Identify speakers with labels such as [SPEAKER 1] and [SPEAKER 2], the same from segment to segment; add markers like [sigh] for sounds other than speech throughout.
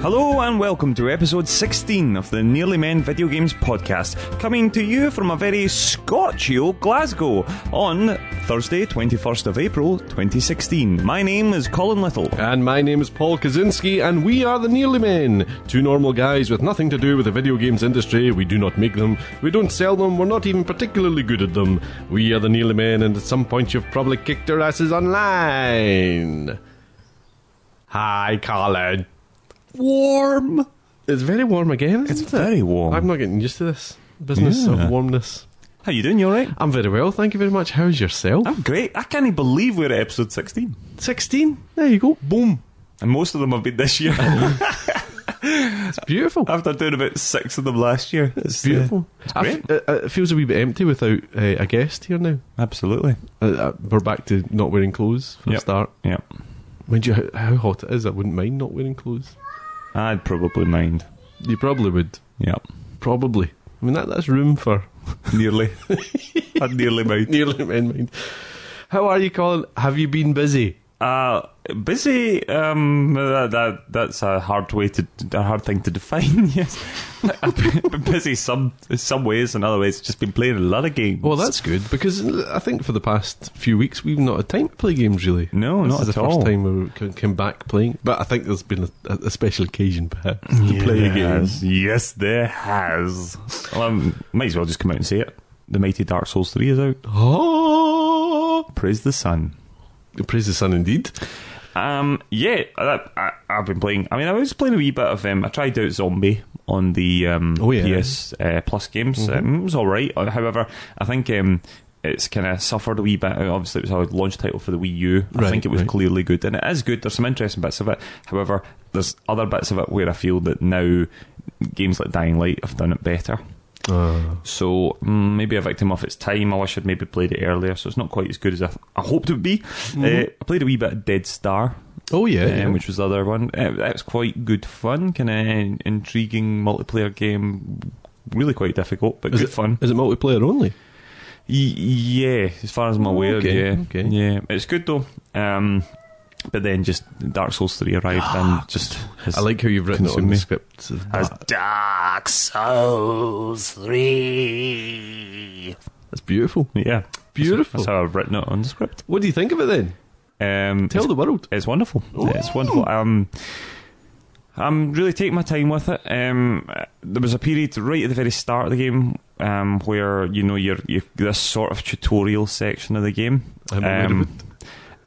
[SPEAKER 1] Hello and welcome to episode 16 of the Nearly Men Video Games Podcast, coming to you from a very Scotchio Glasgow on Thursday, 21st of April 2016. My name is Colin Little.
[SPEAKER 2] And my name is Paul Kaczynski, and we are the Nearly Men. Two normal guys with nothing to do with the video games industry. We do not make them, we don't sell them, we're not even particularly good at them. We are the Nearly Men, and at some point you've probably kicked our asses online. Hi, Colin.
[SPEAKER 1] Warm!
[SPEAKER 2] It's very warm again. Isn't
[SPEAKER 1] It's
[SPEAKER 2] it?
[SPEAKER 1] very warm.
[SPEAKER 2] I'm not getting used to this business
[SPEAKER 1] Yeah.
[SPEAKER 2] of warmness.
[SPEAKER 1] How you doing? You alright?
[SPEAKER 2] I'm very well, thank you very much. How's yourself?
[SPEAKER 1] I'm great. I can't even believe we're at episode 16.
[SPEAKER 2] 16. There you go. Boom.
[SPEAKER 1] And most of them have been this
[SPEAKER 2] [laughs]
[SPEAKER 1] year,
[SPEAKER 2] It's beautiful.
[SPEAKER 1] after doing about six of them last year. It's uh,
[SPEAKER 2] beautiful. I
[SPEAKER 1] great.
[SPEAKER 2] f- uh, uh, it feels a wee bit empty without uh, a guest here now.
[SPEAKER 1] absolutely.
[SPEAKER 2] Uh, uh, we're back to not wearing clothes for
[SPEAKER 1] Yep.
[SPEAKER 2] a start.
[SPEAKER 1] Yeah.
[SPEAKER 2] Mind you, how, how hot it is, I wouldn't mind not wearing clothes.
[SPEAKER 1] I'd probably mind.
[SPEAKER 2] You probably would.
[SPEAKER 1] Yeah.
[SPEAKER 2] Probably. I mean, that, that's room for [laughs]
[SPEAKER 1] Nearly. I'd nearly mind.
[SPEAKER 2] nearly men mind. How are you, Colin? Have you been busy?
[SPEAKER 1] Uh, busy. Um, that, that that's a hard way to a hard thing to define. [laughs] Yes, I've been been busy some some ways, and other ways just been playing a lot of games.
[SPEAKER 2] Well, that's good because I think for the past few weeks we've not had time to play games really.
[SPEAKER 1] No,
[SPEAKER 2] this
[SPEAKER 1] not
[SPEAKER 2] is
[SPEAKER 1] at
[SPEAKER 2] the
[SPEAKER 1] all.
[SPEAKER 2] first time we can come back playing, but I think there's been a, a special occasion perhaps to
[SPEAKER 1] Yes.
[SPEAKER 2] play a game.
[SPEAKER 1] Yes, there has. Well, um, might as well just come out and say it. The mighty Dark Souls three is out.
[SPEAKER 2] Oh,
[SPEAKER 1] Praise the sun.
[SPEAKER 2] praise the sun indeed.
[SPEAKER 1] Um, yeah, that, I, I've been playing. I mean, I was playing a wee bit of. Um, I tried out Zombie on the um,
[SPEAKER 2] Oh, yeah. Mm-hmm.
[SPEAKER 1] PS uh, Plus games. Um, it was all right. Uh, However, I think um, it's kind of suffered a wee bit. Uh, Obviously, it was a launch title for the Wii U. I
[SPEAKER 2] Right,
[SPEAKER 1] think it was
[SPEAKER 2] right.
[SPEAKER 1] clearly good, and it is good. There's some interesting bits of it. However, there's other bits of it where I feel that now games like Dying Light have done it better.
[SPEAKER 2] Uh,
[SPEAKER 1] So mm, maybe a victim of its time. I wish I'd maybe played it earlier, so it's not quite as good as I, I hoped it would be.
[SPEAKER 2] Mm-hmm.
[SPEAKER 1] Uh, I played a wee bit of Dead Star,
[SPEAKER 2] oh yeah, yeah.
[SPEAKER 1] um, which was the other one. Uh, that was quite good fun, kind of intriguing multiplayer game. Really quite difficult, but
[SPEAKER 2] Is
[SPEAKER 1] good
[SPEAKER 2] it-
[SPEAKER 1] fun.
[SPEAKER 2] Is it multiplayer only?
[SPEAKER 1] Y- yeah, as far as I'm aware,
[SPEAKER 2] Oh, okay,
[SPEAKER 1] yeah,
[SPEAKER 2] okay.
[SPEAKER 1] yeah, it's good though. Um, but then just Dark Souls three arrived
[SPEAKER 2] [gasps]
[SPEAKER 1] and just has,
[SPEAKER 2] I like how you've written it
[SPEAKER 1] Consume
[SPEAKER 2] on
[SPEAKER 1] me.
[SPEAKER 2] the script.
[SPEAKER 1] has
[SPEAKER 3] Dark Souls 3.
[SPEAKER 2] That's beautiful.
[SPEAKER 1] yeah,
[SPEAKER 2] Beautiful.
[SPEAKER 1] That's how I've written it on the script.
[SPEAKER 2] What do you think of it then?
[SPEAKER 1] Um,
[SPEAKER 2] Tell the world.
[SPEAKER 1] It's wonderful. It's wonderful. Um, I'm really taking my time with it. Um, uh, there was a period right at the very start of the game um, where you know you're, you this sort of tutorial section of the game.
[SPEAKER 2] I'm aware of
[SPEAKER 1] Um,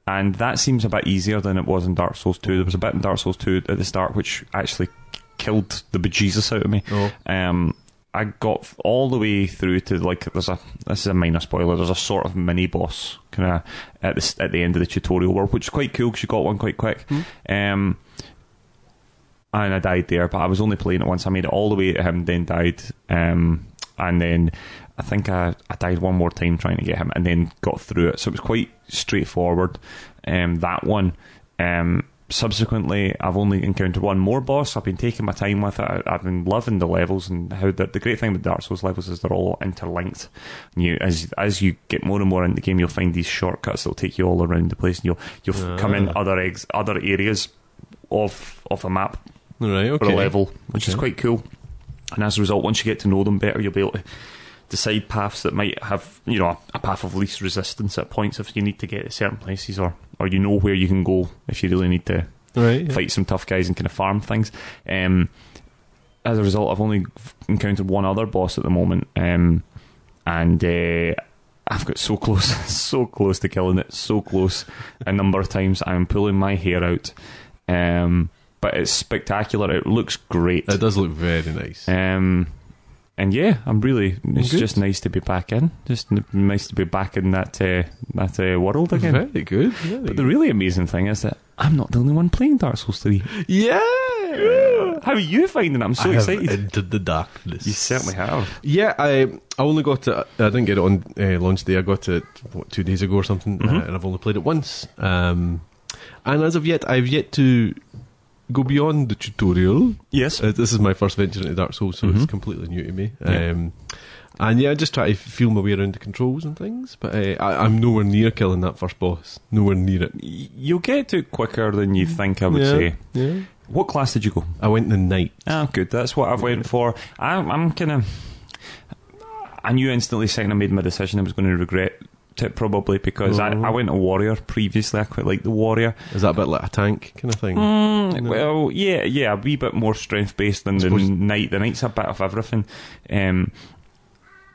[SPEAKER 1] and that seems a bit easier than it was in Dark Souls 2. There was a bit in Dark Souls 2 at the start which actually k- killed the bejesus out of me.
[SPEAKER 2] Oh.
[SPEAKER 1] Um, I got f- all the way through to like there's a this is a minor spoiler. There's a sort of mini boss kind of at the s- at the end of the tutorial world, which is quite cool because you got one quite quick. Um, and I died there, but I was only playing it once. I made it all the way to him, then died, um, and then I think I, I died one more time trying to get him, and then got through it. So it was quite straightforward. Um, that one. Um, subsequently, I've only encountered one more boss. I've been taking my time with it. I, I've been loving the levels and how the, the great thing with Dark Souls levels is they're all interlinked. And you, as as you get more and more in the game, you'll find these shortcuts that'll take you all around the place, and you'll you'll f- come in
[SPEAKER 2] Ah.
[SPEAKER 1] other eggs, other areas of of a map
[SPEAKER 2] Right,
[SPEAKER 1] or
[SPEAKER 2] okay.
[SPEAKER 1] a level, which is
[SPEAKER 2] Okay.
[SPEAKER 1] quite cool. And as a result, once you get to know them better, you'll be able to decide paths that might have, you know, a, a path of least resistance at points if you need to get to certain places, or or you know where you can go if you really need to
[SPEAKER 2] Right. yeah.
[SPEAKER 1] fight some tough guys and kind of farm things. Um, as a result, I've only f- encountered one other boss at the moment, um, and uh, I've got so close, [laughs] so close to killing it, so close. A number of times I'm pulling my hair out, um, but it's spectacular. It looks great,
[SPEAKER 2] It does look very nice.
[SPEAKER 1] um, and yeah, I'm really. It's
[SPEAKER 2] Good.
[SPEAKER 1] just nice to be back in. Just n- nice to be back in that uh, that uh, world again.
[SPEAKER 2] Very good. very
[SPEAKER 1] But the
[SPEAKER 2] good.
[SPEAKER 1] really amazing thing is that I'm not the only one playing Dark Souls 3.
[SPEAKER 2] yeah.
[SPEAKER 1] How are you finding it? I'm so
[SPEAKER 2] I have
[SPEAKER 1] excited.
[SPEAKER 2] entered the darkness.
[SPEAKER 1] you certainly have.
[SPEAKER 2] Yeah, I I only got it. I didn't get it on uh, launch day. I got it what, two days ago or something, uh, and I've only played it once. Um, and as of yet, I've yet to go beyond the tutorial.
[SPEAKER 1] Yes.
[SPEAKER 2] Uh, this is my first venture into Dark Souls, so it's completely new to me.
[SPEAKER 1] Mhm. Yeah.
[SPEAKER 2] Um, And yeah, I just try to feel my way around the controls and things, but uh, I, I'm nowhere near killing that first boss. Nowhere near it.
[SPEAKER 1] Y- You'll get to it quicker than you think, I would
[SPEAKER 2] yeah,
[SPEAKER 1] say.
[SPEAKER 2] yeah.
[SPEAKER 1] What class did you go?
[SPEAKER 2] I went the night.
[SPEAKER 1] Ah, good. That's what I've went for. I, I'm kind of. I knew instantly, second I made my decision, I was going to regret it probably because I, I went a warrior previously. I quite liked the warrior.
[SPEAKER 2] Is that a bit like a tank kind of thing?
[SPEAKER 1] Mm, Well, yeah, yeah, a wee bit more strength based than the
[SPEAKER 2] suppose-
[SPEAKER 1] night. The night's a bit of everything. Um,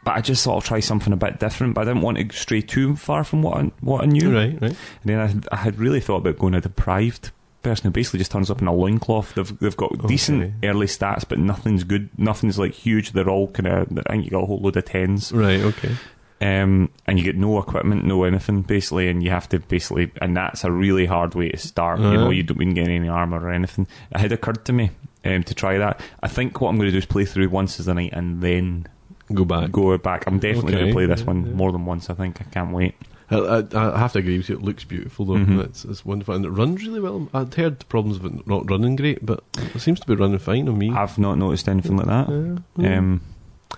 [SPEAKER 1] but I just thought I'll try something a bit different. But I didn't want to stray too far from what I, what I knew.
[SPEAKER 2] Right, right.
[SPEAKER 1] And then I, had- I had really thought about going a deprived person who basically just turns up in a loincloth. They've, they've got decent early stats, but nothing's good. Nothing's like huge. They're all kind of, I think you got a whole load of tens.
[SPEAKER 2] Right, okay.
[SPEAKER 1] Um, and you get no equipment, no anything, basically, and you have to basically, and that's a really hard way to start. You know,
[SPEAKER 2] Uh-huh.
[SPEAKER 1] you don't even get any armor or anything. It had occurred to me um, to try that. I think what I'm going to do is play through once as the night and then
[SPEAKER 2] Go back.
[SPEAKER 1] go back. I'm definitely going
[SPEAKER 2] Okay.
[SPEAKER 1] to play this
[SPEAKER 2] Yeah,
[SPEAKER 1] one
[SPEAKER 2] yeah.
[SPEAKER 1] more than once. I think I can't wait.
[SPEAKER 2] I, I, I have to agree with you. It looks beautiful, though.
[SPEAKER 1] Mhm.
[SPEAKER 2] It's, it's wonderful, and it runs really well. I'd heard the problems of it not running great, but it seems to be running fine on me.
[SPEAKER 1] I've not noticed anything like that.
[SPEAKER 2] Yeah, yeah.
[SPEAKER 1] Um,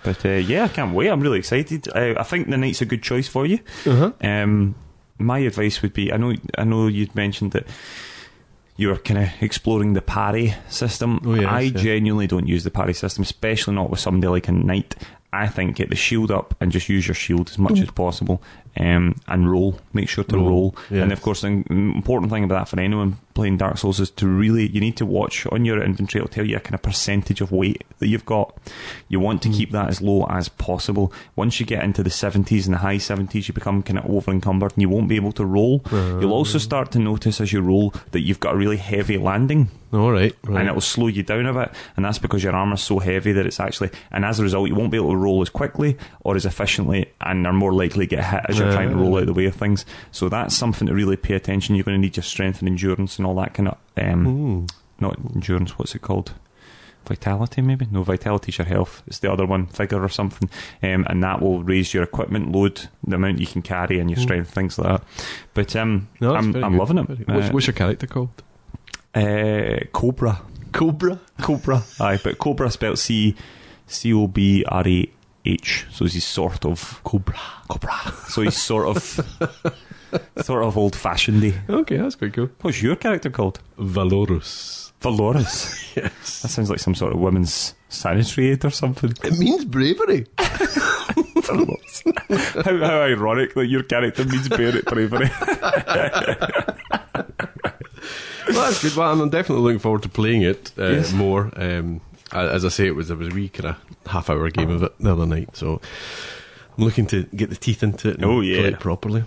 [SPEAKER 1] but uh, yeah, I can't wait. I'm really excited. I, I think the night's a good choice for you.
[SPEAKER 2] uh-huh.
[SPEAKER 1] Um, my advice would be: I know, I know you'd mentioned that you're kind of exploring the parry system.
[SPEAKER 2] Oh, yes,
[SPEAKER 1] I
[SPEAKER 2] yeah.
[SPEAKER 1] genuinely don't use the parry system, especially not with somebody like a knight. I think get the shield up and just use your shield as much as possible, um, and roll. Make sure to
[SPEAKER 2] Roll,
[SPEAKER 1] roll. And
[SPEAKER 2] yes.
[SPEAKER 1] of course, the im- important thing about that for anyone playing Dark Souls is to really you need to watch on your inventory. It'll tell you a kind of percentage of weight that you've got. You want to keep that as low as possible. Once you get into the 70s and the high 70s, you become kind of over encumbered and you won't be able to roll. You'll also start to notice as you roll that you've got a really heavy landing
[SPEAKER 2] All right, right.
[SPEAKER 1] and it'll slow you down a bit. And that's because your armour's so heavy that it's actually, and as a result, you won't be able to roll as quickly or as efficiently, and are more likely to get hit as you're
[SPEAKER 2] Yeah.
[SPEAKER 1] trying to roll out of the way of things. So that's something to really pay attention. You're going to need your strength and endurance and all that kind of, um,
[SPEAKER 2] Mm.
[SPEAKER 1] not endurance, what's it called? Vitality, maybe? No, vitality's your health. It's the other one, figure or something. Um, and that will raise your equipment load, the amount you can carry, and your
[SPEAKER 2] Mm.
[SPEAKER 1] strength, things like that. But um,
[SPEAKER 2] No, that's
[SPEAKER 1] I'm,
[SPEAKER 2] very
[SPEAKER 1] I'm
[SPEAKER 2] good.
[SPEAKER 1] loving it.
[SPEAKER 2] Very- What's,
[SPEAKER 1] Uh,
[SPEAKER 2] what's your character called?
[SPEAKER 1] uh, Cobra.
[SPEAKER 2] Cobra.
[SPEAKER 1] Cobra. Aye, but Cobra spelled C C O B R A H. So he's sort of
[SPEAKER 2] Cobra.
[SPEAKER 1] Cobra. So he's sort of [laughs] sort of old fashionedy.
[SPEAKER 2] Okay, that's quite cool.
[SPEAKER 1] What's your character called?
[SPEAKER 2] Valorous.
[SPEAKER 1] Valoris.
[SPEAKER 2] Yes.
[SPEAKER 1] That sounds like some sort of women's sanitary aid or
[SPEAKER 2] [laughs]
[SPEAKER 1] something.
[SPEAKER 2] It means bravery.
[SPEAKER 1] how, how ironic that your character means bra- bravery.
[SPEAKER 2] well, that's good. Well, I'm definitely looking forward to playing it uh,
[SPEAKER 1] Yes.
[SPEAKER 2] more. Um, a- as I say, it was it was a wee kind of half hour game of it the other night, so I'm looking to get the teeth into it. And
[SPEAKER 1] Oh, yeah.
[SPEAKER 2] play it properly.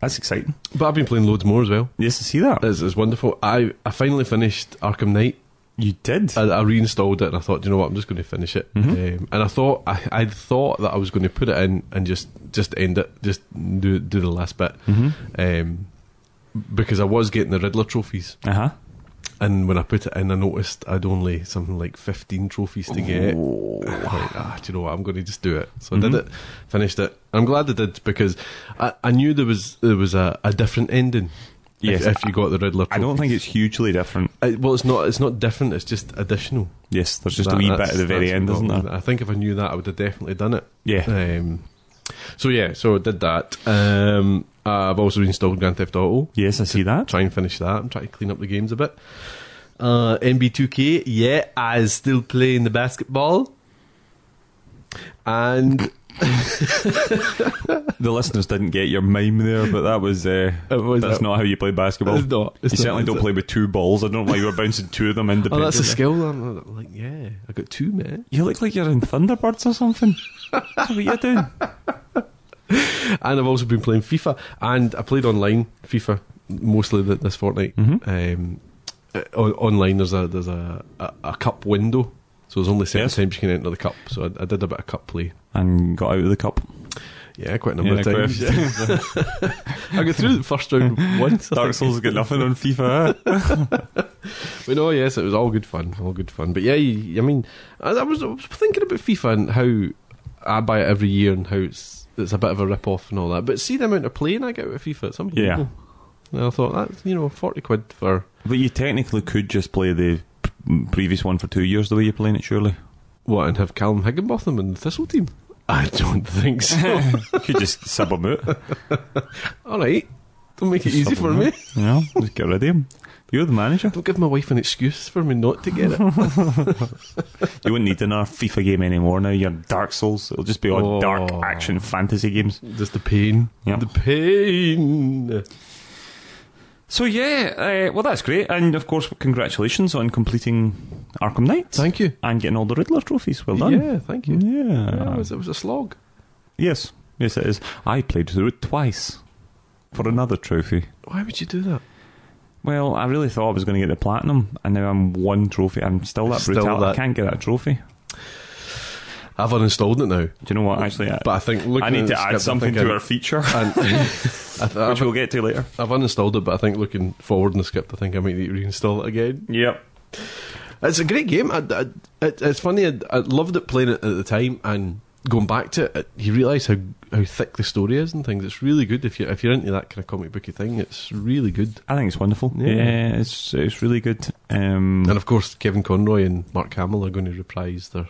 [SPEAKER 1] That's exciting.
[SPEAKER 2] But I've been playing loads more as well.
[SPEAKER 1] Yes, to see that.
[SPEAKER 2] It's, it's wonderful. I I finally finished Arkham Knight.
[SPEAKER 1] You did.
[SPEAKER 2] I, I reinstalled it and I thought, "Do you know what, I'm just going to finish it.
[SPEAKER 1] Mm-hmm.
[SPEAKER 2] Um, and I thought I I thought that I was going to put it in and just just end it, just do do the last bit,
[SPEAKER 1] Mm-hmm.
[SPEAKER 2] um, because I was getting the Riddler trophies.
[SPEAKER 1] Uh huh.
[SPEAKER 2] And when I put it in, I noticed I'd only something like 15 trophies to get. Like, ah, do you know what? I'm going to just do it. So I
[SPEAKER 1] Mm-hmm.
[SPEAKER 2] did it, finished it. I'm glad I did because I, I knew there was there was a, a different ending. if-
[SPEAKER 1] Yes,
[SPEAKER 2] if, you got the Riddler.
[SPEAKER 1] I don't
[SPEAKER 2] trophy.
[SPEAKER 1] think it's hugely different.
[SPEAKER 2] Uh, well, it's not. It's not different. It's just additional.
[SPEAKER 1] Yes, there's just a
[SPEAKER 2] That-
[SPEAKER 1] wee bit
[SPEAKER 2] that's-
[SPEAKER 1] at the very
[SPEAKER 2] that's
[SPEAKER 1] end,
[SPEAKER 2] what
[SPEAKER 1] isn't
[SPEAKER 2] was-
[SPEAKER 1] there?
[SPEAKER 2] I think if I knew that, I would have definitely done it.
[SPEAKER 1] Yeah.
[SPEAKER 2] Um, so yeah, so I did that. Um, I've also installed Grand Theft Auto.
[SPEAKER 1] Yes, I see that.
[SPEAKER 2] Try and finish that. I'm trying to clean up the games a bit. Uh, MB2K, yeah, I was still playing the basketball. And
[SPEAKER 1] The listeners didn't get your mime there, but that was, uh,
[SPEAKER 2] [laughs] It was-
[SPEAKER 1] that's not how you play basketball.
[SPEAKER 2] It's not, it's
[SPEAKER 1] you
[SPEAKER 2] not,
[SPEAKER 1] certainly
[SPEAKER 2] is
[SPEAKER 1] don't
[SPEAKER 2] it?
[SPEAKER 1] play with two balls. I don't know why you were bouncing two of them
[SPEAKER 2] [laughs] oh,
[SPEAKER 1] independently.
[SPEAKER 2] that's a skill. I'm like, yeah, I got two, man.
[SPEAKER 1] you look like you're in Thunderbirds or something. That's what you're doing.
[SPEAKER 2] And I've also been playing FIFA, and I played online FIFA mostly th- this fortnight.
[SPEAKER 1] Mm-hmm.
[SPEAKER 2] Um, uh, on- online, there's a there's a, a, a cup window, so there's only certain
[SPEAKER 1] Yes.
[SPEAKER 2] times you can enter the cup. So I, I did a bit of cup play.
[SPEAKER 1] And got out of the cup.
[SPEAKER 2] Yeah, quite a number of
[SPEAKER 1] Yeah, quite a
[SPEAKER 2] times.
[SPEAKER 1] few
[SPEAKER 2] [laughs] I got through the first round
[SPEAKER 1] [laughs]
[SPEAKER 2] once. I [laughs]
[SPEAKER 1] Dark
[SPEAKER 2] think.
[SPEAKER 1] Souls get nothing on FIFA. eh?
[SPEAKER 2] But no, yes, it was all good fun, all good fun. But yeah, you, I mean, I, I was I was thinking about FIFA and how I buy it every year and how it's it's a bit of a rip off and all that. But see the amount of playing I get with FIFA, it's unbelievable. And I thought that's you know forty quid for
[SPEAKER 1] but you technically could just play the p- previous one for two years the way you're playing it, surely.
[SPEAKER 2] what and have Callum Higginbotham in the Thistle team. I don't think
[SPEAKER 1] [laughs]
[SPEAKER 2] so.
[SPEAKER 1] You could just sub him out.
[SPEAKER 2] All right. Don't make it easy
[SPEAKER 1] Sub
[SPEAKER 2] for
[SPEAKER 1] him
[SPEAKER 2] me.
[SPEAKER 1] out. You know, just get rid of him. You're the manager.
[SPEAKER 2] Don't give my wife an excuse for me not to get it.
[SPEAKER 1] [laughs] You wouldn't need another FIFA game anymore now. You're Dark Souls. It'll just be all dark
[SPEAKER 2] Oh.
[SPEAKER 1] action fantasy games.
[SPEAKER 2] Just the pain.
[SPEAKER 1] Yeah.
[SPEAKER 2] The pain.
[SPEAKER 1] So yeah, uh, well that's great, and of course congratulations on completing Arkham Knight
[SPEAKER 2] Thank you.
[SPEAKER 1] and getting all the Riddler trophies. Well done.
[SPEAKER 2] Yeah, thank you. Yeah, it,
[SPEAKER 1] Yeah.
[SPEAKER 2] was, it was a slog.
[SPEAKER 1] Yes. Yes, it is. I played through it twice for another trophy.
[SPEAKER 2] Why would you do that?
[SPEAKER 1] Well, I really thought I was going to get the platinum, and now I'm one trophy. I'm still that
[SPEAKER 2] Still
[SPEAKER 1] brutal. I
[SPEAKER 2] that-
[SPEAKER 1] can't get that trophy.
[SPEAKER 2] I've uninstalled it now,
[SPEAKER 1] Do you know what? Actually, I,
[SPEAKER 2] but I think looking
[SPEAKER 1] I
[SPEAKER 2] at
[SPEAKER 1] need
[SPEAKER 2] the
[SPEAKER 1] to
[SPEAKER 2] script, I'm
[SPEAKER 1] add something to
[SPEAKER 2] thinking-
[SPEAKER 1] our
[SPEAKER 2] [laughs]
[SPEAKER 1] feature,
[SPEAKER 2] and-
[SPEAKER 1] [laughs]
[SPEAKER 2] I th-
[SPEAKER 1] which
[SPEAKER 2] I've,
[SPEAKER 1] we'll get to later.
[SPEAKER 2] I've uninstalled it, but I think looking forward in the script, I think I might need to reinstall it again.
[SPEAKER 1] Yep.
[SPEAKER 2] It's a great game. I, I, it, it's funny. I, I loved it playing it at the time, and going back to it, you realise how, how thick the story is and things. It's really good if you if you're into that kind of comic booky thing. It's really good.
[SPEAKER 1] I think it's wonderful.
[SPEAKER 2] Yeah.
[SPEAKER 1] Yeah, it's it's really good. Um,
[SPEAKER 2] And of course, Kevin Conroy and Mark Hamill are going to reprise their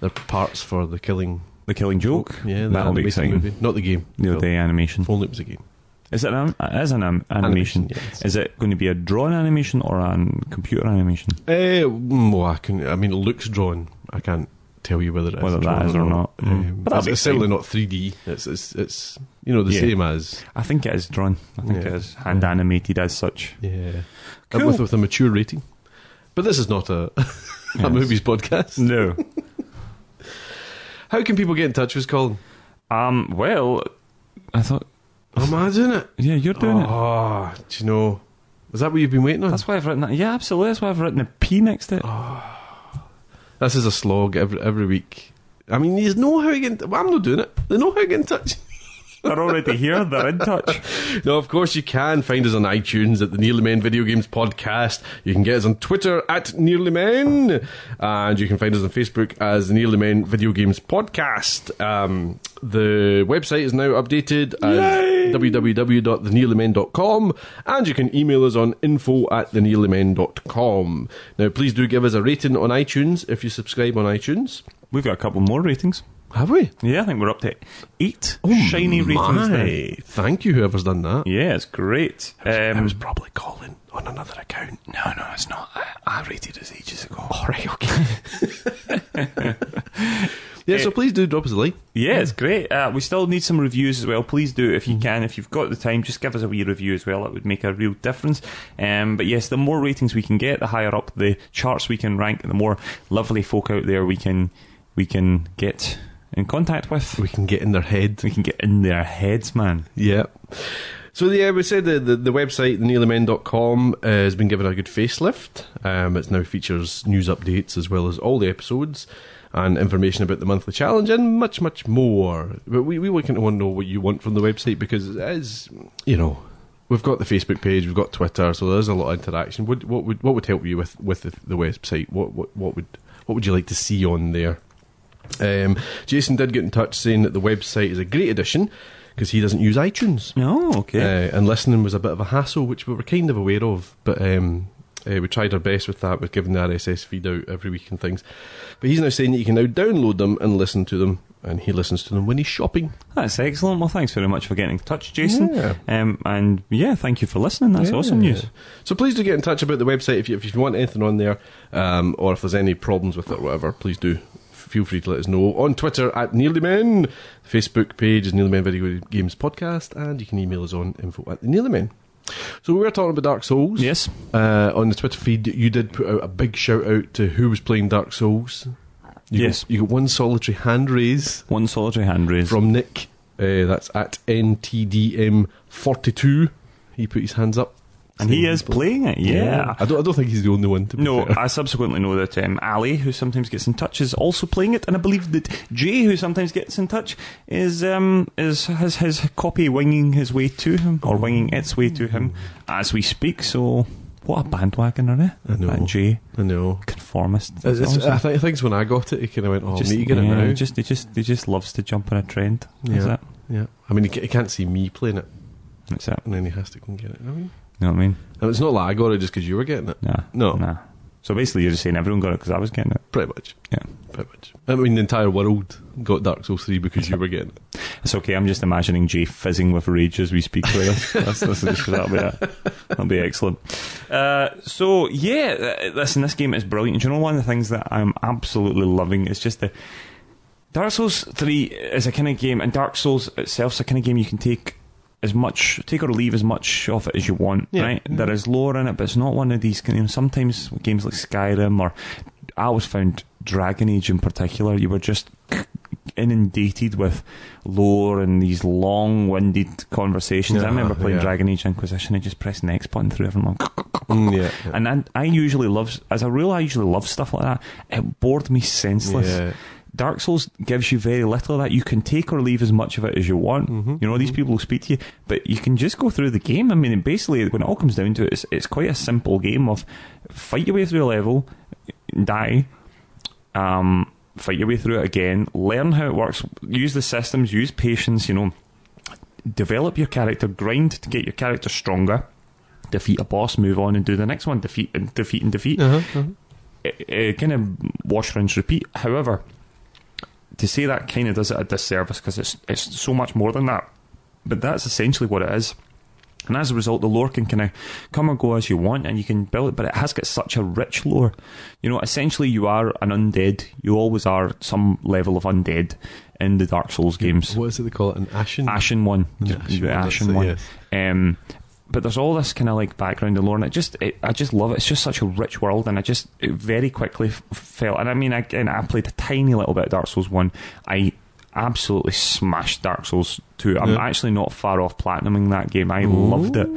[SPEAKER 2] their parts for the Killing
[SPEAKER 1] the Killing Joke.
[SPEAKER 2] Yeah, the
[SPEAKER 1] that'll be
[SPEAKER 2] animated
[SPEAKER 1] exciting.
[SPEAKER 2] movie, not the game.
[SPEAKER 1] The
[SPEAKER 2] film.
[SPEAKER 1] other day animation.
[SPEAKER 2] If only it was a game.
[SPEAKER 1] Is it an, as an um, animation?
[SPEAKER 2] yes.
[SPEAKER 1] Is it going to be a drawn animation or an computer animation?
[SPEAKER 2] Eh, mm, well, I can. I mean, it looks drawn. I can't tell you whether it is
[SPEAKER 1] Whether that
[SPEAKER 2] drawn
[SPEAKER 1] is or not. Mm.
[SPEAKER 2] Um,
[SPEAKER 1] But that'd
[SPEAKER 2] it's,
[SPEAKER 1] be
[SPEAKER 2] it's certainly not 3D. It's it's, it's you know the
[SPEAKER 1] Yeah.
[SPEAKER 2] same as
[SPEAKER 1] I think it is drawn. I think
[SPEAKER 2] Yeah.
[SPEAKER 1] it is hand animated as
[SPEAKER 2] [laughs]
[SPEAKER 1] such.
[SPEAKER 2] yeah,
[SPEAKER 1] Cool.
[SPEAKER 2] and with with a mature rating. But this is not a, [laughs] a
[SPEAKER 1] Yes.
[SPEAKER 2] movies podcast.
[SPEAKER 1] No.
[SPEAKER 2] How can people get in touch with us, Colin?
[SPEAKER 1] um. Well, I thought.
[SPEAKER 2] Am I doing it?
[SPEAKER 1] Yeah, you're doing it.
[SPEAKER 2] oh, do you know? Is that what you've been waiting on?
[SPEAKER 1] That's why I've written that. Yeah, absolutely. That's why I've written a P next to it.
[SPEAKER 2] Oh. This is a slog every every week. I mean, these know how to get. In, well, I'm not doing it. They know how to get in touch.
[SPEAKER 1] [laughs] They're already here. They're in touch.
[SPEAKER 2] [laughs] No, of course you can find us on iTunes at the Nearly Men Video Games Podcast. You can get us on Twitter at Nearly Men, and you can find us on Facebook as the Nearly Men Video Games Podcast. Um, the website is now updated as www.thenearlymen.com, and you can email us on info at thenearlymen.com. Now, please do give us a rating on iTunes if you subscribe on iTunes.
[SPEAKER 1] We've got a couple more ratings.
[SPEAKER 2] Have we?
[SPEAKER 1] Yeah, I think we're up to eight shiny ratings now.
[SPEAKER 2] Oh My. Thank you, whoever's done that.
[SPEAKER 1] Yeah, it's great.
[SPEAKER 2] I
[SPEAKER 1] Um,
[SPEAKER 2] was probably calling on another account.
[SPEAKER 1] no, no, it's not. I, I rated us ages [laughs] ago.
[SPEAKER 2] All right, okay. yeah, so please do drop us a like.
[SPEAKER 1] Yeah, it's great. Uh, we still need some reviews as well. Please do if you can. If you've got the time, just give us a wee review as well. It would make a real difference. Um, but yes, the more ratings we can get, the higher up the charts we can rank, the more lovely folk out there we can we can get in contact with.
[SPEAKER 2] We can get in their head.
[SPEAKER 1] We can get in their heads, man.
[SPEAKER 2] Yeah. So yeah, we said the the, the website thenearlymen.com uh, has been given a good facelift. Um, it now features news updates as well as all the episodes and information about the monthly challenge and much much more. But we we want to know what you want from the website because as you know, we've got the Facebook page, we've got Twitter, so there's a lot of interaction. What what would what would help you with with the, the website? What what what would what would you like to see on there? Um, Jason did get in touch saying that the website is a great addition because he doesn't use iTunes.
[SPEAKER 1] Oh, okay.
[SPEAKER 2] Uh, and listening was a bit of a hassle, which we were kind of aware of, but um, uh, we tried our best with that, with giving the RSS feed out every week and things. But he's now saying that you can now download them and listen to them, and he listens to them when he's shopping.
[SPEAKER 1] That's excellent. Well, thanks very much for getting in touch, Jason.
[SPEAKER 2] Yeah.
[SPEAKER 1] Um, and yeah, thank you for listening. That's
[SPEAKER 2] Yeah.
[SPEAKER 1] awesome news.
[SPEAKER 2] So please do get in touch about the website if you, if you want anything on there, um, or if there's any problems with it or whatever, please do. Feel free to let us know on Twitter at Nearly Men. The Facebook page is Nearly Men Video Games Podcast, and you can email us on info at the Nearly Men. So we were talking about Dark Souls.
[SPEAKER 1] Yes.
[SPEAKER 2] Uh, on the Twitter feed, you did put out a big shout out to who was playing Dark Souls. You
[SPEAKER 1] Yes.
[SPEAKER 2] Got, you got one solitary hand raise
[SPEAKER 1] One solitary hand raised.
[SPEAKER 2] from Nick. Uh, that's at NTDM42. He put his hands up.
[SPEAKER 1] and he is playing it. yeah.
[SPEAKER 2] I don't, I don't think he's the only one to be [laughs]
[SPEAKER 1] No,
[SPEAKER 2] fair.
[SPEAKER 1] I subsequently know that um, Ali, who sometimes gets in touch, is also playing it, and I believe that Jay, who sometimes gets in touch, is um is has his copy winging his way to him or winging its way to him as we speak. So what a bandwagoner, eh?
[SPEAKER 2] I know.
[SPEAKER 1] That Jay
[SPEAKER 2] I know.
[SPEAKER 1] conformist.
[SPEAKER 2] It's- it's-
[SPEAKER 1] Awesome.
[SPEAKER 2] I, think, I think it's when I got it, he kind of went, oh,
[SPEAKER 1] Just-
[SPEAKER 2] I need to get
[SPEAKER 1] yeah,
[SPEAKER 2] it now.
[SPEAKER 1] Just, he just he just loves to jump on a trend. That's
[SPEAKER 2] Yeah.
[SPEAKER 1] it.
[SPEAKER 2] yeah. I mean, he, ca- he can't see me playing it,
[SPEAKER 1] That's it.
[SPEAKER 2] and then he has to go and get it. I mean,
[SPEAKER 1] You know what I mean?
[SPEAKER 2] and it's not like I got it just because you were getting it.
[SPEAKER 1] Nah.
[SPEAKER 2] No.
[SPEAKER 1] Nah. So basically, you're just saying everyone got it because I was getting it.
[SPEAKER 2] Pretty much.
[SPEAKER 1] Yeah.
[SPEAKER 2] Pretty much. I mean, the entire world got Dark Souls 3 because you were getting it.
[SPEAKER 1] It's okay. I'm just imagining Jay fizzing with rage as we speak to this. That's, that's just, that'll be it. That'll be excellent. Uh, so yeah, uh, listen, this game is brilliant. Do you know one of the things that I'm absolutely loving? It's just the Dark Souls Three is a kind of game, and Dark Souls itself's a kind of game you can take as much take or leave as much of it as you want.
[SPEAKER 2] Yeah.
[SPEAKER 1] Right? There is lore in it, but it's not one of these. kind of- Sometimes games like Skyrim or I always found Dragon Age in particular, you were just inundated with lore and these long winded conversations. I
[SPEAKER 2] Yeah,
[SPEAKER 1] remember playing
[SPEAKER 2] yeah.
[SPEAKER 1] Dragon Age Inquisition and just press the next button through everyone.
[SPEAKER 2] [laughs] Mm, yeah. yeah.
[SPEAKER 1] And I, I usually love, as a rule, I usually love stuff like that. It bored me senseless.
[SPEAKER 2] Yeah.
[SPEAKER 1] Dark Souls gives you very little of that. You can take or leave as much of it as you want. You know, these people will speak to you, but you can just go through the game. I mean, and basically, when it all comes down to it, it's, it's quite a simple game of fight your way through a level, die, um, fight your way through it again, learn how it works, use the systems, use patience, you know, develop your character, grind to get your character stronger. Defeat a boss, move on and do the next one. Defeat and defeat and defeat
[SPEAKER 2] Uh-huh, uh-huh.
[SPEAKER 1] Uh, kind of wash, rinse, repeat. However, to say that kind of does it a disservice because it's it's so much more than that. But that's essentially what it is. And as a result, the lore can kind of come and go as you want, and you can build it. But it has got such a rich lore. You know, essentially, you are an undead. You always are some level of undead in the Dark Souls games.
[SPEAKER 2] What is it they call it? An Ashen?
[SPEAKER 1] Ashen one,
[SPEAKER 2] Yeah,
[SPEAKER 1] Just the
[SPEAKER 2] Ashen
[SPEAKER 1] Ashen
[SPEAKER 2] one,
[SPEAKER 1] one.
[SPEAKER 2] that's
[SPEAKER 1] Um, but there's all this kind of like background and lore, and it just, it, I just love it. It's just such a rich world, and I just it very quickly f- felt. And I mean, again, I played a tiny little bit of Dark Souls one. I absolutely smashed Dark Souls two. I'm
[SPEAKER 2] Yeah.
[SPEAKER 1] actually not far off platinuming that game. I loved it.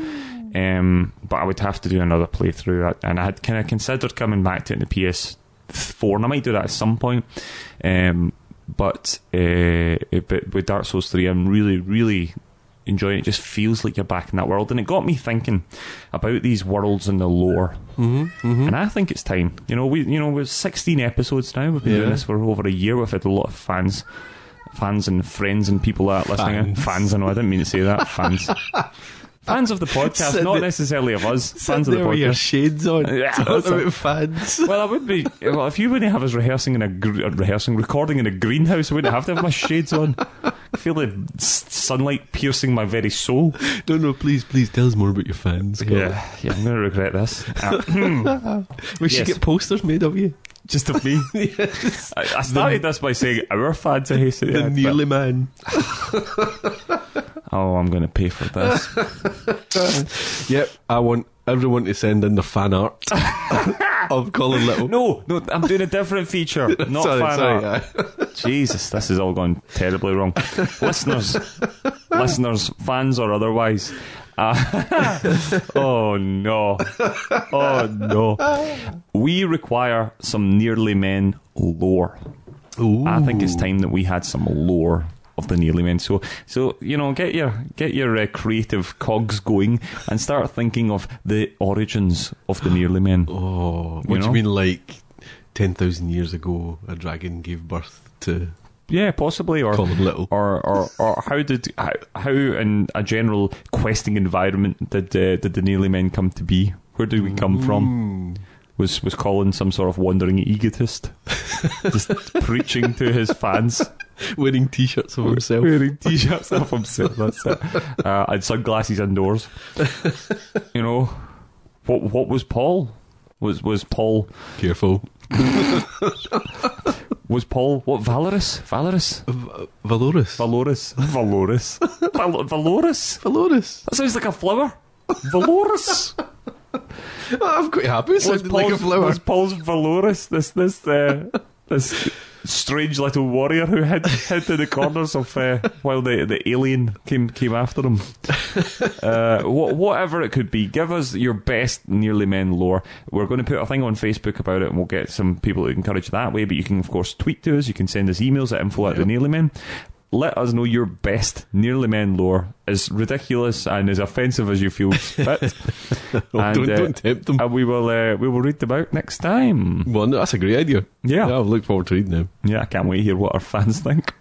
[SPEAKER 1] Um, but I would have to do another playthrough, uh, and I had kind of considered coming back to it in the PS four, and I might do that at some point. Um, but uh, but with Dark Souls three, I'm really really enjoying it. it. Just feels like you're back in that world, and it got me thinking about these worlds and the lore. Mm-hmm, And I think it's time. You know, we you know we're 16 episodes now. We've been
[SPEAKER 2] Yeah.
[SPEAKER 1] doing this for over a year. We've had a lot of fans. Fans and friends and people that are listening.
[SPEAKER 2] Fans.
[SPEAKER 1] Fans, I know I didn't mean to say that.
[SPEAKER 2] [laughs]
[SPEAKER 1] Fans, fans of the podcast,
[SPEAKER 2] Said
[SPEAKER 1] not
[SPEAKER 2] the-
[SPEAKER 1] necessarily of us.
[SPEAKER 2] Sit
[SPEAKER 1] Fans of the
[SPEAKER 2] there with your
[SPEAKER 1] podcast.
[SPEAKER 2] shades on.
[SPEAKER 1] [laughs] Yeah,
[SPEAKER 2] Talk
[SPEAKER 1] that's a-
[SPEAKER 2] about fads.
[SPEAKER 1] Well, I would be. Well, if you wouldn't have us rehearsing in a gr- uh, rehearsing recording in a greenhouse, I wouldn't have to have my shades on. I feel the s- sunlight piercing my very soul.
[SPEAKER 2] [laughs] No, no, please, please tell us more about your fans. Go on.
[SPEAKER 1] yeah, I'm going to regret this. Uh,
[SPEAKER 2] We should
[SPEAKER 1] Yes.
[SPEAKER 2] get posters made of you.
[SPEAKER 1] [laughs] just of [laughs] me. I, I started this by saying our fans are hated.
[SPEAKER 2] the Nearly Man.
[SPEAKER 1] Oh, I'm going to pay for [laughs] this.
[SPEAKER 2] Yep, I want everyone to send in the
[SPEAKER 1] [laughs]
[SPEAKER 2] fan art of Colin Little.
[SPEAKER 1] No, no, I'm doing a different [laughs] feature, not
[SPEAKER 2] sorry,
[SPEAKER 1] fan
[SPEAKER 2] sorry.
[SPEAKER 1] art.
[SPEAKER 2] aye.
[SPEAKER 1] Jesus, this has all gone terribly wrong. listeners, listeners, fans or otherwise. Uh, [laughs] oh no. Oh no. We require some nearly men lore. I think it's time that we had some lore of the nearly men. So, so you know, get your get your uh, creative cogs going and start thinking of the origins of the nearly men.
[SPEAKER 2] Oh, what
[SPEAKER 1] You
[SPEAKER 2] do you
[SPEAKER 1] know?
[SPEAKER 2] mean, like 10,000 years ago, a dragon gave birth to
[SPEAKER 1] Yeah, possibly, or [laughs]
[SPEAKER 2] Colin Little?
[SPEAKER 1] or or, or how did how, how in a general questing environment did uh, did the Nearly Men come to be? Where did we come from?
[SPEAKER 2] Mm.
[SPEAKER 1] Was was Colin some sort of wandering egotist, just preaching to his fans,
[SPEAKER 2] Wearing t shirts of
[SPEAKER 1] [laughs]
[SPEAKER 2] himself.
[SPEAKER 1] wearing t-shirts of himself, that's it, uh, and sunglasses indoors? You know, what what was Paul? Was was Paul
[SPEAKER 2] Careful.
[SPEAKER 1] was Paul what Valorous Valorous
[SPEAKER 2] V- Valorous.
[SPEAKER 1] Valorous Valorous Val- Valorous?
[SPEAKER 2] Valorous.
[SPEAKER 1] That sounds like a flower. Valorous.
[SPEAKER 2] I'm quite happy. It sounded like a
[SPEAKER 1] Paul's-
[SPEAKER 2] flower.
[SPEAKER 1] was Paul's Valorous this this
[SPEAKER 2] [laughs]
[SPEAKER 1] uh, this strange little warrior who hid hid to the corners of uh, while the, the alien came came after him. Uh, wha- whatever it could be, give us your best nearly men lore. We're going to put a thing on Facebook about it, and we'll get some people to encourage that way. But you can of course tweet to us. You can send us emails at info at the nearly men. Let us know your best nearly men lore, as ridiculous and as offensive as you feel
[SPEAKER 2] [laughs]
[SPEAKER 1] fit.
[SPEAKER 2] Oh,
[SPEAKER 1] and,
[SPEAKER 2] don't,
[SPEAKER 1] uh,
[SPEAKER 2] don't tempt them.
[SPEAKER 1] [laughs] and we will uh, we will read them out next time.
[SPEAKER 2] well, no, that's a great idea.
[SPEAKER 1] Yeah.
[SPEAKER 2] I've looked forward to reading them.
[SPEAKER 1] Yeah, I can't wait to hear what our fans think.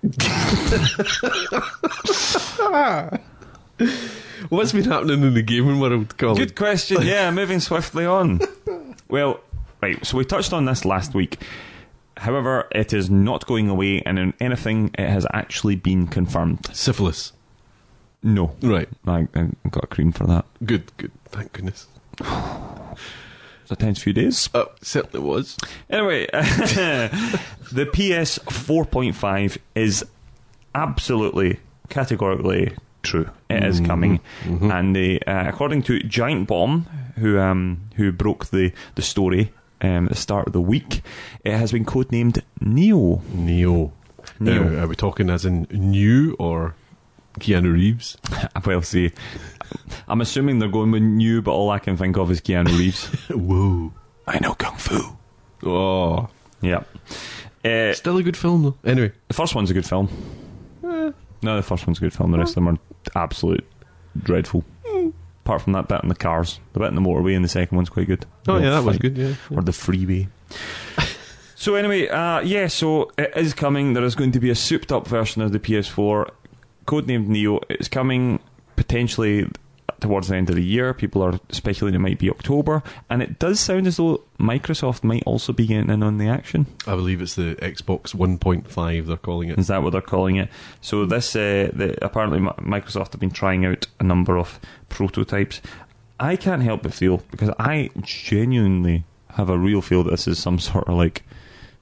[SPEAKER 2] What's been happening in the gaming world,
[SPEAKER 1] [laughs]
[SPEAKER 2] Colin?
[SPEAKER 1] Good question. [laughs] Yeah, moving swiftly on. Well, right. So we touched on this last week. However, it is not going away, and in anything, it has actually been confirmed.
[SPEAKER 2] Syphilis.
[SPEAKER 1] No.
[SPEAKER 2] Right.
[SPEAKER 1] I, I got a cream for that.
[SPEAKER 2] Good, good. Thank goodness.
[SPEAKER 1] It's a tense few days.
[SPEAKER 2] Oh, certainly was.
[SPEAKER 1] Anyway, [laughs] the PS 4.5 is absolutely, categorically true. It is coming, and the, uh, according to Giant Bomb, who um, who broke the the story um, at the start of the week, it has been codenamed Neo. [laughs]
[SPEAKER 2] Neo.
[SPEAKER 1] Neo.
[SPEAKER 2] Now, are we talking as in new or Keanu
[SPEAKER 1] [laughs]
[SPEAKER 2] Reeves?
[SPEAKER 1] Well, see, I'm assuming they're going with new, but all I can think of is Keanu Reeves.
[SPEAKER 2] Whoa.
[SPEAKER 1] [laughs] I know kung fu.
[SPEAKER 2] Oh.
[SPEAKER 1] Yeah. Uh,
[SPEAKER 2] Still a good film, though. Anyway.
[SPEAKER 1] The first one's a good film.
[SPEAKER 2] Eh.
[SPEAKER 1] No, the first one's a good film. The rest of them are absolute dreadful. Apart from that bit in the cars, the bit in the motorway, and the second one's quite good.
[SPEAKER 2] Oh,
[SPEAKER 1] The
[SPEAKER 2] yeah, that was
[SPEAKER 1] fight.
[SPEAKER 2] good, yeah.
[SPEAKER 1] Or the
[SPEAKER 2] [laughs]
[SPEAKER 1] freeway. so anyway, uh, yeah, so it is coming. There is going to be a souped-up version of the PS4, codenamed Neo. It's coming potentially towards the end of the year. People are speculating it might be October, and it does sound as though Microsoft might also be getting in on the action.
[SPEAKER 2] I believe it's the Xbox 1.5, they're calling it.
[SPEAKER 1] Is that what they're calling it? So this, uh, the, apparently, Mi- Microsoft have been trying out a number of prototypes. I can't help but feel because I genuinely have a real feel that this is some [laughs] sort of like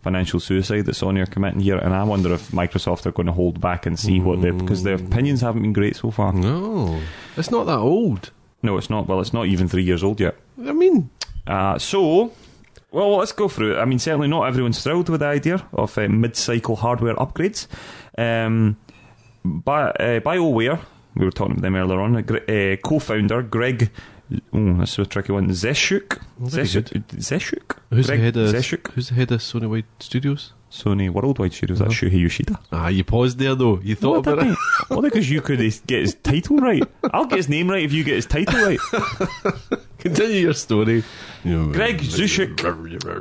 [SPEAKER 1] financial suicide that Sony are committing here, and I wonder if Microsoft are going to hold back and see what they because their opinions haven't been great so
[SPEAKER 2] Mm.
[SPEAKER 1] far.
[SPEAKER 2] No. It's not that old.
[SPEAKER 1] No, it's not. Well, it's not even three years old yet.
[SPEAKER 2] I mean,
[SPEAKER 1] Uh, so, well, let's go through it. I mean, certainly not everyone's thrilled with the idea of uh, mid-cycle hardware upgrades. Um, Bi- uh, BioWare, we were talking about them earlier on, uh, Gre- uh, co-founder Greg, oh, that's a tricky one, Zeshuk.
[SPEAKER 2] That'd be
[SPEAKER 1] Zeshuk? Zeshuk?
[SPEAKER 2] who's
[SPEAKER 1] Greg
[SPEAKER 2] the head of
[SPEAKER 1] Zeshuk?
[SPEAKER 2] who's the head of Sony Wide Studios?
[SPEAKER 1] Sony Worldwide Studios, that's Shuhei Yoshida.
[SPEAKER 2] Ah, you paused there though. You thought
[SPEAKER 1] What
[SPEAKER 2] about it.
[SPEAKER 1] Well, because you could is- get his title right. I'll get his name right if you get his title right.
[SPEAKER 2] Continue your story.
[SPEAKER 1] Greg Zushik,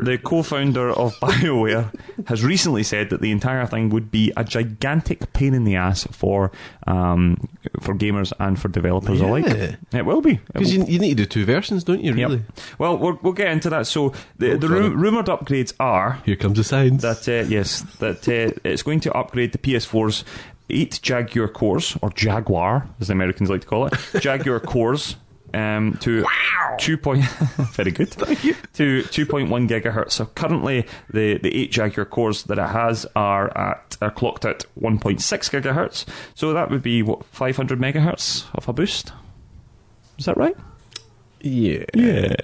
[SPEAKER 1] the co-founder of [laughs] BioWare, has recently said that the entire thing would be a gigantic pain in the ass for um, for gamers and for developers
[SPEAKER 2] Yeah.
[SPEAKER 1] alike. It will be. It will
[SPEAKER 2] Because you, you need to do two versions, don't you?
[SPEAKER 1] Yep.
[SPEAKER 2] Really?
[SPEAKER 1] Well, we're, we'll get into that. So the,
[SPEAKER 2] Oh,
[SPEAKER 1] the
[SPEAKER 2] sorry.
[SPEAKER 1] ru- rumored upgrades are
[SPEAKER 2] Here comes the science.
[SPEAKER 1] that uh, yes, that uh, it's going to upgrade the PS4's eight Jaguar cores or Jaguar, as the Americans like to call it, Jaguar cores um, to two point [laughs] very good to two point one gigahertz. So currently, the the eight Jaguar cores that it has are at are clocked at one point six gigahertz. So that would be what five hundred megahertz of a boost. Is that right?
[SPEAKER 2] yeah.
[SPEAKER 1] Yeah.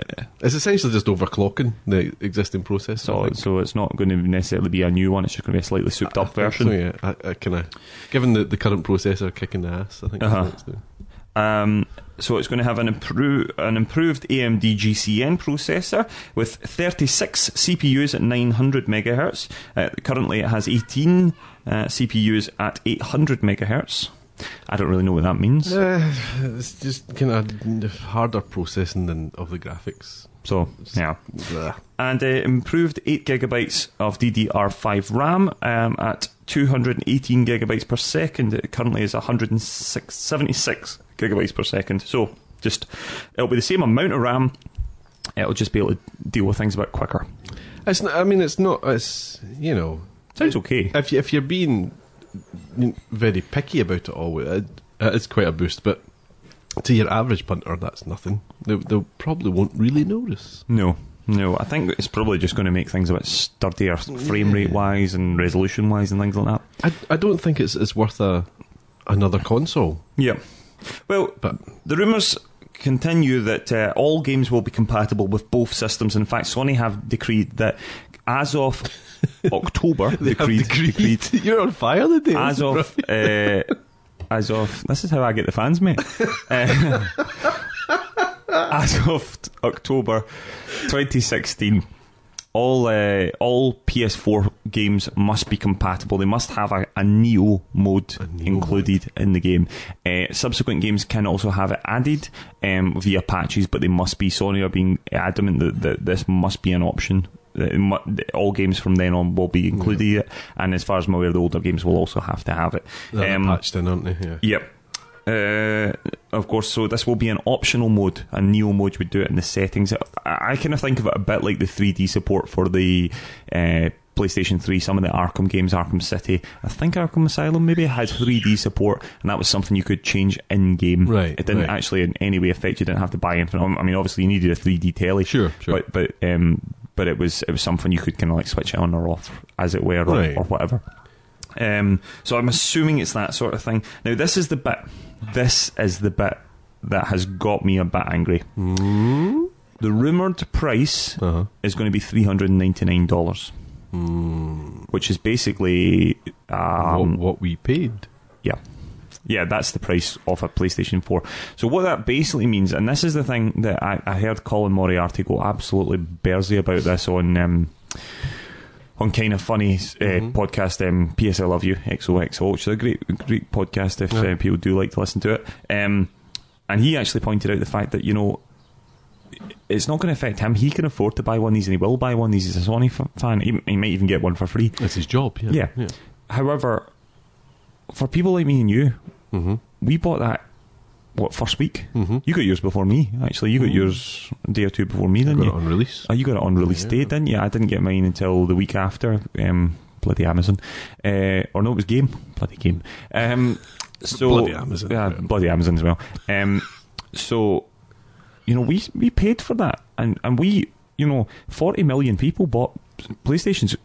[SPEAKER 2] It's essentially just overclocking the existing process. I
[SPEAKER 1] So,
[SPEAKER 2] think.
[SPEAKER 1] so it's not going to necessarily be a new one. It's just going to be a slightly souped up version.
[SPEAKER 2] So, yeah, I, I kind of given the, the current processor kicking the ass, I think.
[SPEAKER 1] Uh-huh.
[SPEAKER 2] that's the-
[SPEAKER 1] Um, so it's going to have an, improve, an improved AMD GCN processor with 36 CPUs at 900 megahertz. Uh, currently, it has 18 uh, CPUs at 800 megahertz. I don't really know what that means.
[SPEAKER 2] Uh, it's just kind of harder processing than of the graphics.
[SPEAKER 1] So yeah,
[SPEAKER 2] Blah.
[SPEAKER 1] and uh, improved 8 gigabytes of DDR5 RAM um, at 218 gigabytes per second. It currently is 176 gigabytes per second. So just it'll be the same amount of RAM. It'll just be able to deal with things a bit quicker.
[SPEAKER 2] It's not, I mean, it's not. It's you know,
[SPEAKER 1] Sounds okay.
[SPEAKER 2] if you, if you're being very picky about it all, it, it is quite a boost. But to your average punter, that's nothing. They, they probably won't really notice.
[SPEAKER 1] No, no. I think it's probably just going to make things a bit sturdier, frame rate wise and resolution wise, and things like that.
[SPEAKER 2] I, I don't think it's it's worth a another console.
[SPEAKER 1] Yeah. Well,
[SPEAKER 2] But
[SPEAKER 1] The rumours continue that uh, all games will be compatible with both systems. In fact, Sony have decreed that as [laughs] of October, decreed, decreed,
[SPEAKER 2] [laughs] you're on fire today.
[SPEAKER 1] as of uh, as of this is how I get the fans, [laughs] mate. Uh, as of t- October 2016, all uh, all PS4 games must be compatible. They must have a, a Neo mode included in the game. Uh, subsequent games can also have it added um, via patches, but they must be Sony are being adamant that, that this must be an option. That it mu- that all games from then on will be included, in it. and as far as I'm aware, the older games will also have to have it.
[SPEAKER 2] They're
[SPEAKER 1] Um,
[SPEAKER 2] patched in, aren't they? Yeah.
[SPEAKER 1] Yep. Uh, of course, so this will be an optional mode. A Neo mode would do it in the settings. I, I kind of think of it a bit like the 3D support for the uh, PlayStation 3, some of the Arkham games, Arkham City, I think Arkham Asylum maybe had 3D support, and that was something you could change in game.
[SPEAKER 2] Right,
[SPEAKER 1] It didn't
[SPEAKER 2] right.
[SPEAKER 1] actually in any way affect you. Didn't have to buy anything. I mean, obviously you needed a 3D telly.
[SPEAKER 2] Sure, sure.
[SPEAKER 1] But but um, but it was it was something you could kind of like switch it on or off as it were, or,
[SPEAKER 2] Right.
[SPEAKER 1] or whatever. Um, so I'm assuming it's that sort of thing. Now this is the bit. This is the bit that has got me a bit angry. The rumored price
[SPEAKER 2] Uh-huh.
[SPEAKER 1] is going to be three hundred and ninety nine dollars, which is basically um,
[SPEAKER 2] what, what we paid.
[SPEAKER 1] yeah. Yeah, that's the price of a PlayStation 4. So, what that basically means, and this is the thing that I, I heard Colin Moriarty go absolutely bersy about this on um, on kind of funny uh, podcast, um, PS I Love You, XOXO, which is a great, great podcast if
[SPEAKER 2] Yeah.
[SPEAKER 1] uh, people do like to listen to it. Um, and he actually pointed out the fact that, you know, it's not going to affect him. He can afford to buy one of these and he will buy one of these. He's a Sony f- fan. He, he might even get one for free.
[SPEAKER 2] That's his job. Yeah.
[SPEAKER 1] Yeah. However, for people like me and you,
[SPEAKER 2] Mm-hmm.
[SPEAKER 1] we bought that what first week.
[SPEAKER 2] Mhm.
[SPEAKER 1] You got yours before me. Actually, you got yours a day or two before me, didn't
[SPEAKER 2] Mm-hmm. Got it
[SPEAKER 1] you?
[SPEAKER 2] on release.
[SPEAKER 1] Oh, you got it on release
[SPEAKER 2] Yeah.
[SPEAKER 1] day, didn't you? I didn't get mine until the week after. Um, bloody Amazon, uh, or no, it was Game. Bloody Game. Um, so
[SPEAKER 2] Bloody Amazon.
[SPEAKER 1] Yeah,
[SPEAKER 2] Yeah.
[SPEAKER 1] bloody Amazon as well. Um, so you know, we we paid for that, and and we, you know, forty million people bought PlayStations,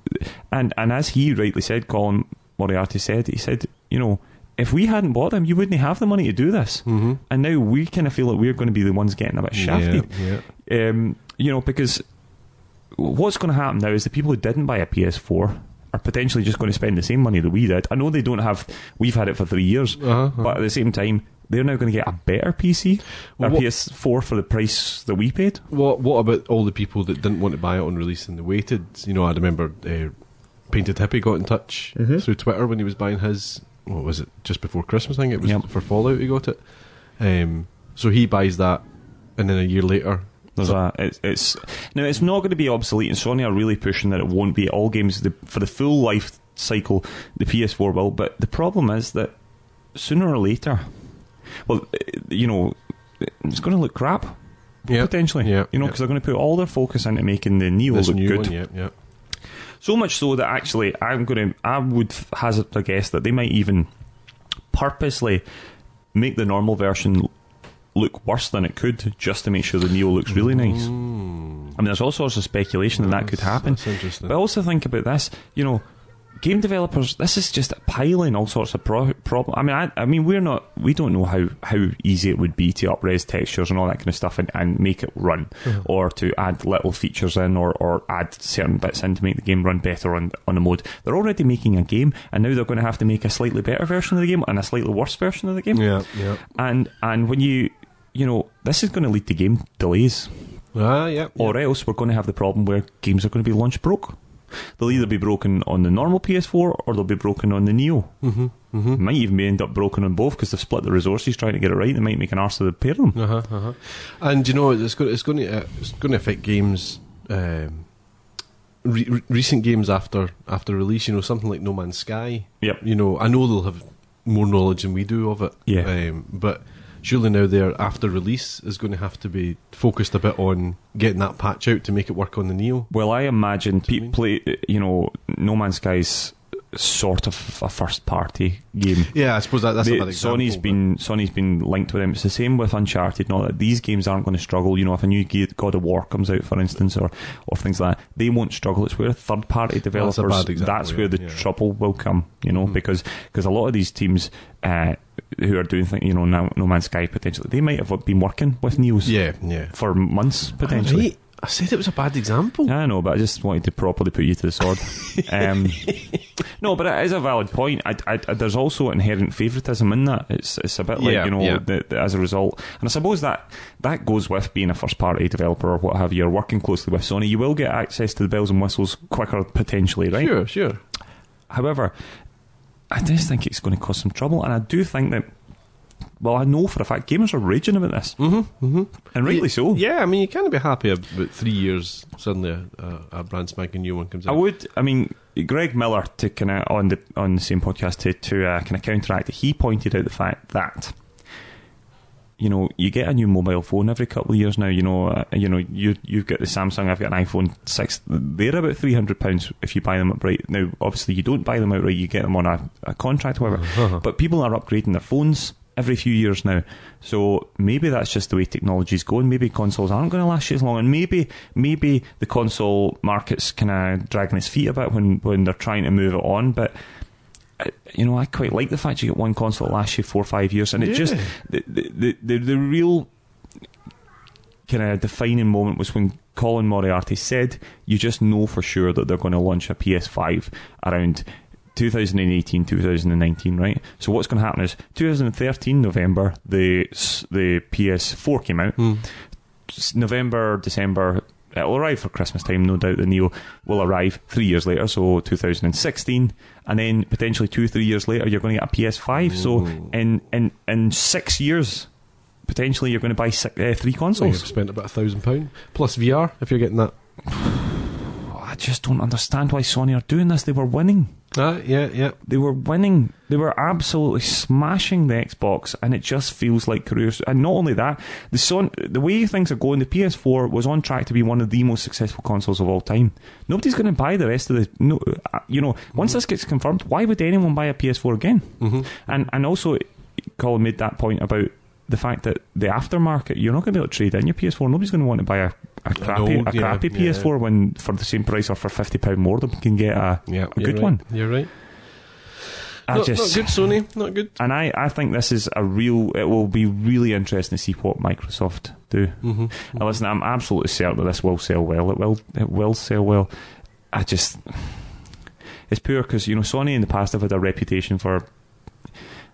[SPEAKER 1] and and as he rightly said, Colin Moriarty said, he said, you know, if we hadn't bought them, you wouldn't have the money to do this, mm-hmm. and now we kind of feel like we're going to be the ones getting a bit shafted,
[SPEAKER 2] Yeah,
[SPEAKER 1] um, you know, because what's going to happen now is the people who didn't buy a PS4 are potentially just going to spend the same money that we did. I know they don't have, we've had it for three years,
[SPEAKER 2] Uh-huh, uh-huh.
[SPEAKER 1] but at the same time. They're now going to get a better PC,
[SPEAKER 2] Well,
[SPEAKER 1] or
[SPEAKER 2] what-
[SPEAKER 1] PS4 for the price that we paid.
[SPEAKER 2] What What about all the people that didn't want to buy it on release and they waited? You know, I remember uh, Painted Hippie got in touch
[SPEAKER 1] Mm-hmm.
[SPEAKER 2] through Twitter when he was buying his. What was it? Just before Christmas, I think it was
[SPEAKER 1] Yep.
[SPEAKER 2] for Fallout. He got it. Um, so he buys that, and then a year later,
[SPEAKER 1] There's a, uh, it's, it's now it's not going to be obsolete, and Sony are really pushing that it won't be all games the, for the full life cycle. The PS4 will, but the problem is that sooner or later, well, eh, you know, it's going to look crap
[SPEAKER 2] yeah,
[SPEAKER 1] potentially.
[SPEAKER 2] yeah,
[SPEAKER 1] you know,
[SPEAKER 2] yeah.
[SPEAKER 1] because they're going to put all their focus into making the Neo
[SPEAKER 2] this
[SPEAKER 1] look
[SPEAKER 2] new
[SPEAKER 1] good.
[SPEAKER 2] one, yeah, yeah.
[SPEAKER 1] So much so that actually, I'm going to, I would f- hazard a guess that they might even purposely make the normal version l- look worse than it could, just to make sure the Neo looks really nice. I mean, there's all sorts of speculation that that could
[SPEAKER 2] Mm. That's-
[SPEAKER 1] happen.
[SPEAKER 2] That's interesting.
[SPEAKER 1] But also think about this, you know, game developers. This is just piling all sorts of pro- problem. I mean, I, I mean, we're not, we don't know how how easy it would be to upres textures and all that kind of stuff and, and make it run, or to add little features in, or, or add certain bits in to make the game run better on on a mode. They're already making a game, and now they're going to have to make a slightly better version of the game and a slightly worse version of the game.
[SPEAKER 2] yeah, yeah,
[SPEAKER 1] And and when you you know, this is going to lead to game delays
[SPEAKER 2] ah, yeah, yeah.
[SPEAKER 1] or else we're going to have the problem where games are going to be launch broke. They'll either be broken on the normal PS4 or they'll be broken on the Neo. Mm-hmm, Might even be end up broken on both because they've split the resources trying to get it right. They might make an arse of the pair of them.
[SPEAKER 2] Uh-huh, uh-huh. And you know it's going it's going to uh, it's going to affect games. Um, re- re- recent games after after release, you know, something like No Man's Sky.
[SPEAKER 1] Yep.
[SPEAKER 2] You know, I know they'll have more knowledge than we do of it.
[SPEAKER 1] Yeah.
[SPEAKER 2] Um, but surely now their after release is going to have to be focused a bit on getting that patch out to make it work on the Neo.
[SPEAKER 1] Well, I imagine
[SPEAKER 2] you
[SPEAKER 1] pe-
[SPEAKER 2] mean?
[SPEAKER 1] play, you know, No Man's Sky's sort of a first party game.
[SPEAKER 2] Yeah, I suppose that, that's
[SPEAKER 1] They-
[SPEAKER 2] a bad example.
[SPEAKER 1] Sony's
[SPEAKER 2] but-
[SPEAKER 1] been Sony's been linked with them. It's the same with Uncharted. and all that these games aren't going to struggle. You know, if a new Ge- God of War comes out, for instance, or or things like that, they won't struggle. It's where third party developers.
[SPEAKER 2] a bad example,
[SPEAKER 1] that's where the
[SPEAKER 2] yeah, Mm-hmm. yeah.
[SPEAKER 1] trouble will come. You know, because because a lot of these teams uh, who are doing things, you know, now No Man's Sky potentially, they might have been working with News
[SPEAKER 2] Yeah, yeah.
[SPEAKER 1] for months potentially.
[SPEAKER 2] Right, I said it was a bad example.
[SPEAKER 1] I know, but I just wanted to properly put you to the
[SPEAKER 2] [laughs]
[SPEAKER 1] sword. um, no, but it is a valid point. I, I, I- there's also inherent favouritism in that. It's it's a bit like
[SPEAKER 2] Yeah,
[SPEAKER 1] you know
[SPEAKER 2] yeah.
[SPEAKER 1] the, the- as a result, and I suppose that that goes with being a first party developer or what have you, or working closely with Sony. You will get access to the bells and whistles quicker potentially, right?
[SPEAKER 2] Sure, sure.
[SPEAKER 1] However, I just think it's going to cause some trouble, and I do think that. Well, I know for a fact gamers are raging about this, mm-hmm, and rightly so.
[SPEAKER 2] Yeah, I mean, you can't be happy about three years. Suddenly, a, a, a brand spanking new one comes
[SPEAKER 1] I
[SPEAKER 2] out.
[SPEAKER 1] would. I mean, Greg Miller to kind of on the uh, on the same podcast to to uh, kind of counteract it. He pointed out the fact that you know, you get a new mobile phone every couple of years now. You know, uh, you know, you you've got the Samsung, I've got an iPhone six. They're about three hundred pounds if you buy them outright. Now, obviously, you don't buy them outright; you get them on a, a contract, or whatever. But people are upgrading their phones every few years now, so maybe that's just the way technology's going. Maybe consoles aren't going to last you as long, and maybe maybe the console market's kind of dragging its feet a bit when when they're trying to move it on, but uh, you know, I quite like the fact you get one console that lasts you four or five years, and it just the the, the the the real kind of defining moment was when Colin Moriarty said, "You just know for sure that they're going to launch a PS5 around." 2018, 2019, right? So what's going to happen is 2013 November the s- the PS4 came out. S- November, December, it'll arrive for Christmas time, no doubt. The Neo will arrive three years later, so 2016, and then potentially two, three years later, you're going to get a PS5. So in in in six years, potentially you're going to buy six, uh, three
[SPEAKER 2] So you've
[SPEAKER 1] consoles.
[SPEAKER 2] spent about a thousand pound plus VR if you're getting that.
[SPEAKER 1] I just don't understand why Sony are doing this. They were winning.
[SPEAKER 2] Ah, yeah, yeah.
[SPEAKER 1] they were winning. They were absolutely smashing the Xbox, and it just feels like careers. And not only that, the son, the way things are going, the PS4 was on track to be one of the most successful consoles of all time. Nobody's going to buy the rest of the. No, uh, you know, once this gets confirmed, why would anyone buy a PS4 again?
[SPEAKER 2] mm-hmm.
[SPEAKER 1] And and also, Colin made that point about the fact that the aftermarket, you're not going to be able to trade in your PS4. Nobody's going to want to buy a, a crappy,
[SPEAKER 2] old,
[SPEAKER 1] a
[SPEAKER 2] yeah,
[SPEAKER 1] crappy
[SPEAKER 2] yeah.
[SPEAKER 1] PS4 when for the same price or for fifty pound more, they can get a,
[SPEAKER 2] Yeah,
[SPEAKER 1] a
[SPEAKER 2] you're
[SPEAKER 1] good
[SPEAKER 2] right.
[SPEAKER 1] one.
[SPEAKER 2] You're right.
[SPEAKER 1] I
[SPEAKER 2] not,
[SPEAKER 1] just
[SPEAKER 2] not good, Sony. Not good.
[SPEAKER 1] and I, I think this is a real. It will be really interesting to see what Microsoft do.
[SPEAKER 2] Mm-hmm.
[SPEAKER 1] Now, listen, I'm absolutely certain that this will sell well. It will. It will sell well. I just, it's poor because you know Sony in the past have had a reputation for,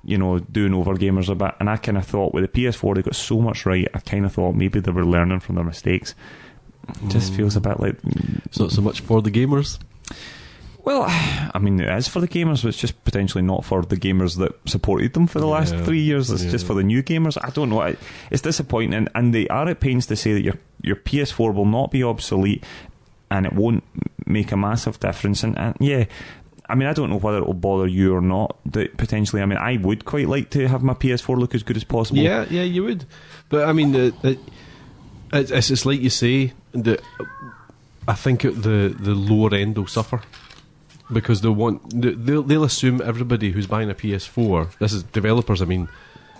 [SPEAKER 1] you know, doing over gamers a bit, and I kind of thought with the PS4 they got so much right. I kind of thought maybe they were learning from their mistakes. It Just feels a bit like
[SPEAKER 2] It's not so much for the gamers.
[SPEAKER 1] well, [sighs] I mean, it is for the gamers, but it's just potentially not for the gamers that supported them for the last
[SPEAKER 2] Yeah.
[SPEAKER 1] three years. It's
[SPEAKER 2] Yeah.
[SPEAKER 1] just for the new gamers. I don't know. It- It's disappointing, and they are at pains to say that your your PS4 will not be obsolete, and it won't make a massive difference. And, and yeah. I mean, I don't know whether it will bother you or not. That potentially, I mean, I would quite like to have my PS4 look as good as possible.
[SPEAKER 2] Yeah, yeah, you would. But I mean, uh, it, it's, it's- it's like you say that I think it- the the lower end will suffer because they'll want they- they'll, they'll assume everybody who's buying a PS4. This is developers. I mean,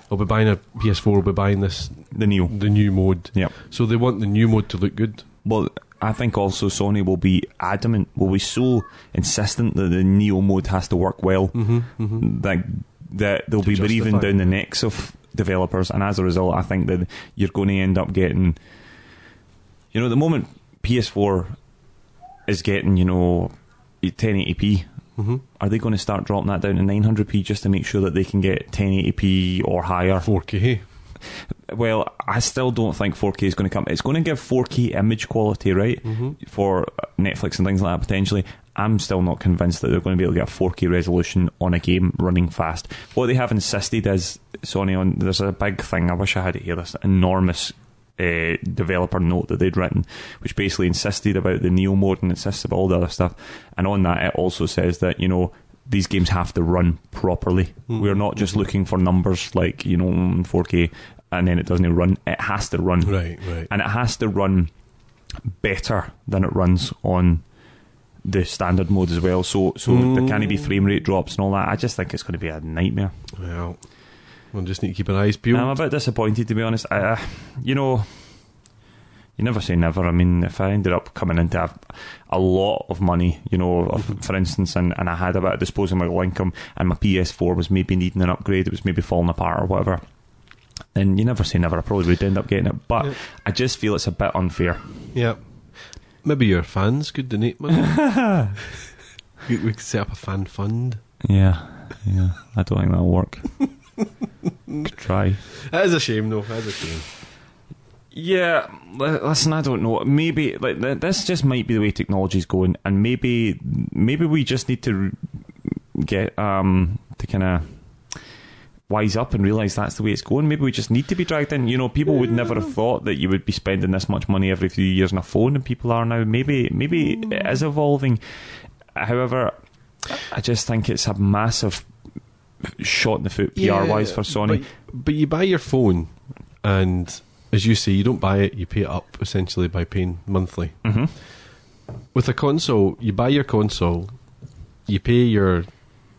[SPEAKER 2] will be buying a PS4. Will be buying this
[SPEAKER 1] the Neo.
[SPEAKER 2] the new mode.
[SPEAKER 1] Yep.
[SPEAKER 2] So they want the new mode to look good.
[SPEAKER 1] Well, I think also Sony will be adamant, will be so insistent that the Neo mode has to work well that that they'll be breathing
[SPEAKER 2] justify.
[SPEAKER 1] down the necks of developers, and as a result, I think that you're going to end up getting, you know, the moment PS4 is getting, you know, 1080p. Are they going to start dropping that down to 900p just to make sure that they can get 1080p or higher?
[SPEAKER 2] 4K.
[SPEAKER 1] well, I still don't think 4K is going to come. It's going to give 4K image quality, right? For uh, Netflix and things like that, potentially. I'm still not convinced that they're going to be able to get a 4K resolution on a game running fast. What they have insisted is, Sony, on there's a big thing, I wish I had it here, this enormous uh, developer note that they'd written, which basically insisted about the Neo mode and insists about all the other stuff. And on that, it also says that, you know, these games have to run properly. We're not just looking for numbers like, you know, mm, 4K and then it doesn't even run. It has to run.
[SPEAKER 2] Right, right.
[SPEAKER 1] And it has to run better than it runs on the standard mode as well. So so there can't be frame rate drops and all that. I just think it's going to be a nightmare.
[SPEAKER 2] Well, uh, we'll just need to keep an eyes peeled.
[SPEAKER 1] I'm a bit disappointed to be honest. I, uh, you know, you never say never. I mean, if I ended up coming into a, a lot of money, you know, or f- for instance, and, and I had about disposing my income, and my PS4 was maybe needing an upgrade, it was maybe falling apart or whatever. Then you never say never. I probably would end up getting it, but I just feel it's a bit unfair.
[SPEAKER 2] Yeah. Maybe your fans could donate money. [laughs] we, we could set up a fan fund.
[SPEAKER 1] Yeah, yeah. I don't think that'll work. Could [laughs] try.
[SPEAKER 2] That is a shame, though. That is a shame.
[SPEAKER 1] Yeah, li- listen, I don't know. Maybe like th- this just might be the way technology's going, and maybe maybe we just need to r- get um to kind of wise up and realize that's the way it's going. Maybe we just need to be dragged in. You know, people would never have thought that you would be spending this much money every few years on a phone, and people are now. Maybe maybe it is evolving. However, I just think it's a massive shot in the foot PR wise for Sony.
[SPEAKER 2] But, but you buy your phone and as you say, you don't buy it; you pay it up essentially by paying monthly. Mm-hmm. With a console, you buy your console, you pay your,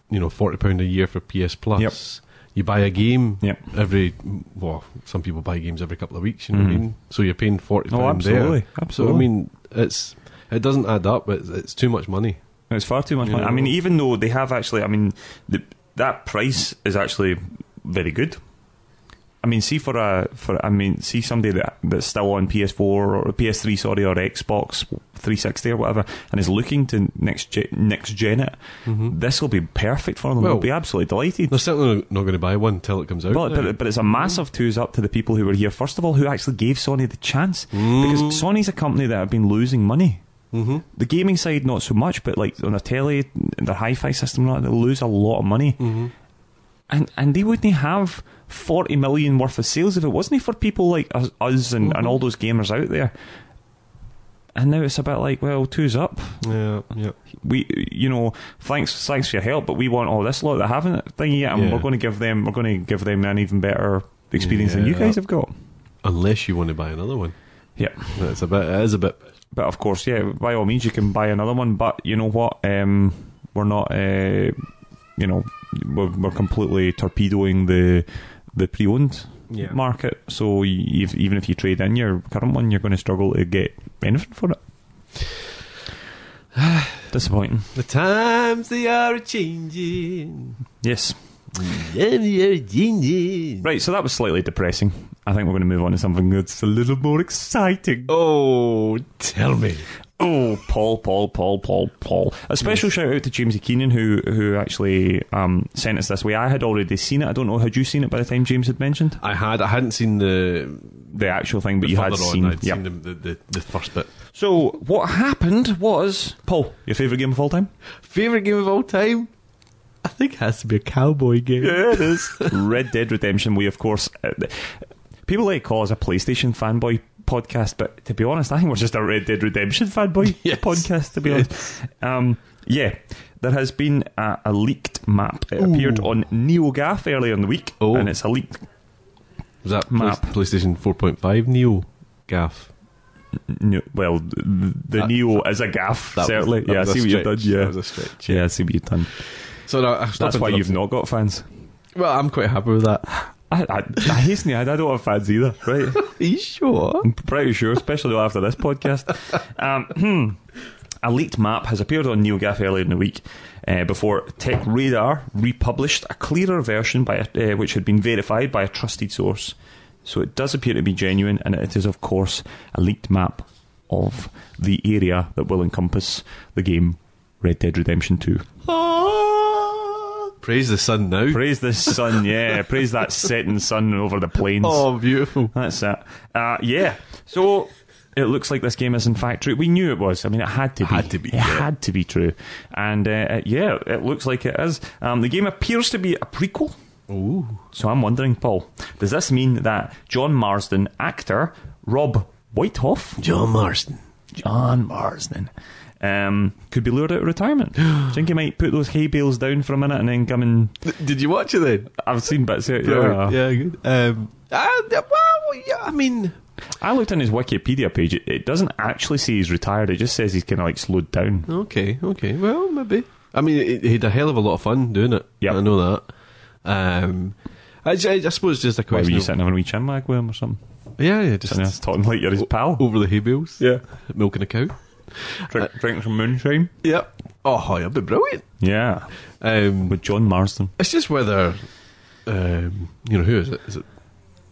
[SPEAKER 2] you know, forty pound a year for PS Plus.
[SPEAKER 1] Yep.
[SPEAKER 2] You buy a game
[SPEAKER 1] Yep.
[SPEAKER 2] every. Well, some people buy games every couple of weeks. You know what I mean? So you're paying forty
[SPEAKER 1] Mm-hmm. Oh,
[SPEAKER 2] pound
[SPEAKER 1] absolutely,
[SPEAKER 2] there. So I
[SPEAKER 1] absolutely.
[SPEAKER 2] mean, it's it doesn't add up. It's, it's too much money.
[SPEAKER 1] It's far too much money.
[SPEAKER 2] Yeah.
[SPEAKER 1] I mean, even though they have actually, I mean, the, that price is actually very good. I mean, see for a for I mean, see somebody that that's still on PS4 or PS3, sorry, or Xbox 360 or whatever, and is looking to next gen, next gen it. This will be perfect for them.
[SPEAKER 2] Well-
[SPEAKER 1] They'll be absolutely delighted.
[SPEAKER 2] They're certainly not going to buy one until it comes out.
[SPEAKER 1] Well, but, but it's a massive twos up to the people who were here first of all, who actually gave Sony the chance because Sony's a company that have been losing money. Mm-hmm. The gaming side, not so much, but like on their telly, their hi-fi system, and all that, they lose a lot of money, and and they wouldn't have forty million worth of sales if it wasn't for people like us, us and, and all those gamers out there. And now it's a bit like, well, two's up.
[SPEAKER 2] yeah, yeah.
[SPEAKER 1] We, you know, thanks, thanks for your help, but we want all this lot that haven't it thing yet, and
[SPEAKER 2] Yeah.
[SPEAKER 1] we're going to give them, we're going to give them an even better experience than you
[SPEAKER 2] Yeah.
[SPEAKER 1] guys have got.
[SPEAKER 2] Unless you want to buy another one,
[SPEAKER 1] Yeah.
[SPEAKER 2] that's a bit. It is a bit.
[SPEAKER 1] But of course, yeah, by all means, you can buy another one. But you know what? Um, we're not, uh, you know, we're, we're completely torpedoing the the pre-owned
[SPEAKER 2] Yeah.
[SPEAKER 1] market. So y- if, even if you trade in your current one, you're going to struggle to get anything for it. [sighs] Disappointing.
[SPEAKER 2] The times they are changing.
[SPEAKER 1] Yes.
[SPEAKER 2] They are changing.
[SPEAKER 1] Right. So that was slightly depressing. I think we're going to move on to something that's a little more exciting.
[SPEAKER 2] Oh, tell me.
[SPEAKER 1] Oh, Paul, Paul, Paul, Paul, Paul. A special shout out to Jamesy Keenan who who actually um, sent us this way. I had already seen it. I don't know had you seen it by the time James had mentioned
[SPEAKER 2] I had. I hadn't seen the.
[SPEAKER 1] the actual thing, but you had
[SPEAKER 2] further on,
[SPEAKER 1] seen.
[SPEAKER 2] I'd
[SPEAKER 1] yeah.
[SPEAKER 2] seen the, the, the, the first bit.
[SPEAKER 1] So what happened was Paul, your favorite game of all time?
[SPEAKER 2] Favorite game of all time? I think it has to be a cowboy game.
[SPEAKER 1] Yeah, it
[SPEAKER 2] [laughs]
[SPEAKER 1] is. Red Dead Redemption. We of course uh, th- people like call us a PlayStation fanboy podcast, but to be honest, I think we're just a Red Dead Redemption fanboy
[SPEAKER 2] [laughs] Yes.
[SPEAKER 1] podcast. To be honest, um, yeah, there has been a, a leaked map. It appeared on NeoGaf earlier in the week,
[SPEAKER 2] Oh.
[SPEAKER 1] and it's a leaked
[SPEAKER 2] Was that
[SPEAKER 1] Map.
[SPEAKER 2] Play- PlayStation 4.5 Neo gaff?
[SPEAKER 1] No, well, th- the
[SPEAKER 2] That-
[SPEAKER 1] Neo is a gaff,
[SPEAKER 2] That was-
[SPEAKER 1] certainly.
[SPEAKER 2] that
[SPEAKER 1] yeah, I
[SPEAKER 2] was a
[SPEAKER 1] see what you've done.
[SPEAKER 2] stretch.
[SPEAKER 1] Yeah,
[SPEAKER 2] That was a stretch.
[SPEAKER 1] yeah, I see what you've done.
[SPEAKER 2] So no, I'll stop
[SPEAKER 1] That's why you've
[SPEAKER 2] interrupting.
[SPEAKER 1] not got fans.
[SPEAKER 2] Well, I'm quite happy with that.
[SPEAKER 1] I, I, I hasten to add, I don't have fans either. Right, [laughs]
[SPEAKER 2] Are you sure?
[SPEAKER 1] I'm pretty sure, especially after this podcast. Um, a leaked map has appeared on NeoGAF earlier in the week uh, before Tech Radar republished a clearer version by a, uh, which had been verified by a trusted source. So it does appear to be genuine, and it is, of course, a leaked map of the area that will encompass the game Red Dead Redemption 2.
[SPEAKER 2] Praise the sun now.
[SPEAKER 1] Praise the sun, yeah. Praise that setting sun over the plains.
[SPEAKER 2] oh, beautiful.
[SPEAKER 1] That's it. Uh, yeah. So it looks like this game is in fact true. We knew it was. I mean, it had to be.
[SPEAKER 2] Had to be,
[SPEAKER 1] It
[SPEAKER 2] yeah.
[SPEAKER 1] had to be true. And uh, uh, yeah, it looks like it is. Um, the game appears to be a prequel.
[SPEAKER 2] Ooh.
[SPEAKER 1] So I'm wondering, Paul, does this mean that John Marsden actor Rob Whitehoff,
[SPEAKER 2] John Marston.
[SPEAKER 1] John Marsden, um, could be lured out of retirement? Do you think he might put those hay bales down for a minute and then come and?
[SPEAKER 2] Did you watch it then?
[SPEAKER 1] I've seen bits. of it,
[SPEAKER 2] Yeah,
[SPEAKER 1] Yeah.
[SPEAKER 2] yeah good. Um, I, well, yeah, I mean,
[SPEAKER 1] I looked on his Wikipedia page. It, it doesn't actually say he's retired. It just says he's kind of like slowed down.
[SPEAKER 2] okay, okay. Well, maybe. I mean, he- he had a hell of a lot of fun doing it.
[SPEAKER 1] Yep.
[SPEAKER 2] I know that. Um, I, ju- I, ju- I suppose it's just a
[SPEAKER 1] Why were
[SPEAKER 2] question.
[SPEAKER 1] you
[SPEAKER 2] Of,
[SPEAKER 1] sitting having a wee chin wag with him or something?
[SPEAKER 2] yeah, yeah, just
[SPEAKER 1] Sitting there talking like you're his pal.
[SPEAKER 2] over the hay bales,
[SPEAKER 1] Oh, Yeah.
[SPEAKER 2] milking a cow.
[SPEAKER 1] Drink, drinking some moonshine.
[SPEAKER 2] Yep. Oh, yeah, but brilliant.
[SPEAKER 1] Yeah.
[SPEAKER 2] Um,
[SPEAKER 1] With John Marsden.
[SPEAKER 2] it's just whether, um, you know, who is it? Is it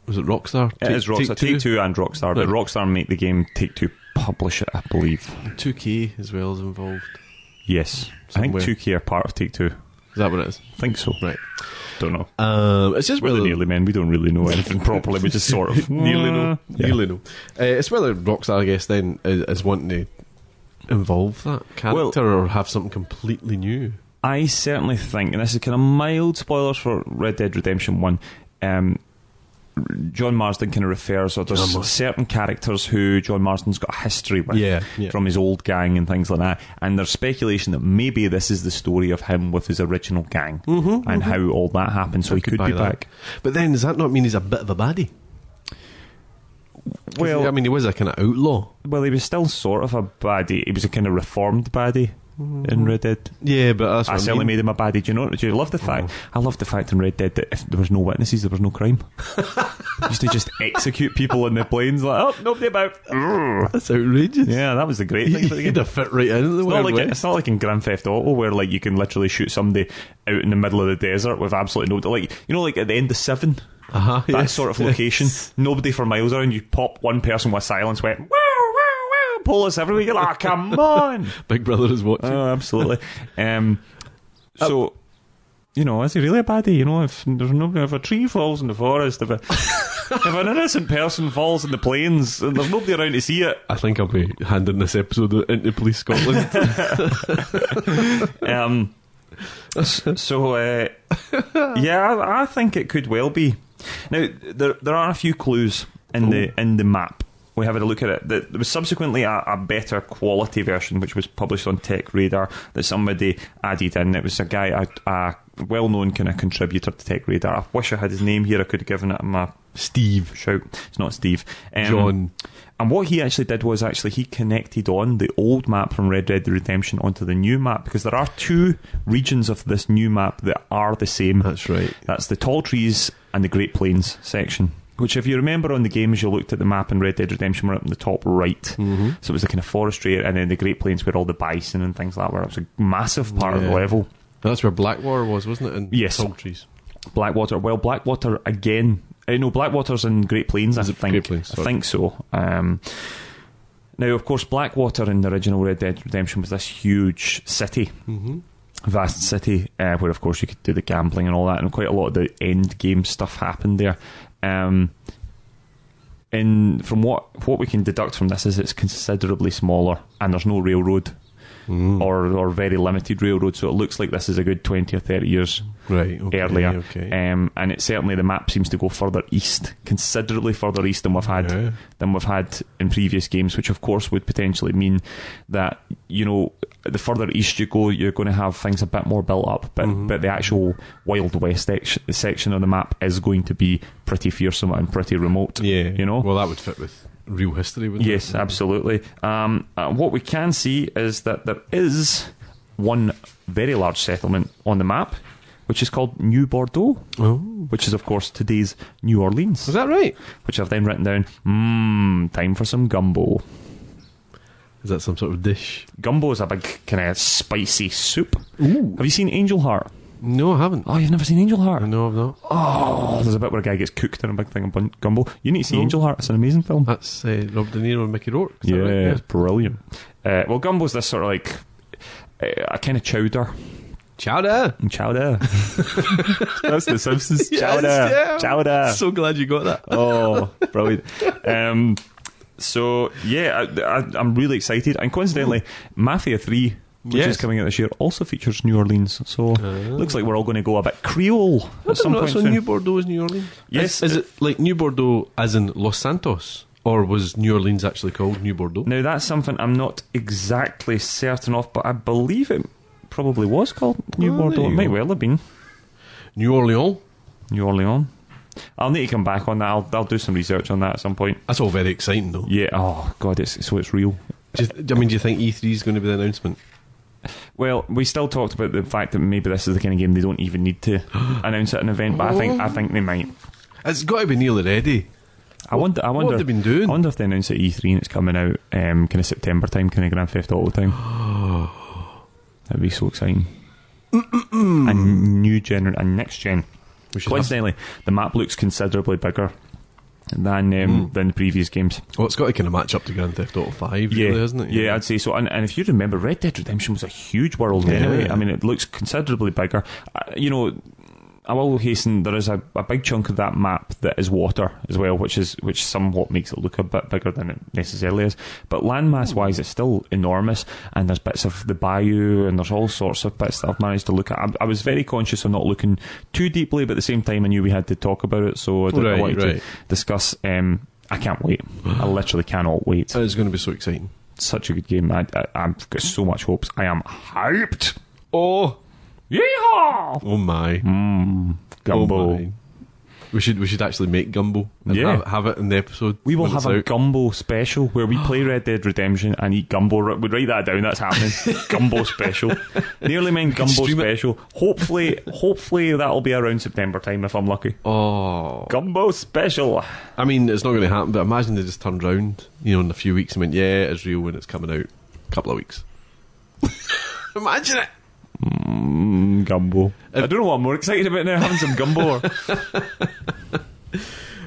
[SPEAKER 2] was it Rockstar?
[SPEAKER 1] It is Rockstar. Take two. and Rockstar. But
[SPEAKER 2] Right.
[SPEAKER 1] Rockstar make the game. Take Two publish it, I believe.
[SPEAKER 2] Two K as well is involved.
[SPEAKER 1] Yes. I
[SPEAKER 2] Somewhere.
[SPEAKER 1] think 2K are part of Take Two.
[SPEAKER 2] Is that what it is?
[SPEAKER 1] think so.
[SPEAKER 2] Right.
[SPEAKER 1] Don't know.
[SPEAKER 2] Um, it's just
[SPEAKER 1] We're the
[SPEAKER 2] whether
[SPEAKER 1] nearly men. We don't really know anything properly. We just sort [laughs] of.
[SPEAKER 2] nearly no,
[SPEAKER 1] Yeah.
[SPEAKER 2] nearly no. Uh, it's whether Rockstar, I guess, then is, is wanting to involve that character or have something completely new.
[SPEAKER 1] I certainly think, and this is kind of mild spoilers for Red Dead Redemption 1. Um, John Marsden kind of refers, or
[SPEAKER 2] John
[SPEAKER 1] there's
[SPEAKER 2] Marsden.
[SPEAKER 1] certain characters who John Marsden's got a history with
[SPEAKER 2] Yeah, yeah.
[SPEAKER 1] from his old gang and things like that. And there's speculation that maybe this is the story of him with his original gang
[SPEAKER 2] Mm-hmm,
[SPEAKER 1] and how all that happened. So he could
[SPEAKER 2] Buy
[SPEAKER 1] be
[SPEAKER 2] that.
[SPEAKER 1] back.
[SPEAKER 2] But then, does that not mean he's a bit of a baddie?
[SPEAKER 1] Well,
[SPEAKER 2] I mean, he was a kind of outlaw.
[SPEAKER 1] well, he was still sort of a baddie. He was a kind of reformed baddie
[SPEAKER 2] Mm-hmm.
[SPEAKER 1] in Red Dead.
[SPEAKER 2] Yeah, but that's
[SPEAKER 1] I
[SPEAKER 2] what I
[SPEAKER 1] certainly
[SPEAKER 2] mean.
[SPEAKER 1] made him a baddie. Do you know? Do you
[SPEAKER 2] Oh.
[SPEAKER 1] love the fact? I love the fact in Red Dead that if there was no witnesses, there was no
[SPEAKER 2] [laughs]
[SPEAKER 1] crime. used to just execute people in the planes like, oh, nobody about.
[SPEAKER 2] That's outrageous.
[SPEAKER 1] Yeah, that was the great thing.
[SPEAKER 2] [laughs] He-
[SPEAKER 1] about the game.
[SPEAKER 2] He'd have fit right in. The
[SPEAKER 1] It's
[SPEAKER 2] way
[SPEAKER 1] not, like, it's not like in Grand Theft Auto where like you can literally shoot somebody out in the middle of the desert with absolutely no like you know like at the end of Seven
[SPEAKER 2] uh-huh,
[SPEAKER 1] that sort of location nobody for miles around you pop one person with silence went wow wow wow police everywhere you're like "Ah, come [laughs] on
[SPEAKER 2] Big Brother is watching.
[SPEAKER 1] oh absolutely um so you know is he really a baddie you know if there's no if a tree falls in the forest if a if an innocent person falls in the plains and there's nobody around to see it
[SPEAKER 2] I think I'll be handing this episode into Police Scotland.
[SPEAKER 1] [laughs] Um, so, uh, yeah, I, I think it could well be. Now, there there are a few clues in the in the map. We have had a look at it. There there was subsequently a, a better quality version, which was published on Tech Radar, that somebody added in. It was a guy, a, a well-known kind of contributor to Tech Radar. I wish I had his name here. I could have given it him a
[SPEAKER 2] Steve.
[SPEAKER 1] shout. It's not Steve. Um,
[SPEAKER 2] John.
[SPEAKER 1] and what he actually did was actually he connected on the old map from Red Dead Redemption onto the new map because there are two regions of this new map that are the same.
[SPEAKER 2] That's right.
[SPEAKER 1] That's the tall trees and the Great Plains section. Which, if you remember on the games, you looked at the map in Red Dead Redemption, were up in the top right. Mm-hmm. So it was the kind of forestry, and then the Great Plains where all the bison and things like that were. It was a massive part of the
[SPEAKER 2] Yeah.
[SPEAKER 1] level.
[SPEAKER 2] That's where Blackwater was, wasn't it? In
[SPEAKER 1] Yes.
[SPEAKER 2] Tall trees.
[SPEAKER 1] Blackwater. Well, Blackwater again. Uh, no, Blackwater's in Great Plains. I
[SPEAKER 2] Is it
[SPEAKER 1] think.
[SPEAKER 2] Great Plains?
[SPEAKER 1] I
[SPEAKER 2] Sorry.
[SPEAKER 1] think so. Um, now, of course, Blackwater in the original Red Dead Redemption was this huge city,
[SPEAKER 2] Mm-hmm.
[SPEAKER 1] vast city, uh, where of course you could do the gambling and all that, and quite a lot of the end game stuff happened there. Um, and from what what we can deduct from this is it's considerably smaller, and there's no railroad
[SPEAKER 2] Mm.
[SPEAKER 1] or or very limited railroad, so it looks like this is a good twenty or thirty years
[SPEAKER 2] Right. Okay,
[SPEAKER 1] earlier.
[SPEAKER 2] Okay.
[SPEAKER 1] Um, and it certainly the map seems to go further east, considerably further east than we've had
[SPEAKER 2] Yeah.
[SPEAKER 1] than we've had in previous games, which of course would potentially mean that you know the further east you go, you're going to have things a bit more built up. But
[SPEAKER 2] Mm-hmm.
[SPEAKER 1] but the actual Wild West ex- section of the map is going to be pretty fearsome and pretty remote.
[SPEAKER 2] yeah.
[SPEAKER 1] you know.
[SPEAKER 2] Well, that would fit with real history, wouldn't
[SPEAKER 1] Yes,
[SPEAKER 2] it?
[SPEAKER 1] absolutely. Um, uh, what we can see is that there is one very large settlement on the map, which is called New Bordeaux
[SPEAKER 2] Oh.
[SPEAKER 1] which is of course today's New Orleans,
[SPEAKER 2] Is that right?
[SPEAKER 1] which I've then written down. Mmm, time for some gumbo.
[SPEAKER 2] Is that some sort of dish?
[SPEAKER 1] Gumbo is a big kind of spicy soup.
[SPEAKER 2] Ooh.
[SPEAKER 1] Have you seen Angel Heart?
[SPEAKER 2] No, I haven't.
[SPEAKER 1] Oh, you've never seen Angel Heart?
[SPEAKER 2] No, I've not.
[SPEAKER 1] Oh, there's a bit where a guy gets cooked in a big thing of bun- gumbo. You need to see Angel Heart. It's an amazing film.
[SPEAKER 2] That's uh, Rob De Niro and Mickey Rourke. is that
[SPEAKER 1] yeah,
[SPEAKER 2] right?
[SPEAKER 1] it's brilliant. Uh, well, gumbo's this sort of like uh, a kind of chowder.
[SPEAKER 2] Chowder.
[SPEAKER 1] Chowder. That's the Simpsons.
[SPEAKER 2] Yes,
[SPEAKER 1] chowder.
[SPEAKER 2] yeah.
[SPEAKER 1] Chowder.
[SPEAKER 2] So glad you got that.
[SPEAKER 1] Oh, brilliant. Um, so, yeah, I, I, I'm really excited. And coincidentally, Mafia 3, which
[SPEAKER 2] Yes. Ah.
[SPEAKER 1] is coming out this year, also features New Orleans. So, looks like we're all going to go a bit Creole at some point
[SPEAKER 2] so
[SPEAKER 1] soon.
[SPEAKER 2] New Bordeaux is New Orleans.
[SPEAKER 1] Yes.
[SPEAKER 2] Is, is it like New Bordeaux as in Los Santos, or was New Orleans actually called New Bordeaux?
[SPEAKER 1] now, that's something I'm not exactly certain of, but I believe it probably was called New
[SPEAKER 2] Oh,
[SPEAKER 1] Bordeaux.
[SPEAKER 2] there
[SPEAKER 1] It
[SPEAKER 2] you
[SPEAKER 1] might
[SPEAKER 2] go.
[SPEAKER 1] well have been
[SPEAKER 2] New Orleans.
[SPEAKER 1] New Orleans. I'll need to come back on that. I'll, I'll do some research on that at some point.
[SPEAKER 2] That's all very exciting, though.
[SPEAKER 1] Yeah. Oh God. It's so it's real.
[SPEAKER 2] Do you th- I mean, do you think E3 is going to be the announcement?
[SPEAKER 1] Well, we still talked about the fact that maybe this is the kind of game they don't even need
[SPEAKER 2] [gasps]
[SPEAKER 1] to announce at an event, but I think
[SPEAKER 2] Oh.
[SPEAKER 1] I think they might.
[SPEAKER 2] It's got to be nearly ready.
[SPEAKER 1] I wonder. I
[SPEAKER 2] what
[SPEAKER 1] wonder.
[SPEAKER 2] have they been doing?
[SPEAKER 1] I wonder if they announce at E3 and it's coming out um, kind of September time, kind of Grand Theft Auto
[SPEAKER 2] [gasps]
[SPEAKER 1] time. That'd be so exciting. A new gen and next gen.
[SPEAKER 2] We should have,
[SPEAKER 1] Coincidentally, the map looks considerably bigger than um, than the previous games.
[SPEAKER 2] well, it's got to kind of match up to Grand Theft Auto 5,
[SPEAKER 1] Yeah,
[SPEAKER 2] really, hasn't it?
[SPEAKER 1] Yeah, I'd say so. And, and if you remember, Red Dead Redemption was a huge world
[SPEAKER 2] Yeah.
[SPEAKER 1] anyway. I mean, it looks considerably bigger. Uh, you know, I will hasten. There is a, a big chunk of that map that is water as well, which is which somewhat makes it look a bit bigger than it necessarily is. But landmass
[SPEAKER 2] Hmm.
[SPEAKER 1] wise, it's still enormous. And there's bits of the bayou, and there's all sorts of bits that I've managed to look at. I, I was very conscious of not looking too deeply, but at the same time, I knew we had to talk about it, so I, didn't, I
[SPEAKER 2] Right,
[SPEAKER 1] wanted
[SPEAKER 2] right.
[SPEAKER 1] to discuss. Um, I can't wait. I literally cannot wait
[SPEAKER 2] It's going to be so exciting.
[SPEAKER 1] such a good game. I, I, I've got so much hopes. I am hyped.
[SPEAKER 2] Oh,
[SPEAKER 1] Yeehaw! Mm.
[SPEAKER 2] oh my.
[SPEAKER 1] Gumbo.
[SPEAKER 2] Oh my. We should we should actually make gumbo and
[SPEAKER 1] Yeah.
[SPEAKER 2] have, have it in the episode.
[SPEAKER 1] We will
[SPEAKER 2] when
[SPEAKER 1] have
[SPEAKER 2] it's
[SPEAKER 1] a
[SPEAKER 2] out.
[SPEAKER 1] gumbo special where we play Red Dead Redemption and eat gumbo. Ri- We'd write that down. That's
[SPEAKER 2] [laughs]
[SPEAKER 1] happening. gumbo special. Nearly meant gumbo
[SPEAKER 2] Stream it.
[SPEAKER 1] special. Hopefully, hopefully that'll be around September time if I'm lucky.
[SPEAKER 2] Oh,
[SPEAKER 1] Gumbo special.
[SPEAKER 2] I mean, it's not going to happen. But imagine they just turned round, you know, in a few weeks and went, "Yeah, it's real when it's coming out." A couple of weeks. [laughs] imagine it.
[SPEAKER 1] Mm, gumbo. I don't know what I'm more excited about now. Having some gumbo.
[SPEAKER 2] [laughs]
[SPEAKER 1] Or,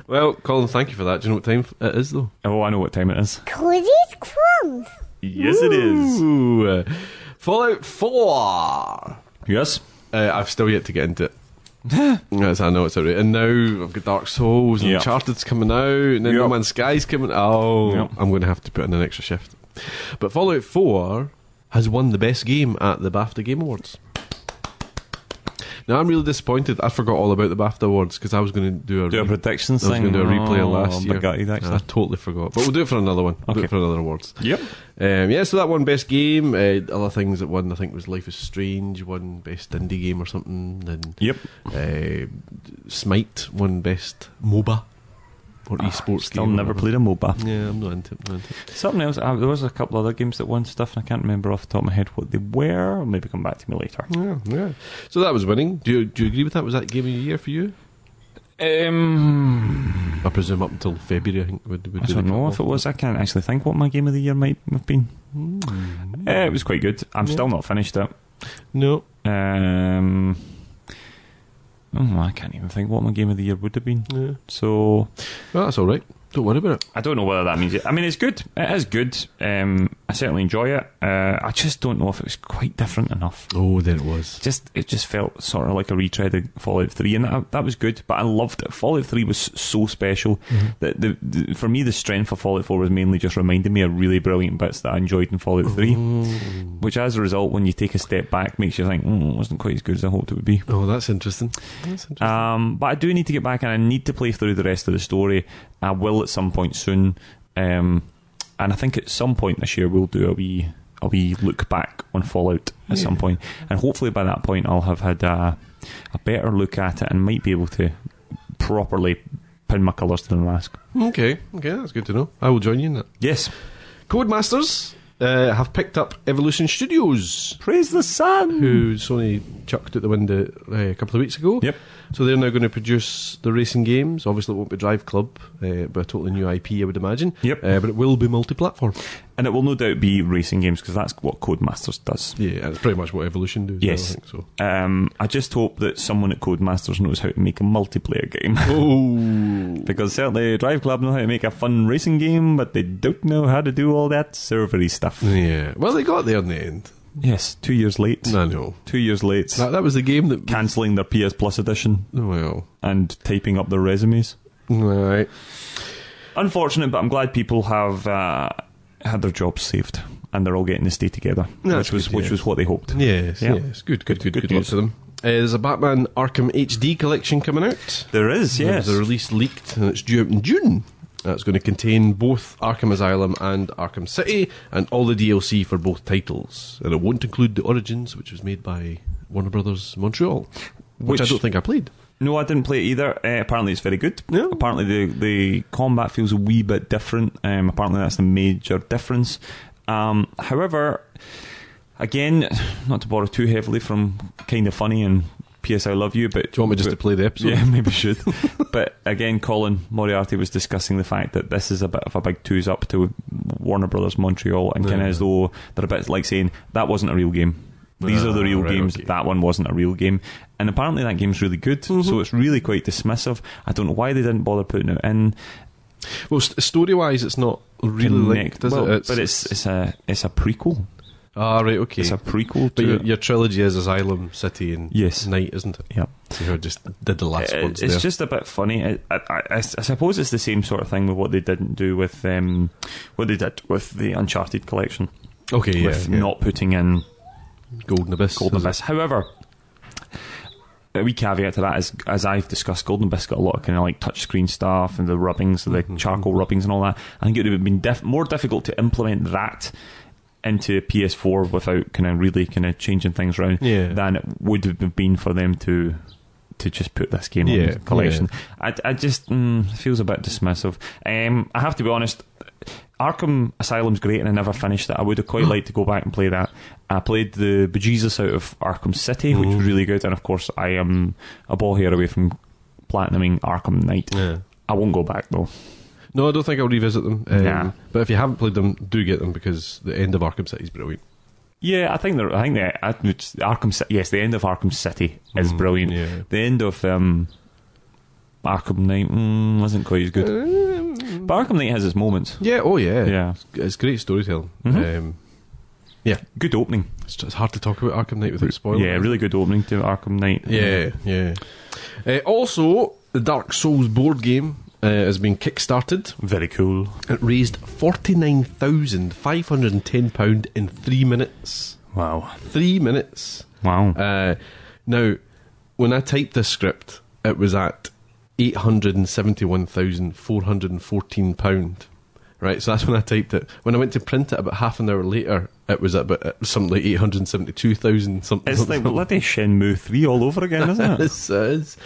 [SPEAKER 2] Well, Colin, thank you for that. Do you know what time it is though?
[SPEAKER 1] oh, I know what time it is.
[SPEAKER 4] Cozy's crumbs.
[SPEAKER 1] Yes, it is.
[SPEAKER 2] Ooh, uh, Fallout Four.
[SPEAKER 1] Yes.
[SPEAKER 2] Uh, I've still yet to get into
[SPEAKER 1] [laughs]
[SPEAKER 2] it. yes, I know it's alright. And now I've got Dark Souls and
[SPEAKER 1] Yeah.
[SPEAKER 2] Uncharted's coming out, and then
[SPEAKER 1] Yeah.
[SPEAKER 2] No Man's Sky's coming. Oh,
[SPEAKER 1] Yeah.
[SPEAKER 2] I'm going to have to put in an extra shift. But Fallout Four has won the best game at the BAFTA Game Awards. Now I'm really disappointed. I forgot all about the BAFTA Awards because I was going to do a
[SPEAKER 1] Do a
[SPEAKER 2] re-
[SPEAKER 1] predictions
[SPEAKER 2] I was
[SPEAKER 1] thing.
[SPEAKER 2] going to do a replay
[SPEAKER 1] oh,
[SPEAKER 2] of last year.
[SPEAKER 1] Gutted,
[SPEAKER 2] I
[SPEAKER 1] actually.
[SPEAKER 2] totally forgot. But we'll do it for another one. We'll do
[SPEAKER 1] Okay.
[SPEAKER 2] it for another awards.
[SPEAKER 1] Yep.
[SPEAKER 2] Um, yeah, so that one best game. Uh, other things that won, I think, was Life is Strange, one best indie game or something. Then
[SPEAKER 1] Yep.
[SPEAKER 2] uh, Smite, one best MOBA or esports
[SPEAKER 1] Ah, Still
[SPEAKER 2] game.
[SPEAKER 1] never played a MOBA.
[SPEAKER 2] Yeah, I'm not into it. Not into it.
[SPEAKER 1] Something else. Uh, there was a couple other games that won stuff, and I can't remember off the top of my head what they were. Maybe come back to me later.
[SPEAKER 2] Yeah, yeah. So that was winning. Do you, do you agree with that? Was that game of the year for you?
[SPEAKER 1] Um,
[SPEAKER 2] I presume up until February. I think. Would, would
[SPEAKER 1] I don't know if it was. I can't actually think what my game of the year might have been. Eh, it was quite good. I'm
[SPEAKER 2] Yeah.
[SPEAKER 1] still not finished it.
[SPEAKER 2] No.
[SPEAKER 1] Um, oh, I can't even think what my game of the year would have been.
[SPEAKER 2] Yeah.
[SPEAKER 1] So
[SPEAKER 2] Well, that's all right. Don't worry about it.
[SPEAKER 1] I don't know whether that means it. I mean, it's good. It is good. Um, I certainly enjoy it. Uh, I just don't know if it was quite different enough.
[SPEAKER 2] Oh, there it was.
[SPEAKER 1] just it just felt sort of like a retread of Fallout Three, and that, that was good. But I loved it. Fallout Three was so special that the, the for me the strength of Fallout Four was mainly just reminding me of really brilliant bits that I enjoyed in Fallout Three, which as a result, when you take a step back, makes you think, mm, it wasn't quite as good as I hoped it would be.
[SPEAKER 2] Oh, that's interesting. That's interesting.
[SPEAKER 1] Um, but I do need to get back, and I need to play through the rest of the story. I will at some point soon, um, and I think at some point this year we'll do a wee a wee look back on Fallout at some point, and hopefully by that point I'll have had a, a better look at it and might be able to properly pin my colours to the mask.
[SPEAKER 2] okay, okay, that's good to know. I will join you in that.
[SPEAKER 1] Yes,
[SPEAKER 2] Codemasters uh, have picked up Evolution Studios,
[SPEAKER 1] praise the sun.
[SPEAKER 2] who Sony chucked out the window uh, a couple of weeks ago.
[SPEAKER 1] Yep.
[SPEAKER 2] So they're now going to produce the racing games. Obviously, it won't be Drive Club, uh, but a totally new IP, I would imagine.
[SPEAKER 1] Yep.
[SPEAKER 2] Uh, but it will be multi-platform.
[SPEAKER 1] and it will no doubt be racing games because that's what Codemasters does.
[SPEAKER 2] Yeah, and it's pretty much what Evolution do. as well,
[SPEAKER 1] Yes.
[SPEAKER 2] I think so.
[SPEAKER 1] Um, I just hope that someone at Codemasters knows how to make a multiplayer game. [laughs]
[SPEAKER 2] Oh,
[SPEAKER 1] Because certainly Drive Club know how to make a fun racing game, but they don't know how to do all that servery stuff.
[SPEAKER 2] yeah. Well, they got there in the end.
[SPEAKER 1] Yes, two years late.
[SPEAKER 2] I know.
[SPEAKER 1] Two years late.
[SPEAKER 2] That, that was the game that.
[SPEAKER 1] Cancelling their PS Plus edition
[SPEAKER 2] Well,
[SPEAKER 1] and typing up their resumes.
[SPEAKER 2] right.
[SPEAKER 1] Unfortunate, but I'm glad people have uh, had their jobs saved and they're all getting to stay together,
[SPEAKER 2] That's
[SPEAKER 1] which was
[SPEAKER 2] good,
[SPEAKER 1] which
[SPEAKER 2] yeah.
[SPEAKER 1] was what they hoped.
[SPEAKER 2] Yes,
[SPEAKER 1] Yeah.
[SPEAKER 2] yes. Good, good, good,
[SPEAKER 1] Good
[SPEAKER 2] good, luck
[SPEAKER 1] news.
[SPEAKER 2] to them. Uh, there's a Batman Arkham HD collection coming out.
[SPEAKER 1] There is, yes.
[SPEAKER 2] The release leaked and it's due out in June. That's going to contain both Arkham Asylum and Arkham City and all the DLC for both titles. And it won't include The Origins, which was made by Warner Brothers Montreal, which, I
[SPEAKER 1] Which-
[SPEAKER 2] don't think I played.
[SPEAKER 1] No, I didn't play it either. Uh, apparently, it's very good.
[SPEAKER 2] Yeah.
[SPEAKER 1] Apparently, the the combat feels a wee bit different. Um, apparently, that's the major difference. Um, however, again, not to borrow too heavily from kind of funny and PS I love you, but
[SPEAKER 2] Do you want me just to play the episode?
[SPEAKER 1] yeah, maybe
[SPEAKER 2] [laughs]
[SPEAKER 1] should. but again, Colin Moriarty was discussing the fact that this is a bit of a big twos up to Warner Brothers Montreal, and kind of as though they're a bit like saying that wasn't a real game. These are the real
[SPEAKER 2] Ah, right,
[SPEAKER 1] games.
[SPEAKER 2] okay.
[SPEAKER 1] That one wasn't a real game, and apparently that game's really good. So
[SPEAKER 2] Mm-hmm.
[SPEAKER 1] it's really quite dismissive. I don't know why they didn't bother putting it in.
[SPEAKER 2] Well, st- story wise, it's not really linked,
[SPEAKER 1] Connect-
[SPEAKER 2] is
[SPEAKER 1] well,
[SPEAKER 2] it?
[SPEAKER 1] but it's it's a it's a prequel.
[SPEAKER 2] Ah, right, okay.
[SPEAKER 1] It's a prequel
[SPEAKER 2] but
[SPEAKER 1] to.
[SPEAKER 2] your,
[SPEAKER 1] it.
[SPEAKER 2] your trilogy is Asylum, City, and
[SPEAKER 1] Yes.
[SPEAKER 2] Night, isn't it?
[SPEAKER 1] yeah.
[SPEAKER 2] So I just did the last
[SPEAKER 1] Uh,
[SPEAKER 2] words
[SPEAKER 1] it's
[SPEAKER 2] there.
[SPEAKER 1] just a bit funny. I, I, I, I suppose it's the same sort of thing with what they didn't do with um, what they did with the Uncharted collection,
[SPEAKER 2] okay, yeah,
[SPEAKER 1] with
[SPEAKER 2] yeah.
[SPEAKER 1] not putting in
[SPEAKER 2] Golden Abyss.
[SPEAKER 1] Golden
[SPEAKER 2] is it?
[SPEAKER 1] Abyss. However, a wee caveat to that is, as I've discussed, Golden Abyss got a lot of kind of like touchscreen stuff and the rubbings, the
[SPEAKER 2] Mm-hmm.
[SPEAKER 1] charcoal rubbings and all that. I think it would have been diff- more difficult to implement that into PS4 without kind of really kind of changing things around
[SPEAKER 2] Yeah.
[SPEAKER 1] than it would have been for them to to just put this game
[SPEAKER 2] Yeah,
[SPEAKER 1] on collection. I, I just mm, it feels a bit dismissive. Um, I have to be honest. Arkham Asylum's great, and I never finished it. I would have
[SPEAKER 2] Mm.
[SPEAKER 1] quite liked to go back and play that. I played the bejesus out of Arkham City, which was really good, and of course, I am a ball hair away from platinuming Arkham Knight.
[SPEAKER 2] Yeah.
[SPEAKER 1] I won't go back though.
[SPEAKER 2] No, I don't think I'll revisit them. Um,
[SPEAKER 1] Nah.
[SPEAKER 2] But if you haven't played them, do get them because the end of Arkham City is brilliant.
[SPEAKER 1] Yeah, I think the I think the, I, it's Arkham City. Yes, the end of Arkham City is brilliant.
[SPEAKER 2] Mm, yeah.
[SPEAKER 1] The end of um, Arkham Knight mm, wasn't quite as good,
[SPEAKER 2] Mm.
[SPEAKER 1] but Arkham Knight has its moments.
[SPEAKER 2] Yeah, oh yeah.
[SPEAKER 1] Yeah. Mm-hmm.
[SPEAKER 2] It's great storytelling. Um,
[SPEAKER 1] Good opening.
[SPEAKER 2] it's, it's hard to talk about Arkham Knight without spoilers.
[SPEAKER 1] Yeah, really good opening to Arkham Knight.
[SPEAKER 2] Yeah, yeah. Uh, also, the Dark Souls board game uh, has been kickstarted.
[SPEAKER 1] very cool.
[SPEAKER 2] It raised £49,510 in three minutes.
[SPEAKER 1] Wow,
[SPEAKER 2] Three minutes.
[SPEAKER 1] wow.
[SPEAKER 2] Uh, now, when I typed this script, it was at eight hundred and seventy-one thousand four hundred and fourteen pound. Right, so that's when I typed it. When I went to print it about half an hour later, it was at about uh, something like eight hundred seventy-two thousand something.
[SPEAKER 1] it's like
[SPEAKER 2] [laughs]
[SPEAKER 1] bloody Shenmue three all over again, isn't it?
[SPEAKER 2] This is.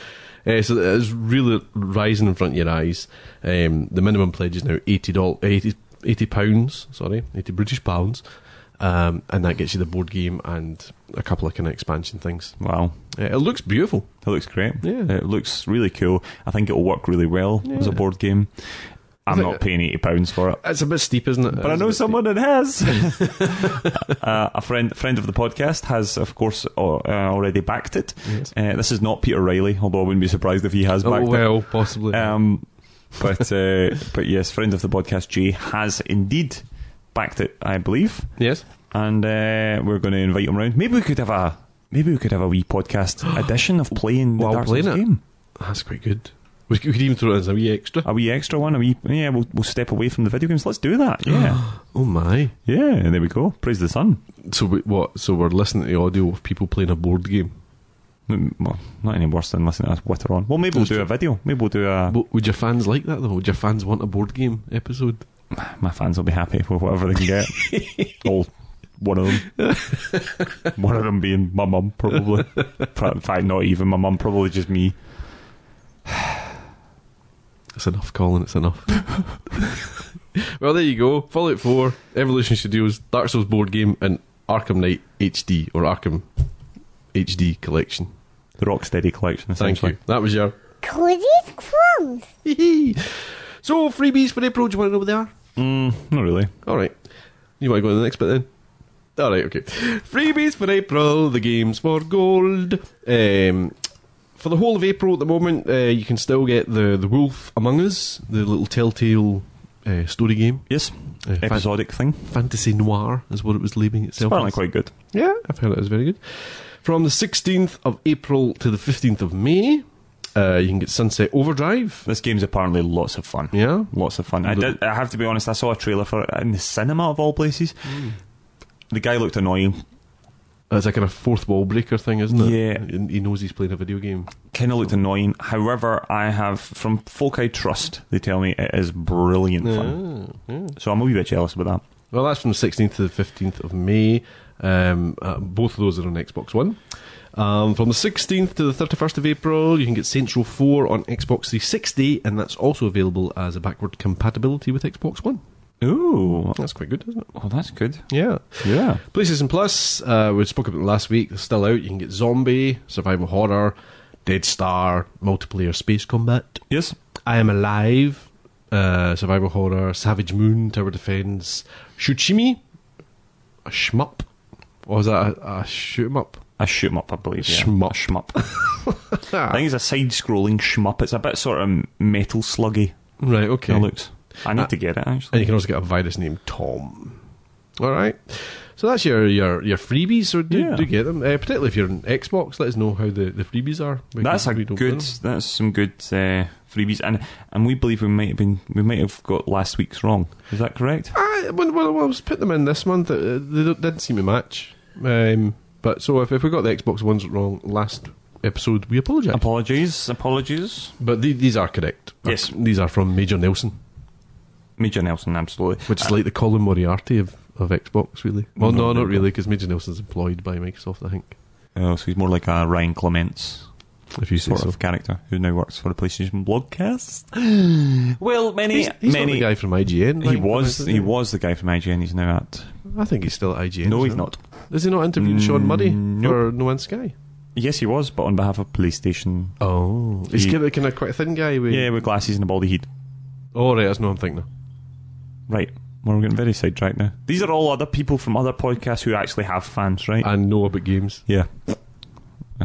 [SPEAKER 2] Uh, so it's really rising in front of your eyes. Um, the minimum pledge is now eighty dollars, eighty eighty pounds. Sorry, eighty British pounds, um, and that gets you the board game and a couple of kind of expansion things.
[SPEAKER 1] Wow,
[SPEAKER 2] Uh, it looks beautiful.
[SPEAKER 1] it looks great.
[SPEAKER 2] Yeah.
[SPEAKER 1] it looks really cool. I think it'll work really well as a board game. I'm
[SPEAKER 2] think-
[SPEAKER 1] not paying eighty pounds for it.
[SPEAKER 2] It's a bit steep, isn't it?
[SPEAKER 1] But I know someone that
[SPEAKER 2] [laughs]
[SPEAKER 1] has. [laughs] uh, a friend, friend of the podcast, has of course al- uh, already backed it. Uh, this is not Peter Riley, although I wouldn't be surprised if he has
[SPEAKER 2] Oh,
[SPEAKER 1] backed
[SPEAKER 2] well, possibly.
[SPEAKER 1] it. Um, but uh, but yes, friend of the podcast, Jay has indeed backed it, I believe,
[SPEAKER 2] yes.
[SPEAKER 1] and uh, we're going to invite him round. Maybe we could have a maybe we could have a wee podcast
[SPEAKER 2] [gasps]
[SPEAKER 1] edition of playing the
[SPEAKER 2] While
[SPEAKER 1] Dark
[SPEAKER 2] playing
[SPEAKER 1] Souls
[SPEAKER 2] it.
[SPEAKER 1] game.
[SPEAKER 2] That's quite good. We could even throw it as a wee extra.
[SPEAKER 1] A wee extra one. A wee yeah. We'll, we'll step away from the video games. Let's do
[SPEAKER 2] [gasps]
[SPEAKER 1] that. Yeah,
[SPEAKER 2] Oh, my.
[SPEAKER 1] yeah. There we go. Praise the sun.
[SPEAKER 2] So, we, what? So, we're listening to the audio of people playing a board game.
[SPEAKER 1] Mm, Well, not any worse than listening to us whitter on. Well, maybe we'll do a video. Maybe we'll do a.
[SPEAKER 2] But would your fans like that, though? Would your fans want a board game episode?
[SPEAKER 1] My fans will be happy with whatever they can get.
[SPEAKER 2] [laughs]
[SPEAKER 1] All one of them. one of them being my mum, probably. Pro- In fact, not even my mum, probably just me.
[SPEAKER 2] It's enough, Colin.
[SPEAKER 1] [laughs]
[SPEAKER 2] It's enough. well, there you go. Fallout 4, Evolution Studios, Dark Souls board game, and Arkham Knight HD or Arkham HD collection.
[SPEAKER 1] The Rocksteady collection,
[SPEAKER 2] Thank
[SPEAKER 1] essentially.
[SPEAKER 2] you. That was your.
[SPEAKER 4] Cozy's crumbs.
[SPEAKER 2] so, freebies for April. Do you want to know what they are?
[SPEAKER 1] Mm, not really.
[SPEAKER 2] All right. You want to go to the next bit then? All right, okay. Freebies for April, the games for gold. Um, for the whole of April at the moment, uh, you can still get the, the Wolf Among Us, the little Telltale uh, story game.
[SPEAKER 1] Yes.
[SPEAKER 2] Uh, fan-
[SPEAKER 1] Episodic thing.
[SPEAKER 2] Fantasy Noir is what it was labelling itself.
[SPEAKER 1] Apparently
[SPEAKER 2] as.
[SPEAKER 1] quite good.
[SPEAKER 2] Yeah, I've heard it was very good. From the 16th of April to the 15th of May, uh, you can get Sunset Overdrive.
[SPEAKER 1] This game's apparently lots of fun.
[SPEAKER 2] Yeah.
[SPEAKER 1] Lots of fun. I, did, I have to be honest, I saw a trailer for it in the cinema of all places.
[SPEAKER 2] Mm.
[SPEAKER 1] The guy looked annoying.
[SPEAKER 2] It's a kind of fourth wall breaker thing, isn't it?
[SPEAKER 1] Yeah.
[SPEAKER 2] He- He knows he's playing a video game.
[SPEAKER 1] kind of looked annoying. However, I have from folk I trust, they tell me it is brilliant fun. So I'm a wee bit jealous about
[SPEAKER 2] Well, that's from the 16th to the 15th of May. Um, uh, both of those are on Xbox One. Um, from the 16th to the 31st of April, you can get Saints Row 4 on Xbox 360, and that's also available as a backward compatibility with Xbox One.
[SPEAKER 1] that. Ooh,
[SPEAKER 2] That's quite good, isn't it?
[SPEAKER 1] oh, that's good.
[SPEAKER 2] Yeah.
[SPEAKER 1] Yeah,
[SPEAKER 2] PlayStation Plus, uh, we spoke about it last week, it's still out. You can get Zombie, Survival Horror, Dead Star, Multiplayer Space Combat,
[SPEAKER 1] yes,
[SPEAKER 2] I Am Alive, uh, Survival Horror, Savage Moon, Tower Defense, Shuchimi, a shmup. Or was that a, a shoot 'em up?
[SPEAKER 1] a shoot 'em up, I believe. Yeah.
[SPEAKER 2] Shmup.
[SPEAKER 1] A
[SPEAKER 2] [laughs]
[SPEAKER 1] shmup. [laughs] I think it's a side-scrolling shmup. It's a bit sort of metal sluggy.
[SPEAKER 2] Right, okay. Uh,
[SPEAKER 1] It looks. I need to get it
[SPEAKER 2] And
[SPEAKER 1] actually.
[SPEAKER 2] you can also get a virus named Tom. All right. So that's your your, your freebies, so do,
[SPEAKER 1] Yeah.
[SPEAKER 2] do get them. Uh, particularly if you're on Xbox, let us know how the, the freebies are. because
[SPEAKER 1] That's a
[SPEAKER 2] we don't
[SPEAKER 1] good.
[SPEAKER 2] know.
[SPEAKER 1] That's some good uh, freebies, and and we believe we might have been we might have got last week's wrong. Is that correct?
[SPEAKER 2] I, when, when I was putting them in this month, uh, they don't- didn't seem to match. Um, but so if, if we got the Xbox ones wrong last episode, we apologise.
[SPEAKER 1] Apologies, apologies.
[SPEAKER 2] but the, these are correct. Uh,
[SPEAKER 1] Yes.
[SPEAKER 2] These are from Major Nelson,
[SPEAKER 1] Major Nelson, absolutely.
[SPEAKER 2] which is like the Colin Moriarty of, of Xbox, really. Well, no,
[SPEAKER 1] Uh,
[SPEAKER 2] not really, because Major Nelson's employed by Microsoft, I think.
[SPEAKER 1] Oh, so he's more like a Ryan Clements.
[SPEAKER 2] if you say
[SPEAKER 1] sort
[SPEAKER 2] so.
[SPEAKER 1] of character who now works for the PlayStation Blogcast.
[SPEAKER 2] [gasps]
[SPEAKER 1] well, many,
[SPEAKER 2] He's, he's not
[SPEAKER 1] many.
[SPEAKER 2] the guy from IGN.
[SPEAKER 1] he
[SPEAKER 2] like,
[SPEAKER 1] was,
[SPEAKER 2] isn't
[SPEAKER 1] he was the guy from IGN. He's now at.
[SPEAKER 2] I think he's still at IGN.
[SPEAKER 1] No, he's
[SPEAKER 2] isn't he?
[SPEAKER 1] not. Mm,
[SPEAKER 2] Is he not interviewing Sean Murray
[SPEAKER 1] nope.
[SPEAKER 2] for No Man's Sky?
[SPEAKER 1] Yes, he was, but on behalf of PlayStation.
[SPEAKER 2] Oh, he's
[SPEAKER 1] He-
[SPEAKER 2] kind of, kind of quite a thin guy. With,
[SPEAKER 1] Yeah, with glasses and a baldy head.
[SPEAKER 2] Oh right, that's not what I'm thinking. of.
[SPEAKER 1] Right. Well, we're getting very sidetracked now. These are all other people from other podcasts who actually have fans, right?
[SPEAKER 2] I know about games.
[SPEAKER 1] yeah. [laughs]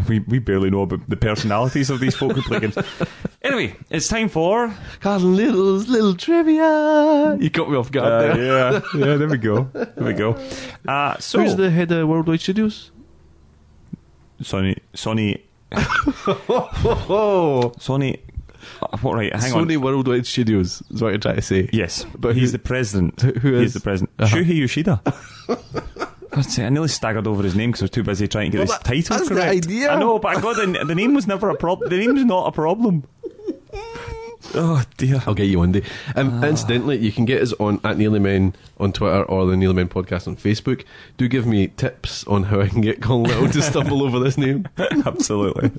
[SPEAKER 1] We, we barely know about the personalities of these folk who play games. [laughs] Anyway, it's time for uh,
[SPEAKER 2] Got little little trivia. You got me off guard
[SPEAKER 1] Uh, [laughs]
[SPEAKER 2] there.
[SPEAKER 1] yeah, yeah. There we go. There we go. Uh, so
[SPEAKER 2] Who's the head of Worldwide Studios?
[SPEAKER 1] Sony, Sony,
[SPEAKER 2] Oh,
[SPEAKER 1] Sony. uh, what right? Hang
[SPEAKER 2] Sony
[SPEAKER 1] on.
[SPEAKER 2] Worldwide Studios is what you're trying to say.
[SPEAKER 1] Yes,
[SPEAKER 2] But
[SPEAKER 1] but he's
[SPEAKER 2] who-
[SPEAKER 1] the president.
[SPEAKER 2] who- who is-
[SPEAKER 1] He's the president.
[SPEAKER 2] Uh-huh.
[SPEAKER 1] Shuhei
[SPEAKER 2] [laughs]
[SPEAKER 1] Yoshida. God's sake, I nearly staggered over his name because I was too busy trying to get
[SPEAKER 2] Well,
[SPEAKER 1] his
[SPEAKER 2] that-
[SPEAKER 1] title
[SPEAKER 2] that's the
[SPEAKER 1] correct.
[SPEAKER 2] idea.
[SPEAKER 1] I know, but I got the, the name was never a problem. The name's not a
[SPEAKER 2] [laughs]
[SPEAKER 1] problem. Oh dear.
[SPEAKER 2] I'll get you one day. Um, Incidentally, you can get us on at Nearly Men on Twitter or the Nearly Men podcast on Facebook. Do give me tips on how I can get Colin Little to stumble over this name.
[SPEAKER 1] Absolutely.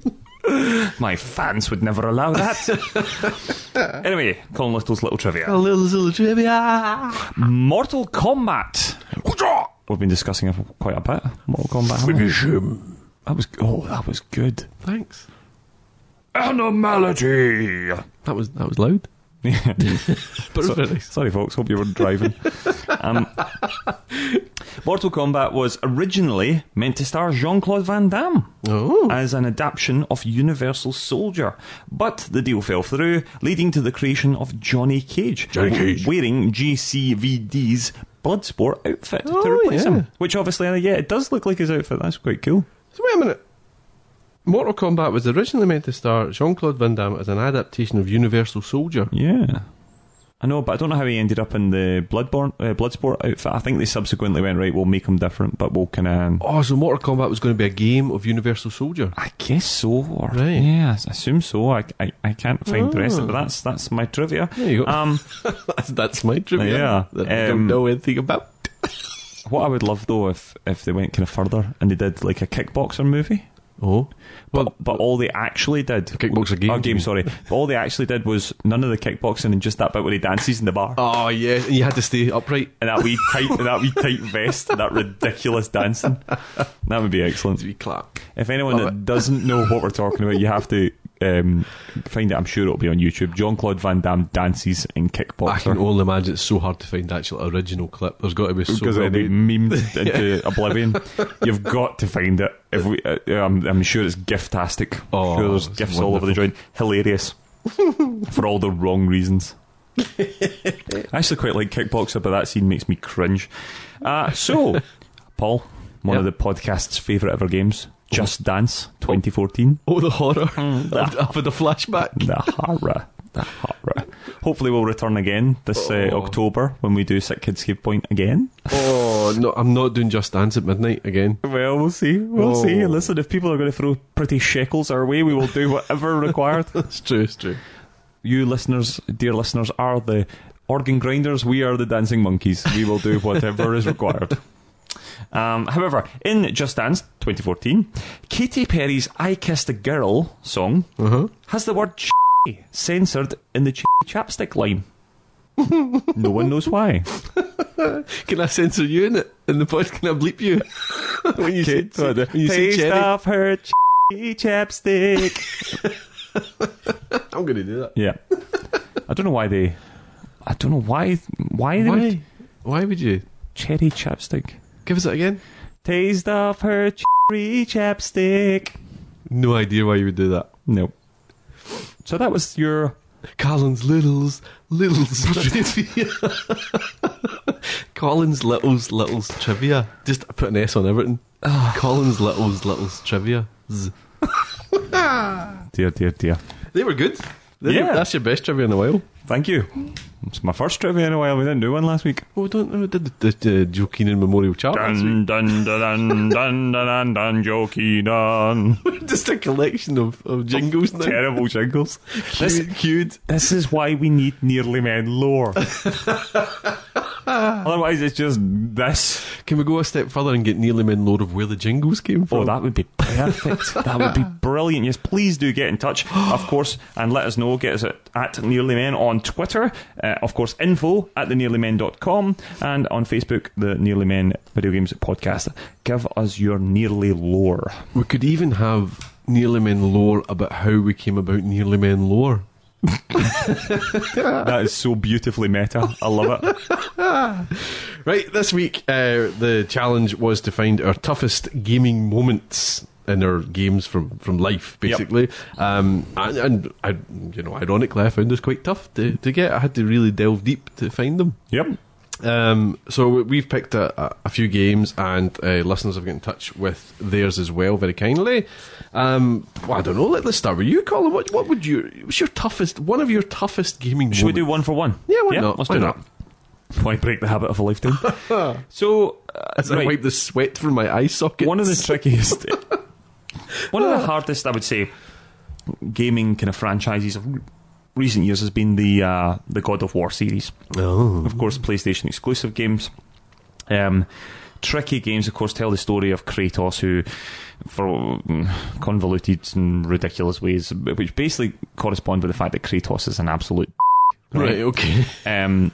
[SPEAKER 1] My fans would never allow that.
[SPEAKER 2] [laughs]
[SPEAKER 1] anyway, Colin Little's little trivia.
[SPEAKER 2] [laughs] A little, little trivia.
[SPEAKER 1] Mortal Kombat. We've been discussing it quite a bit. Mortal Kombat. haven't we?
[SPEAKER 2] him.
[SPEAKER 1] That was oh, that was good.
[SPEAKER 2] Thanks.
[SPEAKER 1] Animality.
[SPEAKER 2] That was that was [laughs] loud, but it was very nice.
[SPEAKER 1] Sorry, folks. Hope you were
[SPEAKER 2] [laughs]
[SPEAKER 1] driving. um, Mortal Kombat was originally meant to star Jean Claude Van Damme
[SPEAKER 2] Oh.
[SPEAKER 1] as an adaptation of Universal Soldier, but the deal fell through, leading to the creation of Johnny Cage,
[SPEAKER 2] Johnny Cage.
[SPEAKER 1] wearing GCVD's Bloodsport outfit to
[SPEAKER 2] Oh,
[SPEAKER 1] replace
[SPEAKER 2] yeah.
[SPEAKER 1] him. Which obviously, uh, yeah, it does look like his outfit. That's quite cool.
[SPEAKER 2] So wait a minute. Mortal Kombat was originally meant to star Jean Claude Van Damme as an adaptation of Universal Soldier.
[SPEAKER 1] Yeah. I know, but I don't know how he ended up in the Bloodborne, uh, Bloodsport outfit. I think they subsequently went, right, we'll make him different, but we'll kind of.
[SPEAKER 2] Oh, so Mortal Kombat was going to be a game of Universal Soldier. [laughs]
[SPEAKER 1] I guess so. Or,
[SPEAKER 2] Right.
[SPEAKER 1] Yeah, I s- assume so. I, I, I can't find the rest of it,
[SPEAKER 2] Oh.
[SPEAKER 1] but that's, that's my trivia.
[SPEAKER 2] There you go.
[SPEAKER 1] Um,
[SPEAKER 2] That's, that's my trivia.
[SPEAKER 1] Yeah.
[SPEAKER 2] That I don't
[SPEAKER 1] Um,
[SPEAKER 2] know anything about.
[SPEAKER 1] what I would love, though, if, if they went kind of further and they did like a kickboxer movie,
[SPEAKER 2] Oh. Well,
[SPEAKER 1] but all they actually did.
[SPEAKER 2] Kickboxer game,
[SPEAKER 1] Oh,
[SPEAKER 2] you
[SPEAKER 1] game,
[SPEAKER 2] mean?
[SPEAKER 1] sorry. But all they actually did was none of the kickboxing and just that bit where he dances in the bar.
[SPEAKER 2] oh, yeah. And you had to stay upright.
[SPEAKER 1] And that wee tight, and that wee tight vest, and that ridiculous dancing. That would be excellent.
[SPEAKER 2] To be clap.
[SPEAKER 1] If anyone
[SPEAKER 2] Love
[SPEAKER 1] that doesn't know what we're talking about, you have to um, find it. I'm sure it'll be on YouTube. John Claude Van Damme dances in
[SPEAKER 2] I can
[SPEAKER 1] kickboxer
[SPEAKER 2] only imagine it's so hard to find actual original clip. There's got to be so
[SPEAKER 1] because
[SPEAKER 2] well
[SPEAKER 1] it'll be
[SPEAKER 2] made.
[SPEAKER 1] memed into oblivion. You've got to find it. If we, uh, I'm, I'm sure it's giftastic.
[SPEAKER 2] Oh,
[SPEAKER 1] sure there's
[SPEAKER 2] it's
[SPEAKER 1] gifts all over the joint. Hilarious for all the wrong reasons. I actually quite like kickboxer, but that scene makes me cringe. Uh, so, Paul, one of
[SPEAKER 2] Yep.
[SPEAKER 1] the podcast's favourite ever games, Just Dance 2014.
[SPEAKER 2] Oh, [laughs] the horror. I've, I've had a flashback.
[SPEAKER 1] The horror. The horror. Hopefully, we'll return again this uh,
[SPEAKER 2] Oh.
[SPEAKER 1] October when we do Sick Kids Cave Point again.
[SPEAKER 2] Oh, no. I'm not doing Just Dance at midnight again.
[SPEAKER 1] Well, we'll see. We'll see.
[SPEAKER 2] Oh.
[SPEAKER 1] Listen, if people are going to throw pretty shekels our way, we will do whatever [laughs] required.
[SPEAKER 2] It's true, it's true.
[SPEAKER 1] you listeners, dear listeners, are the organ grinders. We are the dancing monkeys. We will do whatever is required. Um, however, in Just Dance 2014, Katy Perry's I Kissed a Girl song has the word censored in the chapstick line. no one knows why.
[SPEAKER 2] Can I censor you in it? In the pod, can I bleep you? [laughs] when you say, when you say
[SPEAKER 1] Taste
[SPEAKER 2] cherry.
[SPEAKER 1] off her chapstick.
[SPEAKER 2] I'm going to do that.
[SPEAKER 1] yeah. I don't know why they. I don't know why. Why, they would
[SPEAKER 2] Why? Why would you?
[SPEAKER 1] cherry chapstick?
[SPEAKER 2] Give us that again.
[SPEAKER 1] Taste off her cherry chapstick.
[SPEAKER 2] No idea why you would do that.
[SPEAKER 1] Nope. So that was your.
[SPEAKER 2] Collins Littles,
[SPEAKER 1] [laughs]
[SPEAKER 2] Littles trivia. [laughs] Collins Littles, Littles trivia. Just put an S on everything.
[SPEAKER 1] Ah.
[SPEAKER 2] Collins Littles, Littles trivia. Z.
[SPEAKER 1] Dear, dear, dear.
[SPEAKER 2] They were good. They
[SPEAKER 1] Yeah.
[SPEAKER 2] were- that's your best trivia in a while.
[SPEAKER 1] Thank you. It's my first trivia in a while. We didn't do one last week.
[SPEAKER 2] Oh, don't know. Did the, the, the Joe Keenan Memorial Chart? last week.
[SPEAKER 1] Dun dun dun dun dun dun dun dun dun.
[SPEAKER 2] [laughs] Just a collection of, of jingles
[SPEAKER 1] [laughs]
[SPEAKER 2] now.
[SPEAKER 1] Terrible jingles. This
[SPEAKER 2] Cute, cute. [laughs]
[SPEAKER 1] This is why we need nearly men lore. Otherwise, it's just this.
[SPEAKER 2] Can we go a step further and get Nearly Men Lord of where the jingles came from?
[SPEAKER 1] Oh, that would be
[SPEAKER 2] [laughs]
[SPEAKER 1] perfect. that would be brilliant. Yes, please do get in
[SPEAKER 2] [gasps]
[SPEAKER 1] touch, of course, and let us know. Get us at, at Nearly Men on Twitter. Uh, of course, info at thenearlymen.com and on Facebook, the Nearly Men Video Games Podcast. Give us your nearly lore.
[SPEAKER 2] We could even have Nearly Men lore about how we came about Nearly Men lore.
[SPEAKER 1] That is so beautifully meta. I love
[SPEAKER 2] [laughs]
[SPEAKER 1] it.
[SPEAKER 2] Right, this week uh, the challenge was to find our toughest gaming moments in our games from, from life, basically. Um, and, and I, you know, ironically, I found this quite tough to, to get. I had to really delve deep to find them.
[SPEAKER 1] Yep.
[SPEAKER 2] Um, so we- we've picked a, a- a few games, and uh, listeners have got in touch with theirs as well, very kindly. Um, well, I don't know. Let, us start with you, Colin. What, what would you? What's your toughest? One of your toughest gaming?
[SPEAKER 1] Should we do
[SPEAKER 2] moments?
[SPEAKER 1] one for one?
[SPEAKER 2] Yeah, why not?
[SPEAKER 1] Let's
[SPEAKER 2] Why
[SPEAKER 1] do
[SPEAKER 2] not?
[SPEAKER 1] that. Why break the habit of a
[SPEAKER 2] [laughs]
[SPEAKER 1] lifetime? so, uh,
[SPEAKER 2] As I
[SPEAKER 1] right.
[SPEAKER 2] wipe the sweat from my eye socket.
[SPEAKER 1] one of the trickiest, one of the hardest, I would say, gaming kind of franchises of recent years has been the uh, the God of War series.
[SPEAKER 2] Oh.
[SPEAKER 1] Of course, PlayStation exclusive games. Um, tricky games, of course, tell the story of Kratos, who, for mm, convoluted and ridiculous ways, which basically correspond with the fact that Kratos is an absolute.
[SPEAKER 2] Right. Okay. [laughs]
[SPEAKER 1] Um,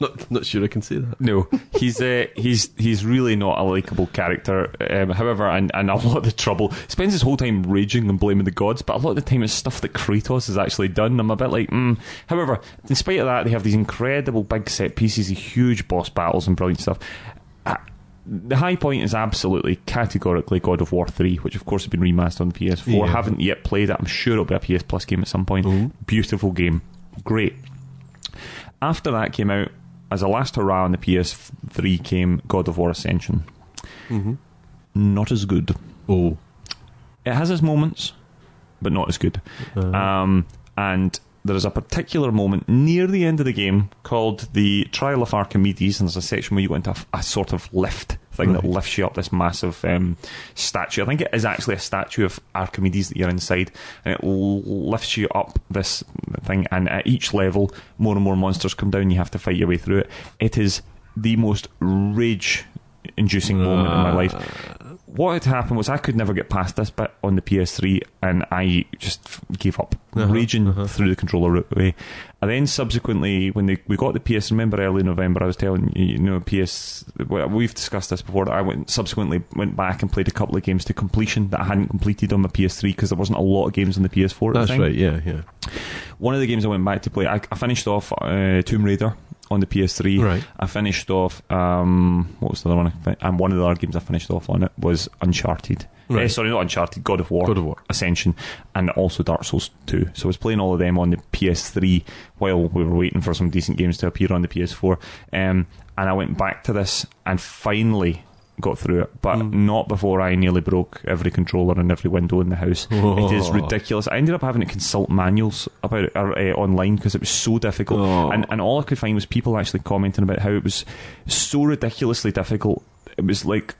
[SPEAKER 2] Not not sure I can say that.
[SPEAKER 1] No, he's uh, he's he's really not a likable character. Um, however, and, and a [laughs] lot of the trouble spends his whole time raging and blaming the gods, but a lot of the time it's stuff that Kratos has actually done. I'm a bit like, mm. however, in spite of that, they have these incredible big set pieces, these huge boss battles, and brilliant stuff. Uh, the high point is absolutely categorically God of War 3, which of course has been remastered on PS4.
[SPEAKER 2] Yeah.
[SPEAKER 1] Haven't yet played it. I'm sure it'll be a PS Plus game at some point. Beautiful game. Great. After that came out, as a last hurrah on the PS3 came God of War Ascension. Not as good.
[SPEAKER 2] Oh.
[SPEAKER 1] It has its moments, but not as good. Um, and there is a particular moment near the end of the game called the Trial of Archimedes, and there's a section where you go into a, f- a sort of lift thing that lifts you up this massive um, statue. I think it is actually a statue of Archimedes that you're inside, and it l- lifts you up this thing. And at each level, more and more monsters come down. You have to fight your way through it. It is the most rage-inducing moment in my life what had happened was I could never get past this bit on the PS3, and I just f- gave up,
[SPEAKER 2] Uh-huh,
[SPEAKER 1] raging through the controller way. And then subsequently, when they, we got the PS, remember early November, I was telling you, you know, PS. well, We've discussed this before. That I went subsequently went back and played a couple of games to completion that I hadn't completed on my PS3 because there wasn't a lot of games on the PS4. at the
[SPEAKER 2] That's
[SPEAKER 1] time
[SPEAKER 2] right. Yeah. Yeah.
[SPEAKER 1] one of the games I went back to play, I, I finished off uh, Tomb Raider on the PS3.
[SPEAKER 2] Right.
[SPEAKER 1] I finished off, um, what was the other one? I fin- And one of the other games I finished off on it was Uncharted.
[SPEAKER 2] Right.
[SPEAKER 1] Eh, sorry, not Uncharted, God of War.
[SPEAKER 2] God of War.
[SPEAKER 1] Ascension, and also Dark Souls 2. So I was playing all of them on the PS3 while we were waiting for some decent games to appear on the PS4. Um, and I went back to this and finally got through it, but
[SPEAKER 2] Hmm.
[SPEAKER 1] not before I nearly broke every controller and every window in the house. It
[SPEAKER 2] [laughs]
[SPEAKER 1] is ridiculous. I ended up having to consult manuals about it or, uh, online because it was so difficult,
[SPEAKER 2] Oh.
[SPEAKER 1] and and all I could find was people actually commenting about how it was so ridiculously difficult. It was like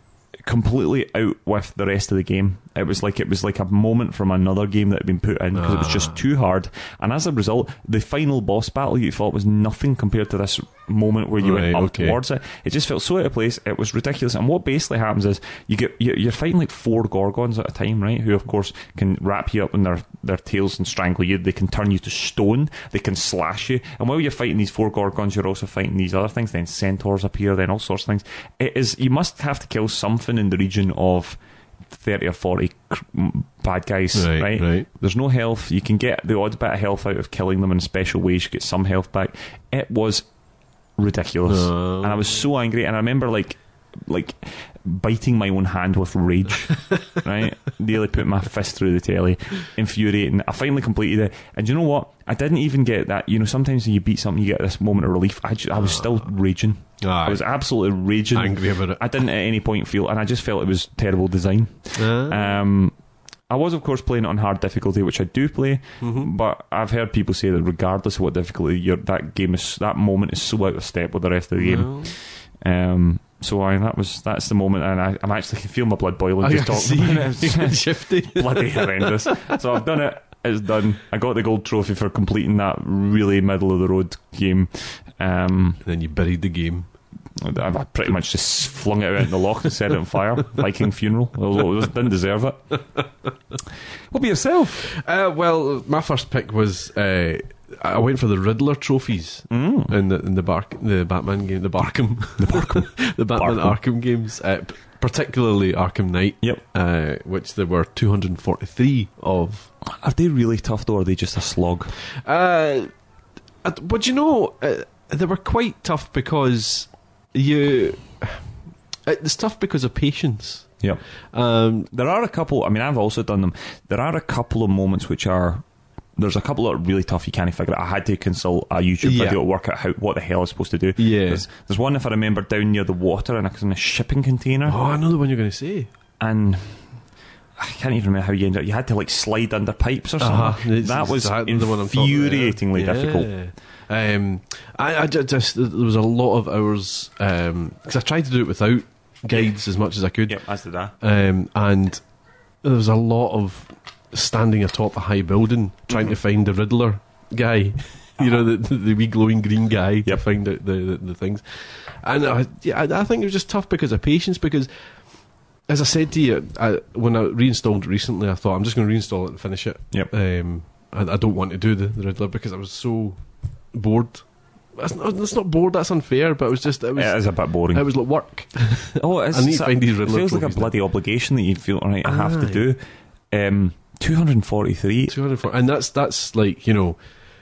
[SPEAKER 1] completely out with the rest of the game. It was like it was like a moment from another game that had been put in because it was
[SPEAKER 2] Ah.
[SPEAKER 1] just too hard. And as a result, the final boss battle you thought was nothing compared to this moment where you went
[SPEAKER 2] Right,
[SPEAKER 1] up
[SPEAKER 2] okay.
[SPEAKER 1] towards it. It just felt so out of place. It was ridiculous. And what basically happens is you get you- you're fighting like four gorgons at a time, right? Who of course can wrap you up in their their tails and strangle you. They can turn you to stone. They can slash you. And while you're fighting these four gorgons, you're also fighting these other things. Then centaurs appear. Then all sorts of things. It is you must have to kill something in the region of. 30 or 40 cr- m- bad guys,
[SPEAKER 2] Right,
[SPEAKER 1] right,
[SPEAKER 2] right.
[SPEAKER 1] There's no health. You can get the odd bit of health out of killing them in special ways. You get some health back. It was ridiculous.
[SPEAKER 2] Oh.
[SPEAKER 1] And I was so angry, and I remember like like biting my own hand with [laughs] rage. right, nearly put my fist through the telly, infuriating. I finally completed it, and you know what? I didn't even get that. You know, sometimes when you beat something, you get this moment of relief. I, ju- I was still raging.
[SPEAKER 2] Aye.
[SPEAKER 1] Uh, I was absolutely raging,
[SPEAKER 2] Ah, Angry about it.
[SPEAKER 1] I didn't at any point feel, and I just felt it was terrible design.
[SPEAKER 2] Uh,
[SPEAKER 1] Um, I was, of course, playing it on hard difficulty, which I do play.
[SPEAKER 2] Mm-hmm.
[SPEAKER 1] But I've heard people say that regardless of what difficulty you're, that game is, that moment is so out of step with the rest of the game. Um, so I, that was that's the moment, and I, I'm actually [laughs] can feel my blood
[SPEAKER 2] [laughs]
[SPEAKER 1] boiling
[SPEAKER 2] Oh, I
[SPEAKER 1] just
[SPEAKER 2] can
[SPEAKER 1] talking
[SPEAKER 2] see
[SPEAKER 1] about it.
[SPEAKER 2] it's [laughs] shifty.
[SPEAKER 1] [laughs] bloody horrendous. So I've done it. It's done. I got the gold trophy for completing that really middle of the road game. Um,
[SPEAKER 2] then you buried the game.
[SPEAKER 1] I I pretty much just flung it out in the loch and set it on [laughs] fire. Viking funeral. Although it didn't deserve it. What about yourself?
[SPEAKER 2] Uh, well, my first pick was uh, I went for the Riddler trophies in the in the Bark the Batman game, the Barkham, Mm. the Barkham, [laughs] the Batman Arkham games, uh, p- particularly Arkham Knight.
[SPEAKER 1] Yep.
[SPEAKER 2] Uh, which there were 243 of.
[SPEAKER 1] Are they really tough though? Or are they just a slog?
[SPEAKER 2] Uh, uh, but you know, uh, they were quite tough because you. It's tough because of patience.
[SPEAKER 1] Yep.
[SPEAKER 2] Um,
[SPEAKER 1] There are a couple. I mean, I've also done them. There are a couple of moments which are. There's a couple that are really tough. You can't figure out. I had to consult a YouTube
[SPEAKER 2] Yeah.
[SPEAKER 1] video to work out how what the hell I was supposed to do.
[SPEAKER 2] Yeah.
[SPEAKER 1] There's, there's one if I remember down near the water in a, in a shipping container,
[SPEAKER 2] oh, I know the one you're going to say.
[SPEAKER 1] and I can't even remember how you ended up. You had to like slide under pipes or something.
[SPEAKER 2] Uh-huh. It's
[SPEAKER 1] That was
[SPEAKER 2] exactly the one I'm talking about, yeah.
[SPEAKER 1] infuriatingly
[SPEAKER 2] Yeah.
[SPEAKER 1] difficult.
[SPEAKER 2] Um, I, I ju- just there was a lot of hours because I tried to do it without guides as much as I could,
[SPEAKER 1] Yep, as did I.
[SPEAKER 2] um, and there was a lot of standing atop a high building trying
[SPEAKER 1] Mm-hmm.
[SPEAKER 2] to find the Riddler guy. [laughs] You know the, the, the wee glowing green guy to
[SPEAKER 1] Yep.
[SPEAKER 2] find out the, the, the things, and I, yeah, I, I think it was just tough because of patience. Because, as I said to you, I, when I reinstalled it recently, I thought I'm just going to reinstall it and finish it
[SPEAKER 1] Yep.
[SPEAKER 2] um, I, I don't want to do the, the Riddler because I was so bored. That's not, that's not bored. That's unfair. But it was just it was
[SPEAKER 1] it is a bit boring.
[SPEAKER 2] it was like work.
[SPEAKER 1] Oh, it's,
[SPEAKER 2] I need
[SPEAKER 1] it's
[SPEAKER 2] to
[SPEAKER 1] a-
[SPEAKER 2] find these
[SPEAKER 1] It
[SPEAKER 2] Riddler
[SPEAKER 1] feels like a
[SPEAKER 2] trophies now.
[SPEAKER 1] bloody obligation that you feel. All right, I have to
[SPEAKER 2] Aye.
[SPEAKER 1] do. Um, two hundred and forty-three.
[SPEAKER 2] Two hundred four, and that's that's like you know,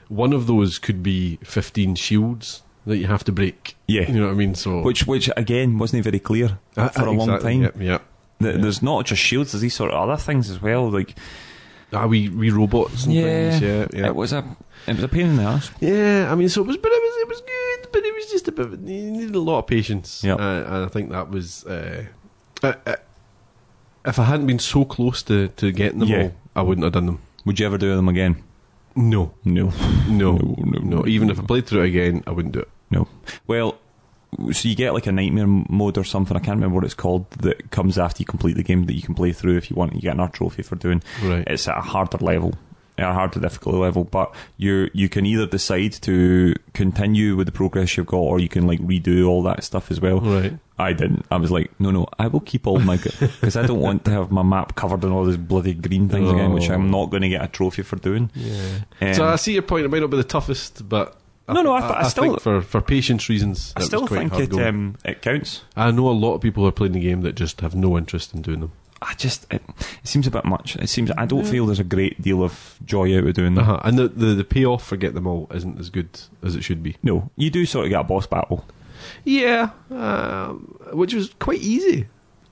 [SPEAKER 2] one of those could be fifteen shields that you have to break.
[SPEAKER 1] Yeah.
[SPEAKER 2] you know what I mean. So
[SPEAKER 1] which which again wasn't very clear
[SPEAKER 2] Uh,
[SPEAKER 1] for
[SPEAKER 2] uh,
[SPEAKER 1] a long
[SPEAKER 2] exactly,
[SPEAKER 1] time.
[SPEAKER 2] Yep, yep.
[SPEAKER 1] Th- There's not just shields; there's these sort of other things as well. Like
[SPEAKER 2] Ah, we we robots and things. Yeah, yeah.
[SPEAKER 1] it was a it was a pain in the ass.
[SPEAKER 2] Yeah, I mean, so it was, but it was, it was good, but it was just a bit. You needed a lot of patience.
[SPEAKER 1] Yep.
[SPEAKER 2] Uh, and I think that was. Uh, uh, uh, if I hadn't been so close to, to getting them
[SPEAKER 1] Yeah.
[SPEAKER 2] all, I wouldn't have done them.
[SPEAKER 1] Would you ever do them again?
[SPEAKER 2] No,
[SPEAKER 1] No,
[SPEAKER 2] no,
[SPEAKER 1] No,
[SPEAKER 2] no,
[SPEAKER 1] no, no,
[SPEAKER 2] Even
[SPEAKER 1] no.
[SPEAKER 2] if I played through it again, I wouldn't do it.
[SPEAKER 1] no. Well, so you get like a nightmare mode or something. I can't remember what it's called that comes after you complete the game that you can play through if you want. You get another trophy for doing.
[SPEAKER 2] Right.
[SPEAKER 1] It's at a harder level. at A harder difficulty level, but you you can either decide to continue with the progress you've got, or you can like redo all that stuff as well.
[SPEAKER 2] Right.
[SPEAKER 1] I didn't. I was like, no, no, I will keep all my
[SPEAKER 2] [laughs]
[SPEAKER 1] because I don't want to have my map covered in all these bloody green things again, which I'm not going to get a trophy for doing.
[SPEAKER 2] Oh. Yeah.
[SPEAKER 1] Um,
[SPEAKER 2] so I see your point. It might not be the toughest, but
[SPEAKER 1] No, no, I th- I still-
[SPEAKER 2] think for for patience reasons,
[SPEAKER 1] I
[SPEAKER 2] that
[SPEAKER 1] still
[SPEAKER 2] was quite
[SPEAKER 1] think
[SPEAKER 2] hard
[SPEAKER 1] it
[SPEAKER 2] going.
[SPEAKER 1] um, it counts.
[SPEAKER 2] I know a lot of people who are playing the game that just have no interest in doing them.
[SPEAKER 1] I just it, it seems a bit much. It seems I don't feel there's a great deal of joy out of doing that.
[SPEAKER 2] Uh-huh. And the, the the payoff for get them all isn't as good as it should be.
[SPEAKER 1] No, you do sort of get a boss battle.
[SPEAKER 2] Yeah, um, which was quite easy,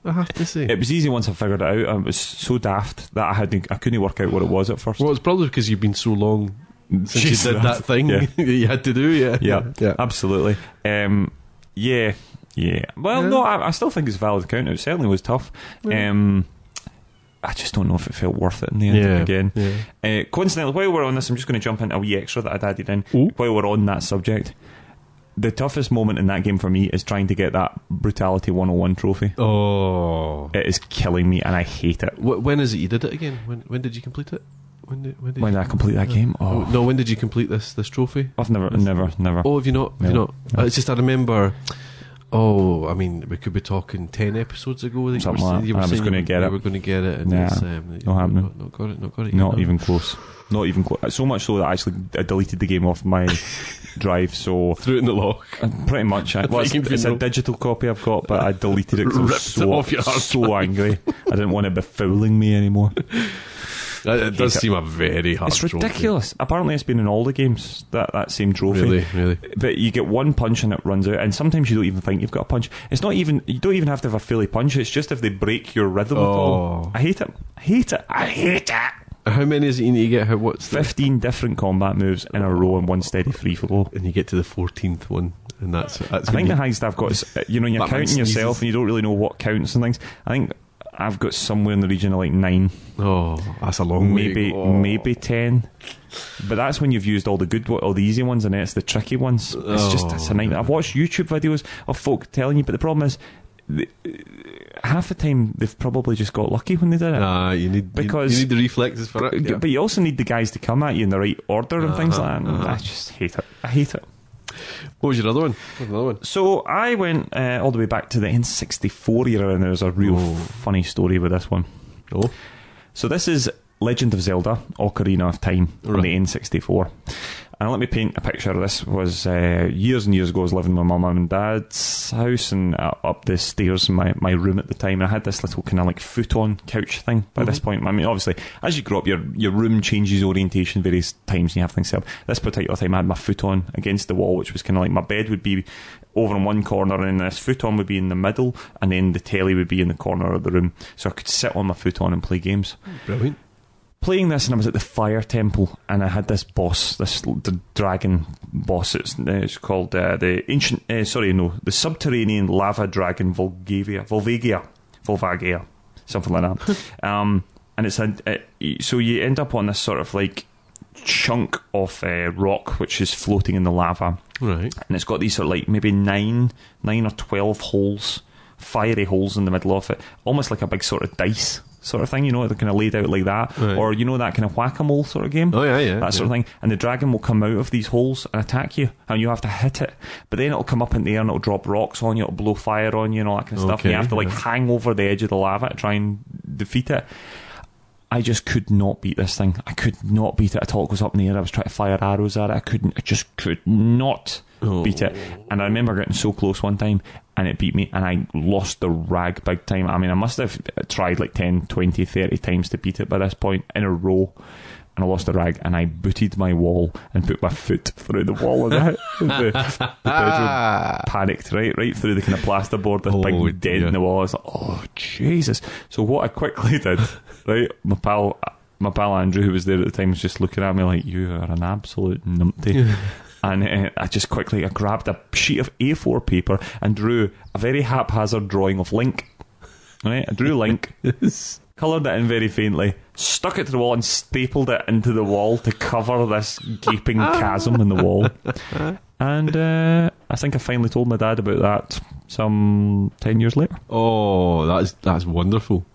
[SPEAKER 2] I have to say.
[SPEAKER 1] It was easy once I figured it out. I was so daft that I had I couldn't work out what it was at first. [laughs]
[SPEAKER 2] well, it's probably because you've been so long since
[SPEAKER 1] Jesus.
[SPEAKER 2] you did that thing [laughs]
[SPEAKER 1] Yeah.
[SPEAKER 2] that you had to do. Yeah,
[SPEAKER 1] yeah,
[SPEAKER 2] [laughs] yeah.
[SPEAKER 1] absolutely. Um, yeah, yeah. Well,
[SPEAKER 2] Yeah.
[SPEAKER 1] no, I, I still think it's a valid account. It certainly was tough. Um, I just don't know if it felt worth it in the end
[SPEAKER 2] Yeah,
[SPEAKER 1] again.
[SPEAKER 2] yeah.
[SPEAKER 1] Uh, coincidentally, while we're on this, I'm just going to jump into a wee extra that I'd added in.
[SPEAKER 2] Ooh.
[SPEAKER 1] While we're on that subject, the toughest moment in that game for me is trying to get that Brutality 101 trophy.
[SPEAKER 2] Oh,
[SPEAKER 1] It is killing me and I hate it.
[SPEAKER 2] Wh- when is it you did it again? When when did you complete it? When did, when did
[SPEAKER 1] When
[SPEAKER 2] you,
[SPEAKER 1] did I complete that game?
[SPEAKER 2] oh,
[SPEAKER 1] Oh,
[SPEAKER 2] no? When did you complete this this trophy?
[SPEAKER 1] I've never, never, never.
[SPEAKER 2] Oh, have you not? Have you
[SPEAKER 1] No.
[SPEAKER 2] not? Uh, It's just I remember. Oh, I mean, we could be talking ten episodes ago. That
[SPEAKER 1] Something
[SPEAKER 2] you were,
[SPEAKER 1] like
[SPEAKER 2] saying-
[SPEAKER 1] that.
[SPEAKER 2] you were
[SPEAKER 1] I was
[SPEAKER 2] saying
[SPEAKER 1] gonna
[SPEAKER 2] you-
[SPEAKER 1] get
[SPEAKER 2] you
[SPEAKER 1] it.
[SPEAKER 2] were going to get it, and
[SPEAKER 1] Nah,
[SPEAKER 2] it's, um,
[SPEAKER 1] not happening.
[SPEAKER 2] Not, not got it. Not got it.
[SPEAKER 1] Not
[SPEAKER 2] yet. [laughs]
[SPEAKER 1] even close. Not even close. So much so that I actually I deleted the game off my
[SPEAKER 2] [laughs]
[SPEAKER 1] drive. So
[SPEAKER 2] threw it in the lock.
[SPEAKER 1] [laughs] pretty much, I, well, it's,
[SPEAKER 2] Fucking
[SPEAKER 1] it's a
[SPEAKER 2] funeral.
[SPEAKER 1] digital copy I've got, but I deleted it because I was
[SPEAKER 2] Ripped it
[SPEAKER 1] so,
[SPEAKER 2] off your hard [laughs]
[SPEAKER 1] so angry. I didn't want it befouling me anymore.
[SPEAKER 2] That, it does
[SPEAKER 1] Hate it.
[SPEAKER 2] seem a very hard.
[SPEAKER 1] it's
[SPEAKER 2] trophy.
[SPEAKER 1] ridiculous. Apparently, it's been in all the games that that same trophy.
[SPEAKER 2] Really, really.
[SPEAKER 1] But you get one punch and it runs out, and sometimes you don't even think you've got a punch. It's not even you don't even have to have a fully punch. It's just if they break your rhythm at all.
[SPEAKER 2] Oh.
[SPEAKER 1] I hate it. I hate it. I hate it.
[SPEAKER 2] How many is it you need to get? How what's the,
[SPEAKER 1] Fifteen different combat moves in a row in one steady free flow.
[SPEAKER 2] and you get to the fourteenth one, and that's that's.
[SPEAKER 1] I
[SPEAKER 2] when
[SPEAKER 1] think the
[SPEAKER 2] you,
[SPEAKER 1] highest I've got is, uh, you know, you're
[SPEAKER 2] Batman
[SPEAKER 1] counting yourself
[SPEAKER 2] sneezes.
[SPEAKER 1] and you don't really know what counts and things. I think I've got somewhere in the region of like nine,
[SPEAKER 2] oh, that's a long way to
[SPEAKER 1] maybe
[SPEAKER 2] go.
[SPEAKER 1] maybe ten. But that's when you've used all the good, one- all the easy ones, and then it's the tricky ones. It's just
[SPEAKER 2] Oh.
[SPEAKER 1] it's a nightmare. I've watched YouTube videos of folk telling you, but the problem is, the, uh, half the time they've probably just got lucky when they did it.
[SPEAKER 2] Nah, you need because
[SPEAKER 1] Because-
[SPEAKER 2] you, need the reflexes for it.
[SPEAKER 1] G-
[SPEAKER 2] Yeah.
[SPEAKER 1] But you also need the guys to come at you in the right order and things like that. And
[SPEAKER 2] Uh-huh,
[SPEAKER 1] I just hate it. I hate it.
[SPEAKER 2] What was your other one? What was another one?
[SPEAKER 1] So I went uh, all the way back to the N64 era, and there's a real funny story with this one.
[SPEAKER 2] Oh,
[SPEAKER 1] So this is Legend of Zelda: Ocarina of Time on the
[SPEAKER 2] Right.
[SPEAKER 1] N64. And let me paint a picture of this. Was uh, years and years ago. I was living with my mum and dad's house, and uh, up the stairs in my, my room at the time. And I had this little kind of like futon couch thing. By this point, I mean obviously, as you grow up, your your room changes orientation various times, and you have things set up. This particular time, I had my futon against the wall, which was kind of like my bed would be over in one corner, and then this futon would be in the middle, and then the telly would be in the corner of the room, so I could sit on my futon and play games
[SPEAKER 2] brilliant.
[SPEAKER 1] playing this and I was at the fire temple and I had this boss, this l- d- dragon boss. It's, uh, it's called uh, the ancient, uh, sorry, no, the subterranean lava dragon Volgavia, Volvagia, Volvagia, something like that. um, and it's a, it, so you end up on this sort of like chunk of uh, rock which is floating in the lava
[SPEAKER 2] Right.
[SPEAKER 1] and it's got these sort of like maybe nine, nine or twelve holes, fiery holes in the middle of it, almost like a big sort of dice sort of thing. You know, they're kind of laid out like that,
[SPEAKER 2] Right.
[SPEAKER 1] or you know that kind of whack a mole sort of game.
[SPEAKER 2] Oh, yeah, yeah,
[SPEAKER 1] that sort of
[SPEAKER 2] yeah.
[SPEAKER 1] thing. And the dragon will come out of these holes and attack you, and you have to hit it. But then it'll come up in the air and it'll drop rocks on you, it'll blow fire on you, and all that kind of stuff. And you
[SPEAKER 2] Okay,
[SPEAKER 1] have to like
[SPEAKER 2] yeah.
[SPEAKER 1] hang over the edge of the lava to try and defeat it. I just could not beat this thing. I could not beat it at all. It was up in the air. I was trying to fire arrows at it. I couldn't. I just could not beat it. And I remember getting so close one time and it beat me and I lost the rag big time. I mean, I must have tried like 10, 20, 30 times to beat it by this point in a row. And I lost the rag and I booted my wall and put my foot through the wall of the, [laughs] the, the
[SPEAKER 2] Ah.
[SPEAKER 1] bedroom. Panicked, right? Right through the kind of plasterboard, this
[SPEAKER 2] Oh,
[SPEAKER 1] big dent
[SPEAKER 2] dear.
[SPEAKER 1] in the wall. I was like, oh Jesus! So what I quickly [laughs] did, right? My pal, my pal Andrew, who was there at the time, was just looking at me like, "You are an absolute numpty." [laughs] And uh, I just quickly I grabbed a sheet of A4 paper and drew a very haphazard drawing of Link. Right, I drew Link, coloured it in very faintly, stuck it to the wall, and stapled it into the wall to cover this gaping chasm in the wall. And uh, I think I finally told my dad about that some ten years later.
[SPEAKER 2] Oh, that's that's wonderful.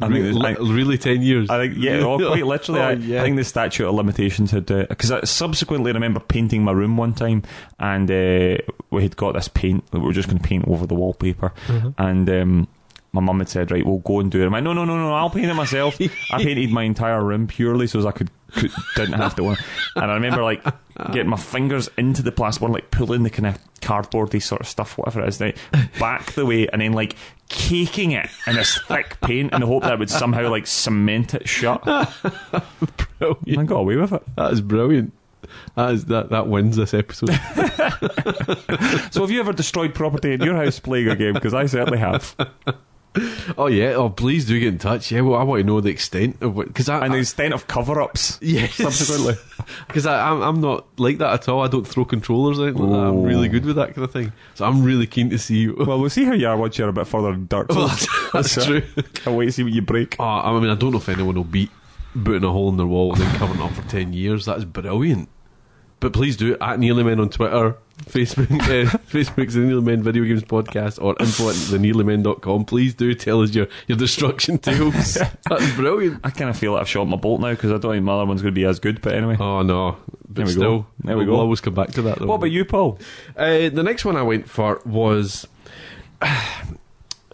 [SPEAKER 1] I think
[SPEAKER 2] Re-
[SPEAKER 1] it's- I-
[SPEAKER 2] li- really, ten years.
[SPEAKER 1] I think,
[SPEAKER 2] [laughs]
[SPEAKER 1] yeah, well, quite literally.
[SPEAKER 2] Oh,
[SPEAKER 1] I,
[SPEAKER 2] yeah.
[SPEAKER 1] I think the statute of limitations had. Because I subsequently remember painting my room one time, and uh, we had got this paint that we were just going to paint over the wallpaper. And um, my mum had said, right, we'll go and do it. I'm like, no, no, no, no, I'll paint it myself. I painted my entire room purely so as I could, could didn't have to. worry. And I remember, like, getting my fingers into the plasterboard, like, pulling the kind of cardboardy sort of stuff, whatever it is, like, back the way, and then, like, caking it in this thick paint in the hope that it would somehow, like, cement it shut. And I got away with it.
[SPEAKER 2] That is brilliant. That is that that wins this episode.
[SPEAKER 1] [laughs] So have you ever destroyed property in your house playing a game? Because I certainly have.
[SPEAKER 2] oh yeah. Oh please do get in touch. Yeah. Well, I want to know the extent of what because I.
[SPEAKER 1] And the
[SPEAKER 2] I
[SPEAKER 1] extent of cover-ups.
[SPEAKER 2] [laughs] Yes. [laughs]
[SPEAKER 1] Subsequently.
[SPEAKER 2] Because I'm, I'm not like that at all. I don't throw controllers or anything like that. I'm
[SPEAKER 1] Oh.
[SPEAKER 2] really good with that kind of thing. So I'm really keen to see. Well,
[SPEAKER 1] Well, we'll see how you are once you're a bit further in dirt.
[SPEAKER 2] [laughs]
[SPEAKER 1] [laughs]
[SPEAKER 2] that's, that's true.
[SPEAKER 1] I'll wait to see what you break.
[SPEAKER 2] Oh, I mean, I don't know if anyone will beat booting a hole in their wall and then covering it up for 10 years. That's brilliant. But please do it at Nearly Men on Twitter, [laughs] Facebook, uh, [laughs] Facebook's the Nearly Men Video Games Podcast, or info at thenearlymen.com. Please do tell us your, your destruction
[SPEAKER 1] [laughs]
[SPEAKER 2] tales. That's brilliant.
[SPEAKER 1] I kind of feel like I've shot my bolt now because I don't think my other one's going to be as good. But anyway.
[SPEAKER 2] Oh, no. But
[SPEAKER 1] There we go.
[SPEAKER 2] still,
[SPEAKER 1] There we
[SPEAKER 2] we'll
[SPEAKER 1] go.
[SPEAKER 2] always come back to that, though.
[SPEAKER 1] what about you, Paul?
[SPEAKER 2] Uh, the next one I went for was. [sighs] I-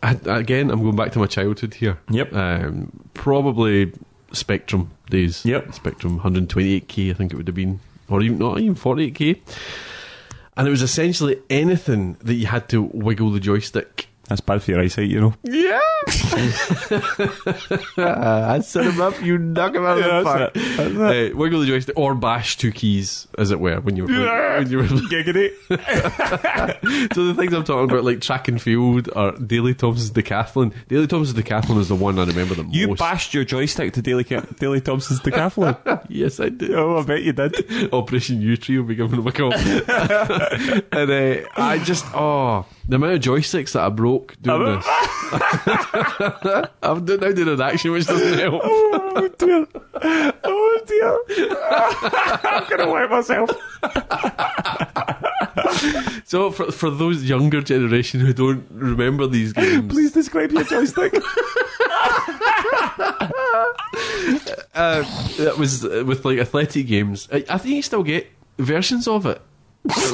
[SPEAKER 2] Again, I'm going back to my childhood here.
[SPEAKER 1] Yep.
[SPEAKER 2] Um, probably Spectrum days.
[SPEAKER 1] Yep.
[SPEAKER 2] Spectrum 128k, I think it would have been, or even not even 48k. And it was essentially anything that you had to wiggle the joystick.
[SPEAKER 1] That's bad for your eyesight, you know.
[SPEAKER 2] Yeah. [laughs] I set him up. You knock him out
[SPEAKER 1] Yeah,
[SPEAKER 2] of the park.
[SPEAKER 1] that's it, that's
[SPEAKER 2] Uh, wiggle the joystick or bash two keys, as it were, when you were playing- when you were
[SPEAKER 1] Giggity.
[SPEAKER 2] so the things I'm talking about, like track and field, or Daily Thompson's decathlon. Daily Thompson's decathlon is the one I remember the
[SPEAKER 1] You
[SPEAKER 2] most.
[SPEAKER 1] bashed your joystick to Daily, Ca- Daily Thompson's Decathlon.
[SPEAKER 2] [laughs] yes, I did.
[SPEAKER 1] oh, I bet you did.
[SPEAKER 2] Operation U Tree will be giving him a call. [laughs] and uh, I just, oh, the amount of joysticks that I broke doing this. I've done, now did an action which doesn't help.
[SPEAKER 1] [laughs] Oh dear. Oh dear. [laughs] I'm going to wipe myself.
[SPEAKER 2] So for for those younger generation who don't remember these games,
[SPEAKER 1] Please describe your joystick.
[SPEAKER 2] uh, that was uh, with like athletic games. I, I think you still get versions of it.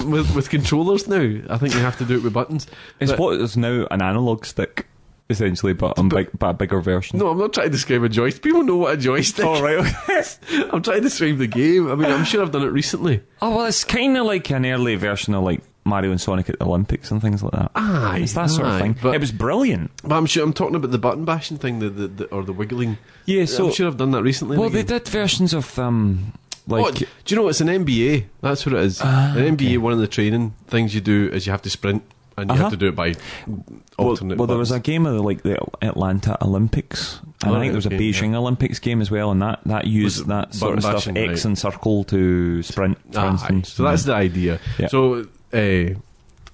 [SPEAKER 2] with, with controllers now. I think you have to do it with buttons.
[SPEAKER 1] It's
[SPEAKER 2] But-
[SPEAKER 1] what is now an analog stick, essentially, but a, big, but a bigger version. [laughs]
[SPEAKER 2] No, I'm not trying to describe a joystick. People know what a joystick.
[SPEAKER 1] Oh, right, okay.
[SPEAKER 2] [laughs] I'm trying to describe the game. I mean, I'm sure I've done it recently.
[SPEAKER 1] oh, well, it's kind of like an early version of like Mario and Sonic at the Olympics and things like that.
[SPEAKER 2] Aye,
[SPEAKER 1] It's that sort
[SPEAKER 2] aye,
[SPEAKER 1] of thing.
[SPEAKER 2] but-
[SPEAKER 1] it was brilliant.
[SPEAKER 2] But I'm sure I'm talking about the button bashing thing, the, the, the or the wiggling.
[SPEAKER 1] Yeah, so-
[SPEAKER 2] I'm sure I've done that recently. in
[SPEAKER 1] Well,
[SPEAKER 2] the
[SPEAKER 1] they
[SPEAKER 2] game.
[SPEAKER 1] did versions of um, like Ah,
[SPEAKER 2] Oh, do you know it's an MBA? That's what it is. an MBA. One of the training things you do is you have to sprint, and you
[SPEAKER 1] Uh-huh.
[SPEAKER 2] have to do it by
[SPEAKER 1] well,
[SPEAKER 2] alternate.
[SPEAKER 1] well, there was a
[SPEAKER 2] buttons.
[SPEAKER 1] game of the, like the Atlanta Olympics, and
[SPEAKER 2] Oh,
[SPEAKER 1] I think there was a
[SPEAKER 2] okay,
[SPEAKER 1] Beijing Olympics game as well, and that that used
[SPEAKER 2] it
[SPEAKER 1] that sort
[SPEAKER 2] button
[SPEAKER 1] of stuff, X
[SPEAKER 2] bashing, right?
[SPEAKER 1] and circle to sprint, for
[SPEAKER 2] Ah,
[SPEAKER 1] instance.
[SPEAKER 2] So that's the idea.
[SPEAKER 1] Yeah.
[SPEAKER 2] So, uh,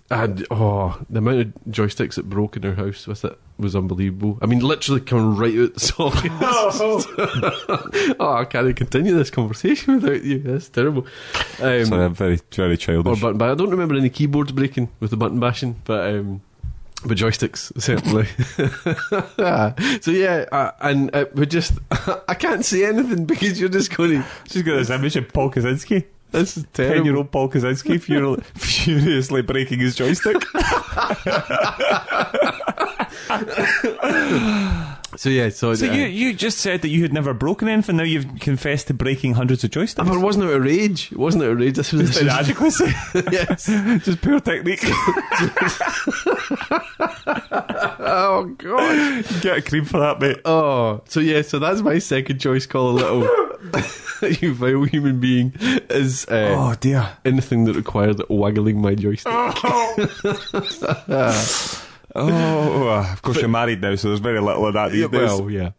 [SPEAKER 2] and oh, the amount of joysticks that broke in our house with it was unbelievable. I mean, literally coming right out the socket. [laughs] oh, I can't continue this conversation without you. That's terrible. Um,
[SPEAKER 1] Sorry, I'm very very
[SPEAKER 2] or
[SPEAKER 1] childish.
[SPEAKER 2] button, but I don't remember any keyboards breaking with the button bashing, but um, but joysticks certainly. [laughs] so yeah, uh, and uh, we just [laughs] I can't say anything because you're just going to.
[SPEAKER 1] She's got this image of Paul Kaczynski,
[SPEAKER 2] This is terrible.
[SPEAKER 1] ten-year-old Paul Kaczynski, furi- furiously breaking his joystick.
[SPEAKER 2] So yeah, so,
[SPEAKER 1] [laughs] so
[SPEAKER 2] uh,
[SPEAKER 1] you you just said that you had never broken anything. Now you've confessed to breaking hundreds of [laughs]
[SPEAKER 2] I
[SPEAKER 1] joysticks.
[SPEAKER 2] mean, wasn't it a rage? Wasn't it a rage? This was
[SPEAKER 1] [laughs] It's inadequacy.
[SPEAKER 2] [laughs] yes.
[SPEAKER 1] just pure technique. [laughs]
[SPEAKER 2] Oh god.
[SPEAKER 1] Get a cream for that, mate.
[SPEAKER 2] Oh, so yeah, so that's my second choice. Call a little [laughs] you vile human being is uh,
[SPEAKER 1] Oh [laughs] dear.
[SPEAKER 2] anything that required waggling my joystick.
[SPEAKER 1] Oh, uh, of course you're married now, so there's very little of that these
[SPEAKER 2] Yeah,
[SPEAKER 1] days.
[SPEAKER 2] well, yeah.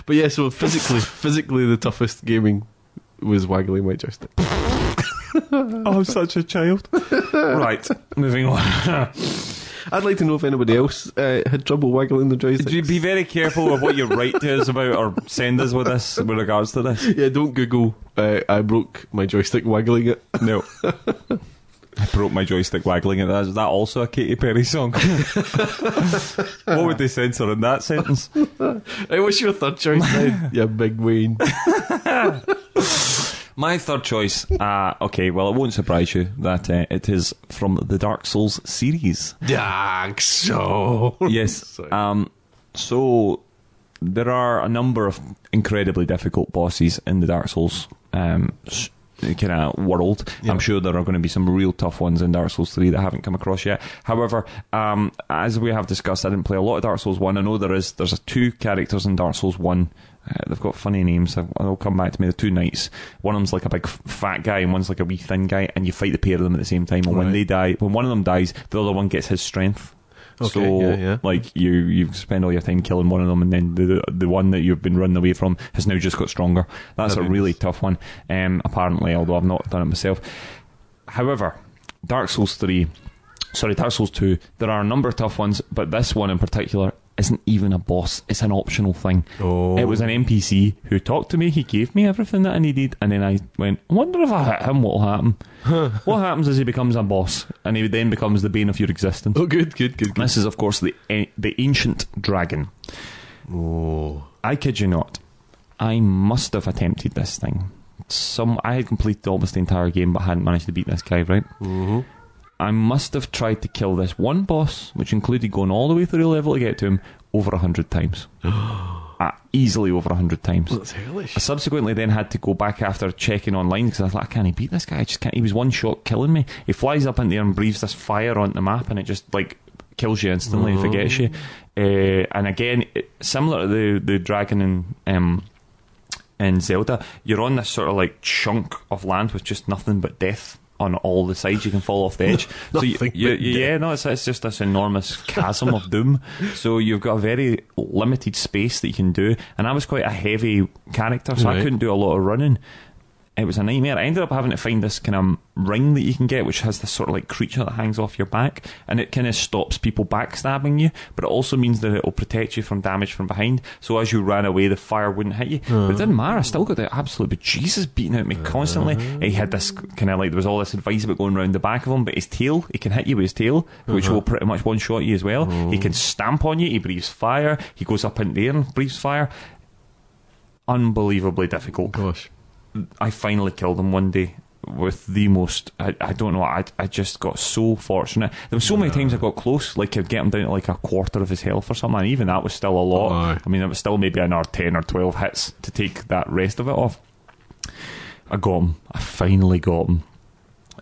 [SPEAKER 2] [laughs] but yeah, so physically, physically, the toughest gaming was waggling my joystick.
[SPEAKER 1] Oh, I'm such a child. right, moving on. [laughs]
[SPEAKER 2] I'd like to know if anybody else uh, had trouble waggling the joystick.
[SPEAKER 1] Do be very careful with what you write to us about or send us with this with regards to this.
[SPEAKER 2] yeah, don't Google. Uh, I broke my joystick waggling it.
[SPEAKER 1] No. [laughs] I broke my joystick waggling it. Is that also a Katy Perry song? [laughs] what would they censor in that sentence?
[SPEAKER 2] Hey, what's your
[SPEAKER 1] [laughs]
[SPEAKER 2] third choice then? yeah, Big Wayne.
[SPEAKER 1] My third choice. Uh, okay, well, it won't surprise you that uh, it is from the Dark Souls series.
[SPEAKER 2] Dark so. [laughs]
[SPEAKER 1] yes.
[SPEAKER 2] Sorry.
[SPEAKER 1] Um, so there are a number of incredibly difficult bosses in the Dark Souls um, kind of world. I'm sure there are going to be some real tough ones in Dark Souls 3 that I haven't come across yet. However, um, as we have discussed, I didn't play a lot of Dark Souls 1. I know there is there's a two characters in Dark Souls 1. Uh, they've got funny names. I'll- They'll come back to me. The two knights. One of them's like a big f- fat guy, and one's like a wee thin guy. And you fight the pair of them at the same time. And when
[SPEAKER 2] Right.
[SPEAKER 1] they die, when one of them dies, the other one gets his strength.
[SPEAKER 2] Okay,
[SPEAKER 1] so
[SPEAKER 2] yeah, yeah.
[SPEAKER 1] like you you spend all your time killing one of them and then the the one that you've been running away from has now just got stronger that's a
[SPEAKER 2] That'd be
[SPEAKER 1] really
[SPEAKER 2] nice.
[SPEAKER 1] tough one um, apparently although i've not done it myself however dark souls 3 sorry dark souls 2 there are a number of tough ones but this one in particular isn't even a boss it's an optional thing
[SPEAKER 2] Oh.
[SPEAKER 1] it was an npc who talked to me he gave me everything that i needed and then i went i wonder if i hit him what'll
[SPEAKER 2] [laughs]
[SPEAKER 1] happen what happens is he becomes a boss and he then becomes the bane of your existence
[SPEAKER 2] Oh, good, good, good, good.
[SPEAKER 1] this is, of course, the the ancient dragon.
[SPEAKER 2] Oh.
[SPEAKER 1] I kid you not. I must have attempted this thing. Some I had completed almost the entire game, but hadn't managed to beat this guy. Right.
[SPEAKER 2] Mhm.
[SPEAKER 1] I must have tried to kill this one boss, which included going all the way through the level to get to him, over a hundred times. uh, easily over a hundred times.
[SPEAKER 2] That's hellish.
[SPEAKER 1] I subsequently then had to go back after checking online because I thought I can't beat this guy. I just can't. He was one shot killing me. He flies up in the air and breathes this fire onto the map, and it just like kills you instantly and forgets you.
[SPEAKER 2] Mm-hmm.
[SPEAKER 1] Uh, and again, it, similar to the the dragon in um, in Zelda, you're on this sort of like chunk of land with just nothing but death. On all the sides, you can fall off the
[SPEAKER 2] [laughs]
[SPEAKER 1] edge. so you,
[SPEAKER 2] Nothing
[SPEAKER 1] you-
[SPEAKER 2] but
[SPEAKER 1] you- yeah, no, it's, it's just this enormous [laughs] chasm of doom. So you've got a very limited space that you can do. And I was quite a heavy character, so I
[SPEAKER 2] Right.
[SPEAKER 1] couldn't do a lot of running. It was a nightmare. I ended up having to find this kind of ring that you can get, which has this sort of like creature that hangs off your back, and it kind of stops people backstabbing you, but it also means that it will protect you from damage from behind. So as you ran away, the fire wouldn't hit you. But it didn't matter. I still got the absolute Jesus beating at me constantly. He had this kind of like there was all this advice about going round the back of him, but his tail, he can hit you with his tail, which will pretty much one shot you as well. He can stamp on you. He breathes fire. He goes up in the air and breathes fire. Unbelievably difficult.
[SPEAKER 2] Oh, Gosh.
[SPEAKER 1] I finally killed him one day with the most. I, I don't know. I, I just got so fortunate. There were so many times I got close. Like I'd get him down to like a quarter of his health or something. And even that was still a lot.
[SPEAKER 2] Aye.
[SPEAKER 1] I mean, it was still maybe another ten or twelve hits to take that rest of it off. I got him. I finally got him.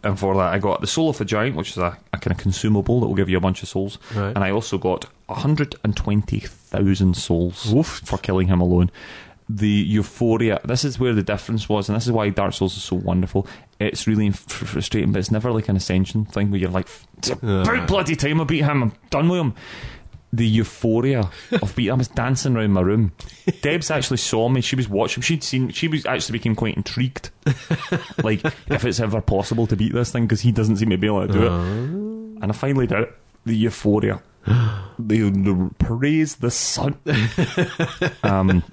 [SPEAKER 1] And for that, I got the soul of a giant, which is a, a kind of consumable that will give you a bunch of souls.
[SPEAKER 2] Right.
[SPEAKER 1] And I also got 120,000 souls
[SPEAKER 2] Oof.
[SPEAKER 1] for killing him alone. The euphoria, this is where the difference was, and this is why Dark Souls is so wonderful. It's really fr- frustrating, but it's never like an ascension thing where you're like, it's about
[SPEAKER 2] Yeah.
[SPEAKER 1] bloody time I beat him, I'm done with him. The euphoria of beating, I was dancing around my
[SPEAKER 2] [laughs]
[SPEAKER 1] room. Debs actually saw me, she was watching, she'd seen, she was actually became quite intrigued like if it's ever possible to beat this thing because he doesn't seem to be able to do it. And I finally did it. The euphoria, the, the praise the sun. um,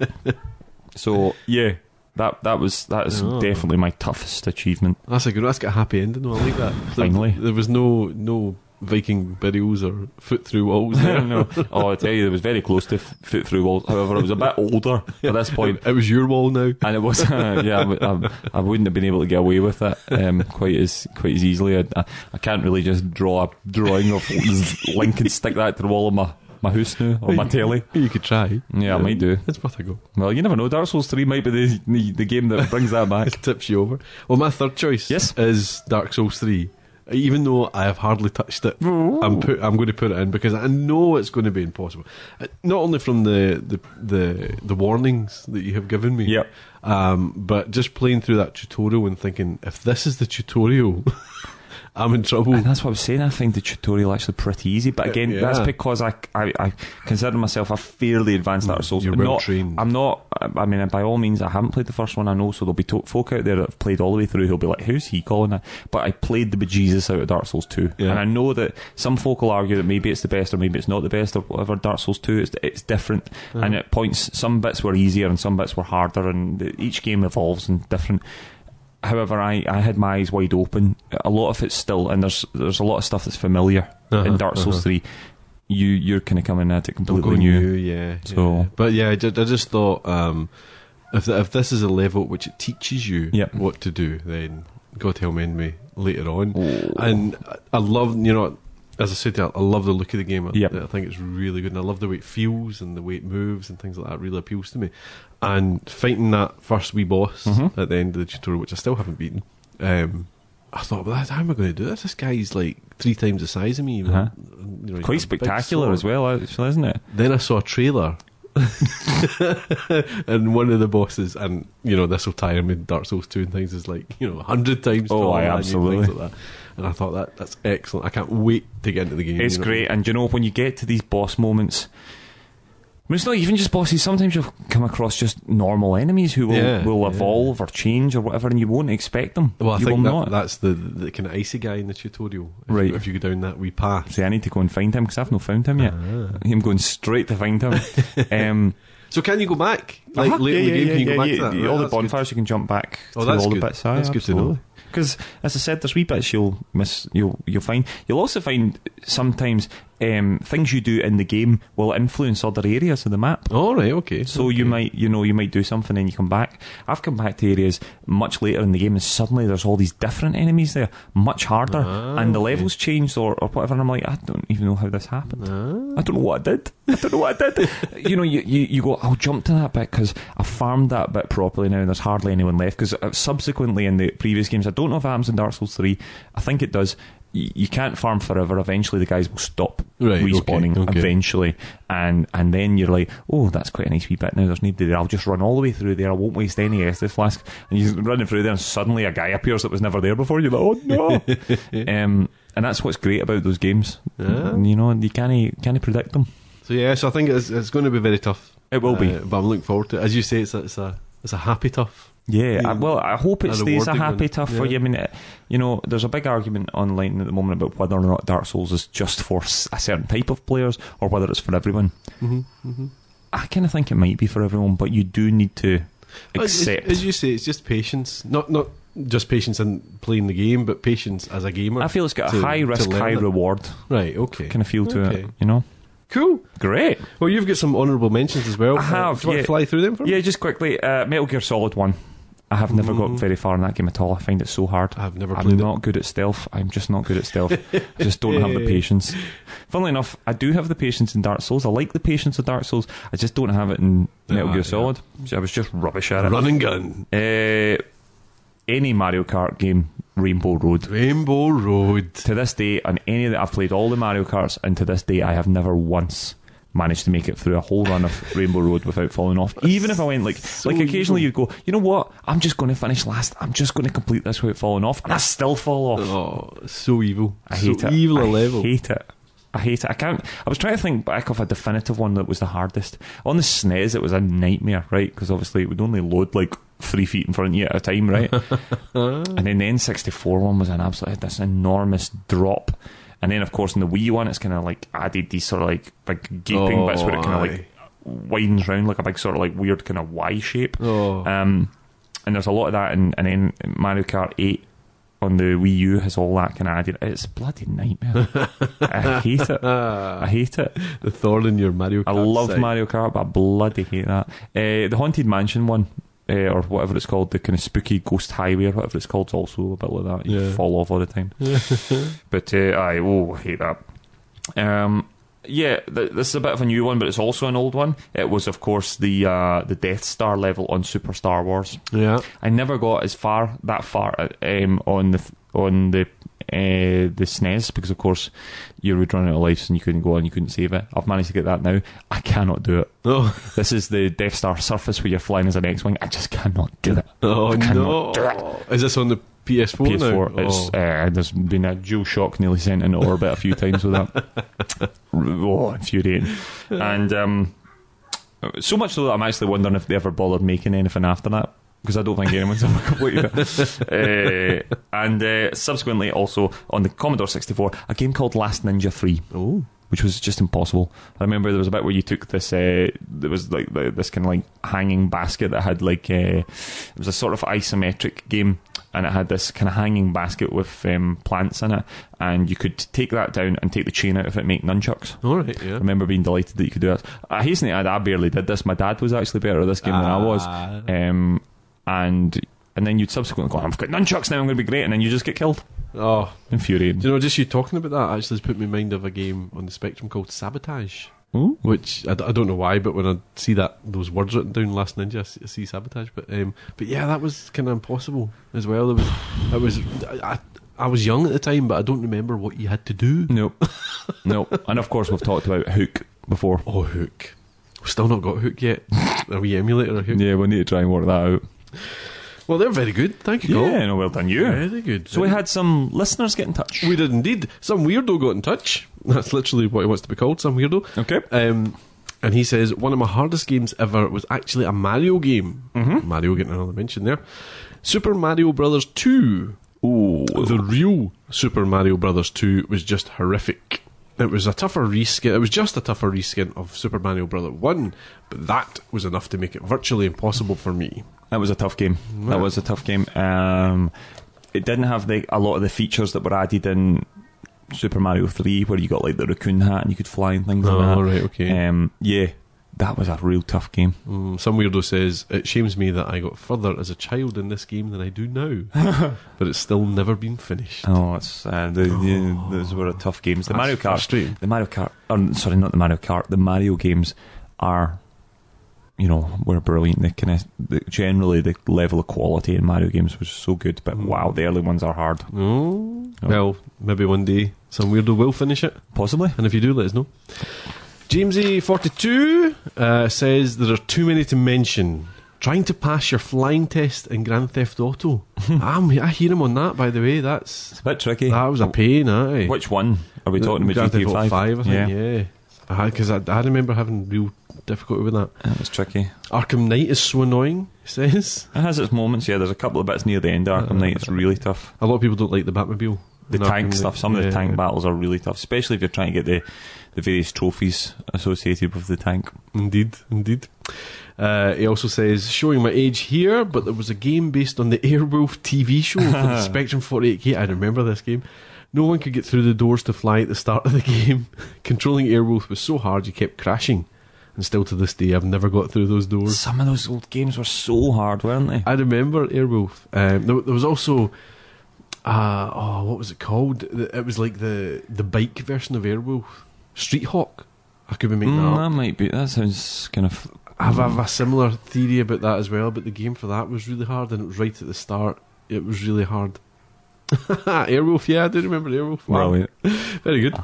[SPEAKER 1] so yeah, that that was that is definitely my toughest achievement. [laughs]
[SPEAKER 2] That's a good. That's got a happy ending. though, I like that. There-
[SPEAKER 1] Finally.
[SPEAKER 2] there, was no no Viking burials or foot through walls.
[SPEAKER 1] I
[SPEAKER 2] There.
[SPEAKER 1] [laughs] don't know. Oh, I tell you, it was very close to f- foot through walls. However, I was a bit older at this point.
[SPEAKER 2] It was your wall now.
[SPEAKER 1] and it was [laughs] yeah I, w- I- I wouldn't have been able to get away with it um, quite as quite as easily I, I, I can't really just draw a drawing of [laughs] Link and stick that to the wall of my my house now or my telly
[SPEAKER 2] You could try.
[SPEAKER 1] yeah I might do
[SPEAKER 2] It's worth a go.
[SPEAKER 1] well you never know Dark Souls 3 might be the, the, the game that brings that back
[SPEAKER 2] It tips you over. Well, my third choice
[SPEAKER 1] Yes.
[SPEAKER 2] is Dark Souls 3. Even though I have hardly touched it, I'm put, I'm going to put it in because I know it's going to be impossible. Uh, Not only from the the the, the warnings that you have given me,
[SPEAKER 1] Yep.
[SPEAKER 2] um, but just playing through that tutorial and thinking, if this is the tutorial, [laughs] I'm in
[SPEAKER 1] [laughs]
[SPEAKER 2] trouble.
[SPEAKER 1] And that's what I was saying. I find the tutorial actually pretty easy, but again,
[SPEAKER 2] yeah.
[SPEAKER 1] that's because I, I, I consider myself a fairly advanced Dark Souls.
[SPEAKER 2] Mm, you're
[SPEAKER 1] I'm not-
[SPEAKER 2] well-trained.
[SPEAKER 1] I'm not. I mean, by all means, I haven't played the first one. I know, so there'll be to- folk out there that have played all the way through who'll be like, "Who's he calling it?" But I played the bejesus out of Dark Souls Two,
[SPEAKER 2] Yeah.
[SPEAKER 1] and I know that some folk will argue that maybe it's the best or maybe it's not the best or whatever. Dark Souls Two, it's it's different, and at points some bits were easier and some bits were harder, and the- each game evolves and different. However, I, I had my eyes wide open. A lot of it's still, and there's there's a lot of stuff that's familiar
[SPEAKER 2] Uh-huh,
[SPEAKER 1] in Dark Souls
[SPEAKER 2] uh-huh.
[SPEAKER 1] Three. You you're kind of coming at it
[SPEAKER 2] I'm
[SPEAKER 1] completely
[SPEAKER 2] going
[SPEAKER 1] new.
[SPEAKER 2] new, yeah.
[SPEAKER 1] So-
[SPEAKER 2] yeah. but yeah, I ju- I just, thought um, if th- if this is a level at which it teaches you
[SPEAKER 1] Yep.
[SPEAKER 2] what to do, then God help mend me later on.
[SPEAKER 1] Oh.
[SPEAKER 2] And I- I love you know. As I said, to you, I love the look of the game. I,
[SPEAKER 1] Yep.
[SPEAKER 2] I think it's really good, and I love the way it feels and the way it moves and things like that. Really appeals to me. And fighting that first wee boss
[SPEAKER 1] Mm-hmm.
[SPEAKER 2] at the end of the tutorial, which I still haven't beaten, um, I thought, well, how am I going to do this? This guy's like three times the size of me. with,
[SPEAKER 1] Uh-huh.
[SPEAKER 2] you know, he's got a
[SPEAKER 1] Quite
[SPEAKER 2] big
[SPEAKER 1] spectacular
[SPEAKER 2] sword.
[SPEAKER 1] as well, actually, isn't it?
[SPEAKER 2] Then I saw a trailer. [laughs] and one of the bosses, and you know, this will tie him in Dark Souls 2 and things, is like, you know, 100 times
[SPEAKER 1] Oh,
[SPEAKER 2] taller
[SPEAKER 1] aye,
[SPEAKER 2] than you,
[SPEAKER 1] absolutely.
[SPEAKER 2] things like that. And I thought, that that's excellent. I can't wait to get into the game.
[SPEAKER 1] It's
[SPEAKER 2] you know.
[SPEAKER 1] great, and you know when you get to these boss moments. I mean, it's not even just bosses. Sometimes you'll come across just normal enemies who will,
[SPEAKER 2] Yeah,
[SPEAKER 1] will
[SPEAKER 2] yeah.
[SPEAKER 1] evolve or change or whatever, and you won't expect them.
[SPEAKER 2] Well, I
[SPEAKER 1] you
[SPEAKER 2] think
[SPEAKER 1] will
[SPEAKER 2] that,
[SPEAKER 1] not.
[SPEAKER 2] that's the, the kind of icy guy in the tutorial. If
[SPEAKER 1] Right.
[SPEAKER 2] You, if you go down that wee path.
[SPEAKER 1] See, I need to go and find him because I've not found him yet.
[SPEAKER 2] Ah.
[SPEAKER 1] I'm going straight to find
[SPEAKER 2] [laughs]
[SPEAKER 1] him. um,
[SPEAKER 2] So, can you go back? Like,
[SPEAKER 1] Uh-huh.
[SPEAKER 2] late in the game, can you go back to that?
[SPEAKER 1] yeah,
[SPEAKER 2] Right,
[SPEAKER 1] all the
[SPEAKER 2] that's good.
[SPEAKER 1] bonfires you can jump back
[SPEAKER 2] Oh,
[SPEAKER 1] through
[SPEAKER 2] that's
[SPEAKER 1] all
[SPEAKER 2] good.
[SPEAKER 1] the bits.
[SPEAKER 2] That's good to know.
[SPEAKER 1] Because as I said, there's wee bits you'll miss. You'll you'll find. You'll also find sometimes um, things you do in the game will influence other areas of the map.
[SPEAKER 2] All right, okay.
[SPEAKER 1] So you might, you know, you might do something and you come back. I've come back to areas much later in the game, and suddenly there's all these different enemies there, much harder,
[SPEAKER 2] Ah,
[SPEAKER 1] and the levels changed or, or whatever. And I'm like, I don't even know how this happened.
[SPEAKER 2] Ah.
[SPEAKER 1] I don't know what I did. I don't know what I
[SPEAKER 2] [laughs]
[SPEAKER 1] did. you know, you, you you go, I'll jump to that bit because I farmed that bit properly now, and there's hardly anyone left. Because subsequently in the previous games, I don't know if it happens in Dark Souls three. I think it does. You you can't farm forever. Eventually, the guys will stop
[SPEAKER 2] Right, okay,
[SPEAKER 1] respawning. Eventually
[SPEAKER 2] okay.
[SPEAKER 1] eventually, and and then you're like, oh, that's quite a nice wee bit. Now there's nobody there. I'll just run all the way through there. I won't waste any Estus flask. And you're running through there, and suddenly a guy appears that was never there before. You're like, oh no. um, and that's what's great about those games. You know, you can't can't predict them.
[SPEAKER 2] So yeah, so I think it's, it's going to be very tough. Uh,
[SPEAKER 1] It will be.
[SPEAKER 2] but I'm looking forward to it. As you say, it's a, it's a it's a happy tough.
[SPEAKER 1] Yeah,
[SPEAKER 2] Yeah.
[SPEAKER 1] I, well, I hope it
[SPEAKER 2] A
[SPEAKER 1] stays a
[SPEAKER 2] rewarding
[SPEAKER 1] happy
[SPEAKER 2] one.
[SPEAKER 1] tough for
[SPEAKER 2] Yeah.
[SPEAKER 1] you. I mean, it, you know, there's a big argument online at the moment about whether or not Dark Souls is just for s- a certain type of players or whether it's for everyone.
[SPEAKER 2] Mm-hmm,
[SPEAKER 1] I kind of think it might be for everyone, but you do need to
[SPEAKER 2] As-
[SPEAKER 1] accept.
[SPEAKER 2] As, as you say, it's just patience. Not not just patience in playing the game, but patience as a gamer.
[SPEAKER 1] I feel it's got
[SPEAKER 2] to-
[SPEAKER 1] a high
[SPEAKER 2] to
[SPEAKER 1] risk,
[SPEAKER 2] learn
[SPEAKER 1] high
[SPEAKER 2] it.
[SPEAKER 1] reward
[SPEAKER 2] Right. Okay.
[SPEAKER 1] kind of feel to
[SPEAKER 2] Okay.
[SPEAKER 1] it. You know,
[SPEAKER 2] Cool.
[SPEAKER 1] great.
[SPEAKER 2] Well, you've got some honourable mentions as well.
[SPEAKER 1] I have,
[SPEAKER 2] Uh, do you want
[SPEAKER 1] yeah.
[SPEAKER 2] to fly through them for me?
[SPEAKER 1] Yeah, just quickly, uh, Metal Gear Solid One. I have never got very far in that game at all. I find it so hard.
[SPEAKER 2] Mm-hmm. I've never
[SPEAKER 1] I'm
[SPEAKER 2] played it.
[SPEAKER 1] not good at stealth. I'm just not good at stealth.
[SPEAKER 2] [laughs]
[SPEAKER 1] I just don't have the patience. Funnily enough, I do have the patience in Dark Souls. I like the patience of Dark Souls. I just don't have it in Metal
[SPEAKER 2] Ah, yeah.
[SPEAKER 1] Gear Solid. So I was just rubbish at it.
[SPEAKER 2] Run and gun.
[SPEAKER 1] Uh, any Mario Kart game, Rainbow Road.
[SPEAKER 2] Rainbow Road.
[SPEAKER 1] To this day, on any that I've played, all the Mario Karts, and to this day, I have never once managed to make it through a whole run [laughs] of Rainbow Road without falling off. Even if I went like, like occasionally you'd go, you know what? I'm just going to finish last. I'm just going to complete this without falling off, and I still fall off.
[SPEAKER 2] Oh, so evil.
[SPEAKER 1] I hate
[SPEAKER 2] so
[SPEAKER 1] it.
[SPEAKER 2] evil
[SPEAKER 1] I
[SPEAKER 2] a level.
[SPEAKER 1] hate it. I hate it. I can't. I was trying to think back of a definitive one that was the hardest. On the SNES, it was a nightmare, right? Because obviously it would only load like three feet in front of you at a time,
[SPEAKER 2] [laughs]
[SPEAKER 1] right? and then the N64 one was an absolute this enormous drop. And then, of course, in the Wii one, it's kind of like added these sort of like big gaping
[SPEAKER 2] Oh,
[SPEAKER 1] bits where it kind of
[SPEAKER 2] aye.
[SPEAKER 1] like widens round like a big sort of like weird kind of Y shape.
[SPEAKER 2] Oh.
[SPEAKER 1] Um, and there's a lot of that, and, and then Mario Kart 8 on the Wii U has all that kind of added. It's a bloody nightmare. I hate it. I hate it.
[SPEAKER 2] the thorn in your Mario Kart
[SPEAKER 1] I love
[SPEAKER 2] side.
[SPEAKER 1] Mario Kart, but I bloody hate that. Uh, the Haunted Mansion one, uh, or whatever it's called, the kind of spooky ghost highway or whatever it's called, is also a bit like that. You
[SPEAKER 2] Yeah.
[SPEAKER 1] fall off all the time. but uh, I oh hate that. Um, yeah, th- this is a bit of a new one, but it's also an old one. It was, of course, the uh, the Death Star level on Super Star Wars.
[SPEAKER 2] Yeah.
[SPEAKER 1] I never got as far that far uh, um, on the on the uh, the SNES because of course you would run out of lives and you couldn't go on, you couldn't save it. I've managed to get that now. I cannot do it.
[SPEAKER 2] Oh, [laughs]
[SPEAKER 1] This is the Death Star surface where you're flying as an X-wing. I just cannot do it.
[SPEAKER 2] oh
[SPEAKER 1] I cannot do it.
[SPEAKER 2] no. Is this on the PS4,
[SPEAKER 1] PS4.
[SPEAKER 2] now?
[SPEAKER 1] It's,
[SPEAKER 2] Oh.
[SPEAKER 1] uh, there's been a dual shock nearly sent into orbit a few times with that. oh, infuriating. And um, so much so that I'm actually wondering if they ever bothered making anything after that. Because I don't think anyone's ever [laughs] completed it. uh, and uh, subsequently, also on the Commodore 64, a game called Last Ninja 3
[SPEAKER 2] oh.
[SPEAKER 1] which was just impossible. I remember there was a bit where you took this, uh, there was like the, this kind of like hanging basket that had like uh, it was a sort of isometric game, and it had this kind of hanging basket with um, plants in it, and you could take that down and take the chain out of it, and make nunchucks.
[SPEAKER 2] All right, yeah.
[SPEAKER 1] I remember being delighted that you could do it. I hasten to add, I barely did this. My dad was actually better at this game than I was,
[SPEAKER 2] Ah.
[SPEAKER 1] um, and and then you'd subsequently go, "I've got nunchucks now, I'm going to be great," and then you just get killed.
[SPEAKER 2] Oh,
[SPEAKER 1] Infuriating.
[SPEAKER 2] do you know, just you talking about that actually has put me in mind of a game on the Spectrum called Sabotage.
[SPEAKER 1] Ooh.
[SPEAKER 2] Which I, d- I don't know why, but when I see that those words written down, Last Ninja, I see, I see sabotage. But um, but yeah, that was kind of impossible as well. There was, I was, I, I was young at the time, but I don't remember what you had to do.
[SPEAKER 1] Nope. nope.
[SPEAKER 2] [laughs]
[SPEAKER 1] And of course, we've talked about Hook before.
[SPEAKER 2] Oh, Hook. We've still not got Hook yet. Are we emulator or Hook?
[SPEAKER 1] Yeah, we need to try and work that out.
[SPEAKER 2] Well, they're very good. Thank you,
[SPEAKER 1] Yeah,
[SPEAKER 2] Colin.
[SPEAKER 1] no, well done you.
[SPEAKER 2] Very good.
[SPEAKER 1] So we had some listeners get in touch.
[SPEAKER 2] We did indeed. Some weirdo got in touch. That's literally what he wants to be called. Some weirdo.
[SPEAKER 1] Okay.
[SPEAKER 2] Um, and he says one of my hardest games ever was actually a Mario game.
[SPEAKER 1] Mm-hmm.
[SPEAKER 2] Mario getting another mention there. Super Mario Brothers Two.
[SPEAKER 1] Ooh.
[SPEAKER 2] The real Super Mario Brothers Two was just horrific. It was a tougher reskin. It was just a tougher reskin of Super Mario Brother One, but that was enough to make it virtually impossible for me.
[SPEAKER 1] That was a tough game. That was a tough game. Um, it didn't have the, a lot of the features that were added in Super Mario 3, where you got like the raccoon hat and you could fly and things
[SPEAKER 2] Oh,
[SPEAKER 1] like that.
[SPEAKER 2] right, okay.
[SPEAKER 1] Um, yeah, that was a real tough game.
[SPEAKER 2] Mm, Some weirdo says, It shames me that I got further as a child in this game than I do now, but it's still never been finished.
[SPEAKER 1] Oh, it's uh, the, the, those were tough games. The
[SPEAKER 2] Oh. That's
[SPEAKER 1] Mario
[SPEAKER 2] frustrating.
[SPEAKER 1] Kart, the Mario Kart, or, sorry, not the Mario Kart. The Mario games are, you know, were brilliant. They kind of the, generally the level of quality in Mario games was so good, but
[SPEAKER 2] Hmm.
[SPEAKER 1] wow, the early ones are hard.
[SPEAKER 2] Oh. Well, maybe one day some weirdo will finish it,
[SPEAKER 1] Possibly.
[SPEAKER 2] and if you do, let us know. Jamesy42 uh, says, There are too many to mention. Trying to pass your flying test in Grand Theft Auto. I'm, I hear him on that, by the way. That's
[SPEAKER 1] It's a bit tricky.
[SPEAKER 2] That was a pain, aye.
[SPEAKER 1] Which one are we talking about?
[SPEAKER 2] Ah. Grand Theft
[SPEAKER 1] GTA
[SPEAKER 2] Auto
[SPEAKER 1] 5?
[SPEAKER 2] 5, I think, yeah. Because I, I remember having real difficulty with that.
[SPEAKER 1] That was tricky.
[SPEAKER 2] Arkham Knight is so annoying, he says.
[SPEAKER 1] It has its moments, yeah. There's a couple of bits near the end, Arkham Knight. It's really tough.
[SPEAKER 2] A lot of people don't like the Batmobile.
[SPEAKER 1] the
[SPEAKER 2] in Uh, Arkham
[SPEAKER 1] tank
[SPEAKER 2] Knight.
[SPEAKER 1] stuff. Some of
[SPEAKER 2] Yeah.
[SPEAKER 1] the tank battles are really tough, especially if you're trying to get the, the various trophies associated with the tank.
[SPEAKER 2] Indeed, indeed. Uh, he also says, showing my age here, but there was a game based on the Airwolf TV show for
[SPEAKER 1] [laughs]
[SPEAKER 2] the Spectrum 48K. I remember this game. No one could [laughs] get through the doors to fly at the start of the game. Controlling Airwolf was so hard you kept crashing. and still to this day I've never got through those doors.
[SPEAKER 1] Some of those old games were so hard, weren't they?
[SPEAKER 2] I remember Airwolf. Um, there, there was also, uh, oh, what was it called? The- It was like the the bike version of Airwolf, Street Hawk. I could be making
[SPEAKER 1] Mm,
[SPEAKER 2] that
[SPEAKER 1] that
[SPEAKER 2] up.
[SPEAKER 1] might be. That sounds kind of.
[SPEAKER 2] I have, I have a similar theory about that as well, but the game for that was really hard, and it was right at the start. It was really hard. [laughs] Airwolf, yeah, I do remember Airwolf. Wow.
[SPEAKER 1] Brilliant.
[SPEAKER 2] Very good.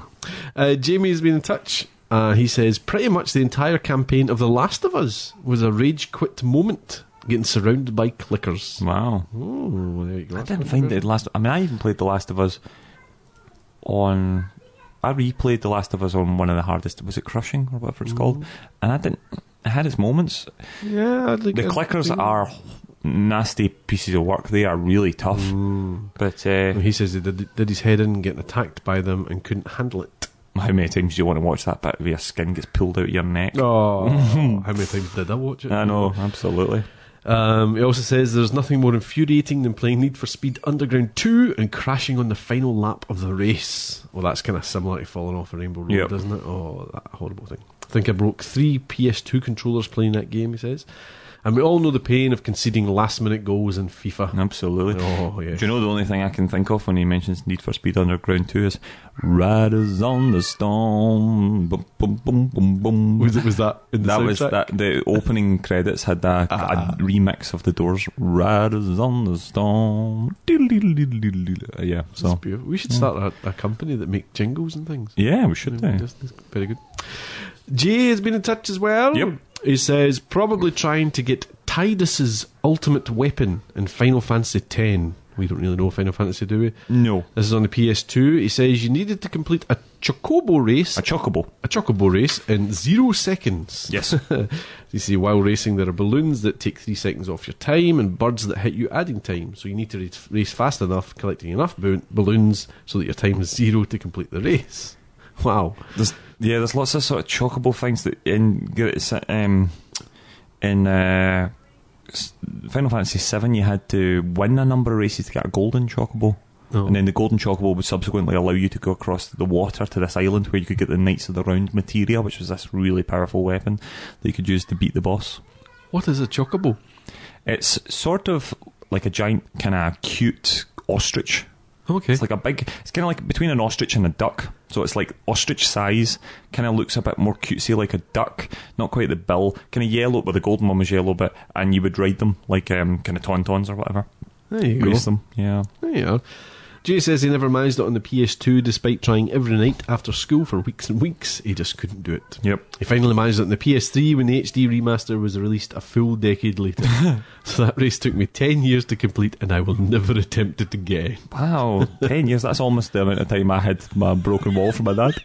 [SPEAKER 2] Uh, Jamie's been in touch. Uh, he says pretty much the entire campaign of The Last of Us was a rage quit moment, getting surrounded by clickers.
[SPEAKER 1] Wow.
[SPEAKER 2] Oh, there you go.
[SPEAKER 1] I didn't find it last. I mean, I even played The Last of Us on. I replayed The Last of Us on one of the hardest. Was it Crushing or whatever it's called? And I didn't. It had its moments.
[SPEAKER 2] Yeah, I'd like
[SPEAKER 1] The
[SPEAKER 2] I'd
[SPEAKER 1] clickers
[SPEAKER 2] think-
[SPEAKER 1] are nasty pieces of work. They are really tough. But uh,
[SPEAKER 2] He says he did, did his head in, getting attacked by them, and couldn't handle it.
[SPEAKER 1] how many times do you want to watch that bit where your skin gets pulled out of your neck?
[SPEAKER 2] Oh, [laughs] how many times did I watch it?
[SPEAKER 1] I know, absolutely.
[SPEAKER 2] Um, he also says there's nothing more infuriating than playing Need for Speed Underground 2 and crashing on the final lap of the race. Well, that's kind of similar to falling off a Rainbow Road,
[SPEAKER 1] Yep.
[SPEAKER 2] doesn't it? Oh, that horrible thing. I think I broke three PS2 controllers playing that game, he says. And we all know the pain of conceding last minute goals in FIFA.
[SPEAKER 1] Absolutely.
[SPEAKER 2] Oh, yeah.
[SPEAKER 1] Do you know the only thing I can think of when he mentions Need for Speed Underground 2 is Riders on the Storm. Bum, bum, bum, bum, bum.
[SPEAKER 2] Was, it, was that in the
[SPEAKER 1] that
[SPEAKER 2] soundtrack? Ah,
[SPEAKER 1] was that. The opening credits had a, a remix of the Doors. Riders on the Storm. Diddle-diddle-diddle-diddle. Uh, Yeah.
[SPEAKER 2] That's
[SPEAKER 1] So.
[SPEAKER 2] beautiful. We should start a, a company that make jingles and things.
[SPEAKER 1] Yeah, we should eh. do.
[SPEAKER 2] Just- just- Very good. Jay has been in touch as well.
[SPEAKER 1] Yep.
[SPEAKER 2] He says probably trying to get Tidus's ultimate weapon in Final Fantasy X. We don't really know Final Fantasy, do we?
[SPEAKER 1] No.
[SPEAKER 2] This is on the PS2. He says you needed to complete a chocobo race,
[SPEAKER 1] A
[SPEAKER 2] a,
[SPEAKER 1] chocobo.
[SPEAKER 2] chocobo race in zero seconds.
[SPEAKER 1] Yes.
[SPEAKER 2] [laughs] you see, while racing, there are balloons that take three seconds off your time and birds that hit you, adding time. So you need to race- race fast enough, collecting enough bo- balloons so that your time is zero to complete the race. [laughs] Wow.
[SPEAKER 1] There's, yeah, there's lots of sort of chocobo things that in get it set, um, in uh, s- Final Fantasy VII you had to win a number of races to get a golden chocobo,
[SPEAKER 2] Oh.
[SPEAKER 1] and then the golden chocobo would subsequently allow you to go across the water to this island where you could get the Knights of the Round materia, which was this really powerful weapon that you could use to beat the boss.
[SPEAKER 2] What is a chocobo?
[SPEAKER 1] It's sort of like a giant kind of cute ostrich
[SPEAKER 2] Okay.
[SPEAKER 1] It's like a big. It's kind of like between an ostrich and a duck. So it's like ostrich size. Kind of looks a bit more cutesy, like a duck. Not quite the bill. Kind of yellow, but the golden one was yellow. But and you would ride them like um, kind of tauntauns or whatever.
[SPEAKER 2] there you go.
[SPEAKER 1] Race them. Yeah.
[SPEAKER 2] There you are. Jay says he never managed it on the PS2 despite trying every night after school for weeks and weeks. He just couldn't do it.
[SPEAKER 1] Yep.
[SPEAKER 2] He finally managed it on the PS3 when the HD remaster was released a full decade later. so that race took me 10 years to complete and I will never attempt it again.
[SPEAKER 1] Wow. Ten years. That's almost the amount of time I had my broken wall from my dad.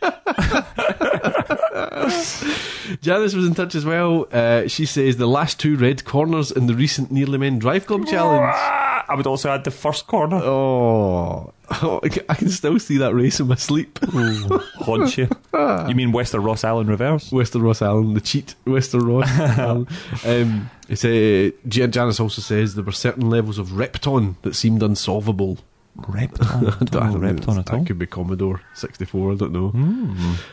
[SPEAKER 1] [laughs]
[SPEAKER 2] Janice was in touch as well. Uh, she says the last two red corners in the recent Nearly Men Drive Club challenge.
[SPEAKER 1] Ah, I would also add the first corner.
[SPEAKER 2] Oh, [laughs] I can still see that race in my sleep.
[SPEAKER 1] Haunt [laughs] you. You mean Wester Ross Allen reverse?
[SPEAKER 2] Western Ross Allen, the cheat Western Ross Allen. Um, it's a, Jan- Janice also says there were certain levels of Repton that seemed unsolvable.
[SPEAKER 1] [laughs] Repton. I
[SPEAKER 2] I
[SPEAKER 1] don't know
[SPEAKER 2] know,
[SPEAKER 1] Repton at
[SPEAKER 2] that
[SPEAKER 1] all. Hmm.
[SPEAKER 2] could be Commodore 64, I don't know.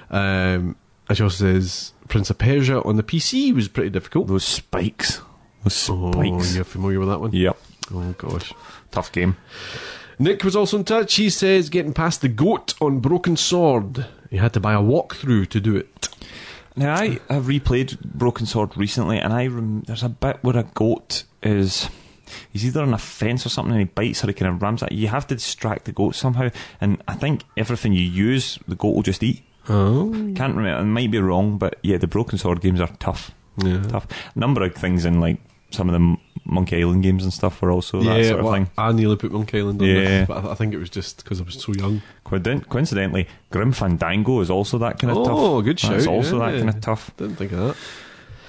[SPEAKER 2] Um, and she also says Prince of Persia on the PC was pretty difficult.
[SPEAKER 1] Those spikes. Those
[SPEAKER 2] Oh,
[SPEAKER 1] spikes.
[SPEAKER 2] you're familiar with that one?
[SPEAKER 1] Yep.
[SPEAKER 2] Oh, gosh.
[SPEAKER 1] Tough game.
[SPEAKER 2] Nick was also in touch. He says getting past the goat on Broken Sword. You had to buy a walkthrough to do it.
[SPEAKER 1] Now I have replayed Broken Sword recently, and I rem- there's a bit where a goat is. He's either on a fence or something, and he bites, or he kind of rams at you. You have to distract the goat somehow, and I think everything you use, the goat will just eat.
[SPEAKER 2] Oh.
[SPEAKER 1] Can't remember. I might be wrong, but yeah, the Broken Sword games are tough.
[SPEAKER 2] Yeah.
[SPEAKER 1] Tough. Number of things in like some of the M- Monkey Island games and stuff were also that sort of
[SPEAKER 2] well,
[SPEAKER 1] thing.
[SPEAKER 2] I nearly put Monkey Island on
[SPEAKER 1] Yeah.
[SPEAKER 2] this, but I- I think it was just because I was so young.
[SPEAKER 1] Coincident- Coincidentally, Grim Fandango is also that kind of tough.
[SPEAKER 2] Oh, good
[SPEAKER 1] That's
[SPEAKER 2] shout,
[SPEAKER 1] also
[SPEAKER 2] yeah.
[SPEAKER 1] that kind of tough.
[SPEAKER 2] Didn't think of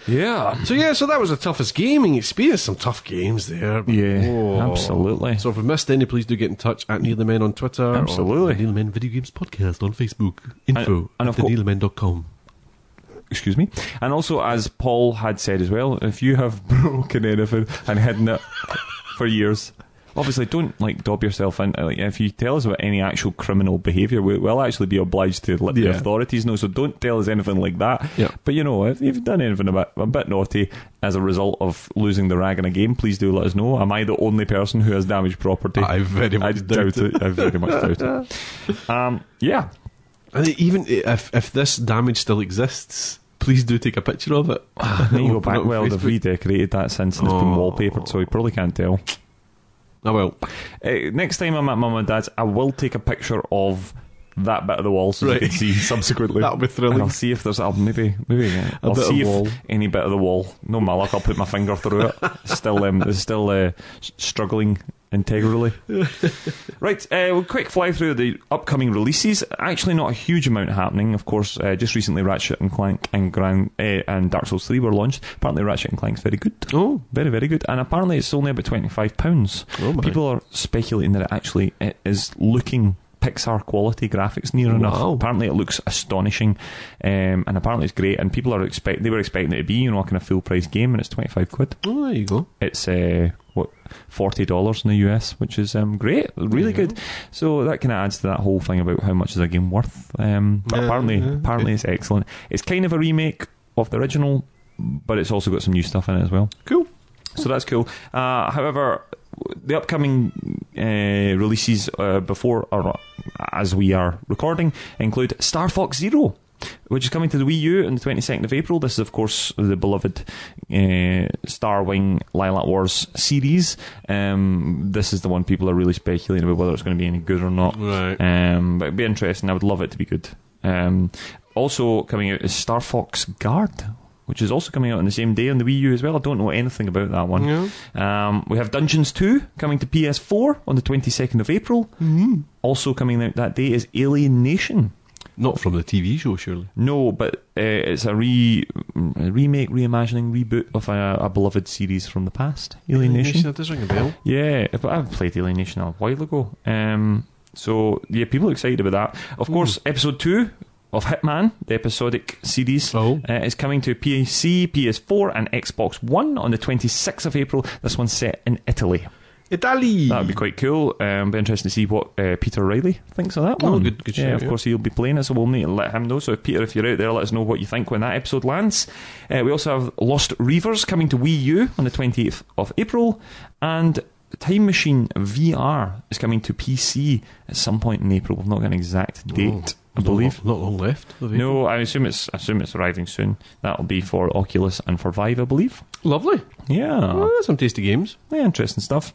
[SPEAKER 1] Yeah.
[SPEAKER 2] that. So yeah, so that was the toughest gaming experience. Some tough games there. Oh. but-
[SPEAKER 1] Yeah, absolutely.
[SPEAKER 2] So if we missed any, please do get in touch at Neil the Men on Twitter. or
[SPEAKER 1] Absolutely.
[SPEAKER 2] Neil the Men Video Games Podcast on Facebook. Info
[SPEAKER 1] and
[SPEAKER 2] at
[SPEAKER 1] of cour-
[SPEAKER 2] theneilthemen.com.
[SPEAKER 1] excuse me. And also, as [laughs] Paul had said as well, if you have broken anything and hidden it for years, Obviously, don't like dob yourself in. Like, if you tell us about any actual criminal behaviour, we will actually be obliged to let
[SPEAKER 2] Yeah.
[SPEAKER 1] the authorities know. So don't tell us anything like that.
[SPEAKER 2] Yeah.
[SPEAKER 1] But you know, if you've done anything a bit, a bit naughty as a result of losing the rag in a game, please do let us know. Am I the only person who has damaged property?
[SPEAKER 2] I very much
[SPEAKER 1] I
[SPEAKER 2] doubt
[SPEAKER 1] doubt it. I very much doubt it. [laughs] Um, yeah.
[SPEAKER 2] And even if if this damage still exists, please do take a picture of it.
[SPEAKER 1] Ah, There
[SPEAKER 2] [laughs]
[SPEAKER 1] you go
[SPEAKER 2] Open
[SPEAKER 1] back.
[SPEAKER 2] up
[SPEAKER 1] Well, they've
[SPEAKER 2] Facebook.
[SPEAKER 1] redecorated that since and it's been
[SPEAKER 2] Oh.
[SPEAKER 1] wallpapered, so you probably can't tell.
[SPEAKER 2] Oh well.
[SPEAKER 1] Uh, next time I'm at mum and dad's, I will take a picture of that bit of the wall so
[SPEAKER 2] Right.
[SPEAKER 1] you can see
[SPEAKER 2] [laughs]
[SPEAKER 1] subsequently.
[SPEAKER 2] That'll be thrilling.
[SPEAKER 1] And I'll see if there's. I'll maybe maybe
[SPEAKER 2] A
[SPEAKER 1] I'll
[SPEAKER 2] bit
[SPEAKER 1] see if
[SPEAKER 2] of wall.
[SPEAKER 1] any bit of the wall. No, my luck. I'll put my finger through [laughs] it. Still, um, it's still uh, s- struggling [laughs] integrally. right, uh, well, quick fly through the upcoming releases. Actually, not a huge amount happening. Of course, uh, just recently, Ratchet and Clank and Grand uh, and Dark Souls Three were launched. Apparently, Ratchet and Clank's very good.
[SPEAKER 2] Oh.
[SPEAKER 1] Very, very good. And apparently it's only about £25.
[SPEAKER 2] Oh my.
[SPEAKER 1] People are speculating that it actually it is looking Pixar quality graphics near enough.
[SPEAKER 2] Wow.
[SPEAKER 1] Apparently it looks astonishing um, and apparently it's great. And people are expect they were expecting it to be, you know, like in a full price game and it's 25 quid.
[SPEAKER 2] Oh, there you go.
[SPEAKER 1] It's, uh, what, $40 in the US, which is um, great. Really good. So that kind of adds to that whole thing about how much is a game worth. Um, but
[SPEAKER 2] Yeah,
[SPEAKER 1] apparently,
[SPEAKER 2] yeah.
[SPEAKER 1] apparently it's excellent. It's kind of a remake of the original, but it's also got some new stuff in it as well.
[SPEAKER 2] Cool.
[SPEAKER 1] So that's cool. Uh, however, the upcoming uh, releases uh, before or as we are recording include Star Fox Zero, which is coming to the Wii U on the 22nd of April. This is, of course, the beloved uh, Star Wing Lilac Wars series. Um, this is the one people are really speculating about whether it's going to be any good or not.
[SPEAKER 2] Right.
[SPEAKER 1] Um, but it'd be interesting. I would love it to be good. Um, also coming out is Star Fox Guard, which is also coming out on the same day on the Wii U as well. I don't know anything about that one.
[SPEAKER 2] Yeah.
[SPEAKER 1] Um, we have Dungeons 2 coming to PS4 on the 22nd of April. mm Also coming out that day is Alienation.
[SPEAKER 2] Not from the TV show, surely.
[SPEAKER 1] No, but uh, it's a re a remake, reimagining, reboot of a, a beloved series from the past, Alienation.
[SPEAKER 2] That does ring a bell.
[SPEAKER 1] Yeah, but I've played Alienation a while ago. Um, so yeah, people are excited about that. Of course, episode two of Hitman, the episodic series,
[SPEAKER 2] Oh.
[SPEAKER 1] uh, is coming to PC, PS4, and Xbox One on the 26th of April. This one's set in Italy.
[SPEAKER 2] Italy.
[SPEAKER 1] That would be quite cool. Um, be interesting to see what uh, Peter Riley thinks of that
[SPEAKER 2] Oh,
[SPEAKER 1] one.
[SPEAKER 2] good- good
[SPEAKER 1] yeah,
[SPEAKER 2] shout,
[SPEAKER 1] of
[SPEAKER 2] yeah.
[SPEAKER 1] course he'll be playing it, so we'll need to let him know. So Peter, if you're out there, let us know what you think when that episode lands. Uh, we also have Lost Reavers coming to Wii U on the 28th of April, and Time Machine VR is coming to PC at some point in April. We've not got an exact
[SPEAKER 2] Oh,
[SPEAKER 1] date, I believe.
[SPEAKER 2] Not, long left. of April.
[SPEAKER 1] No, I assume it's I assume it's arriving soon. That'll be for Oculus and for Vive, I believe.
[SPEAKER 2] Lovely.
[SPEAKER 1] Yeah.
[SPEAKER 2] Ah, some tasty games.
[SPEAKER 1] Yeah, interesting stuff.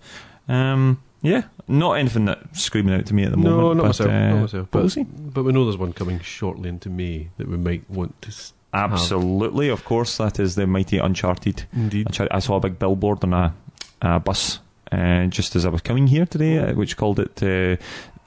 [SPEAKER 1] Um, yeah, not anything that's screaming out to me at the
[SPEAKER 2] no,
[SPEAKER 1] moment.
[SPEAKER 2] not
[SPEAKER 1] but,
[SPEAKER 2] myself.
[SPEAKER 1] uh,
[SPEAKER 2] not myself.
[SPEAKER 1] but
[SPEAKER 2] But,
[SPEAKER 1] we'll see.
[SPEAKER 2] but we know there's one coming shortly into May that we might want to. s- have.
[SPEAKER 1] Absolutely, of course, that is the mighty Uncharted.
[SPEAKER 2] Indeed.
[SPEAKER 1] Unchar- I saw a big billboard on a, a bus uh, just as I was coming here today, uh, which called it. Uh,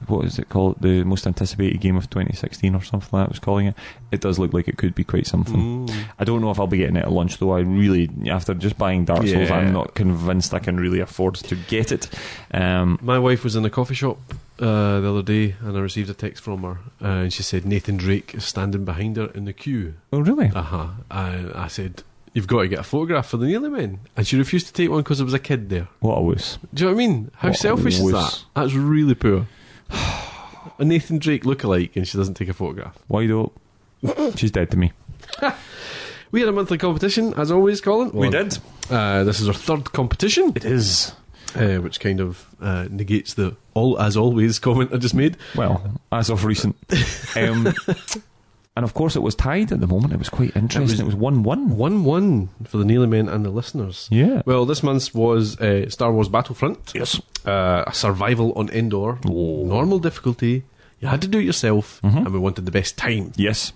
[SPEAKER 1] what is it called? The most anticipated game of 2016 or something like that was calling it. It does look like it could be quite something.
[SPEAKER 2] Mm.
[SPEAKER 1] I don't know if I'll be getting it at lunch though. I really, after just buying Dark Souls,
[SPEAKER 2] Yeah.
[SPEAKER 1] I'm not convinced I can really afford to get it. Um,
[SPEAKER 2] My wife was in a coffee shop uh, the other day, and I received a text from her, uh, and she said Nathan Drake is standing behind her in the queue.
[SPEAKER 1] oh, really?
[SPEAKER 2] Uh huh. And I said, "You've got to get a photograph for the Nearly Men," and she refused to take one because there was a kid there.
[SPEAKER 1] What a wuss.
[SPEAKER 2] Do you know what I mean? How
[SPEAKER 1] What a
[SPEAKER 2] selfish is that?
[SPEAKER 1] wuss.
[SPEAKER 2] That's really poor. [sighs] A Nathan Drake look-alike, and she doesn't take a photograph.
[SPEAKER 1] Why don't? She's dead to me.
[SPEAKER 2] We had a monthly competition, as always, Colin. Well,
[SPEAKER 1] did.
[SPEAKER 2] Uh, this is our third competition,
[SPEAKER 1] It is.
[SPEAKER 2] uh, which kind of uh, negates the all as always [laughs] comment I just made.
[SPEAKER 1] Well, as of recent. Um, and of course, it was tied at the moment. It was quite interesting. It was 1 1.
[SPEAKER 2] One-one for the Nearly Men and the listeners.
[SPEAKER 1] Yeah.
[SPEAKER 2] Well, this month's was uh, Star Wars Battlefront.
[SPEAKER 1] yes.
[SPEAKER 2] uh, a survival on Endor, normal difficulty. You had to do it yourself,
[SPEAKER 1] Mm-hmm.
[SPEAKER 2] and we wanted the best time. Do
[SPEAKER 1] Yes.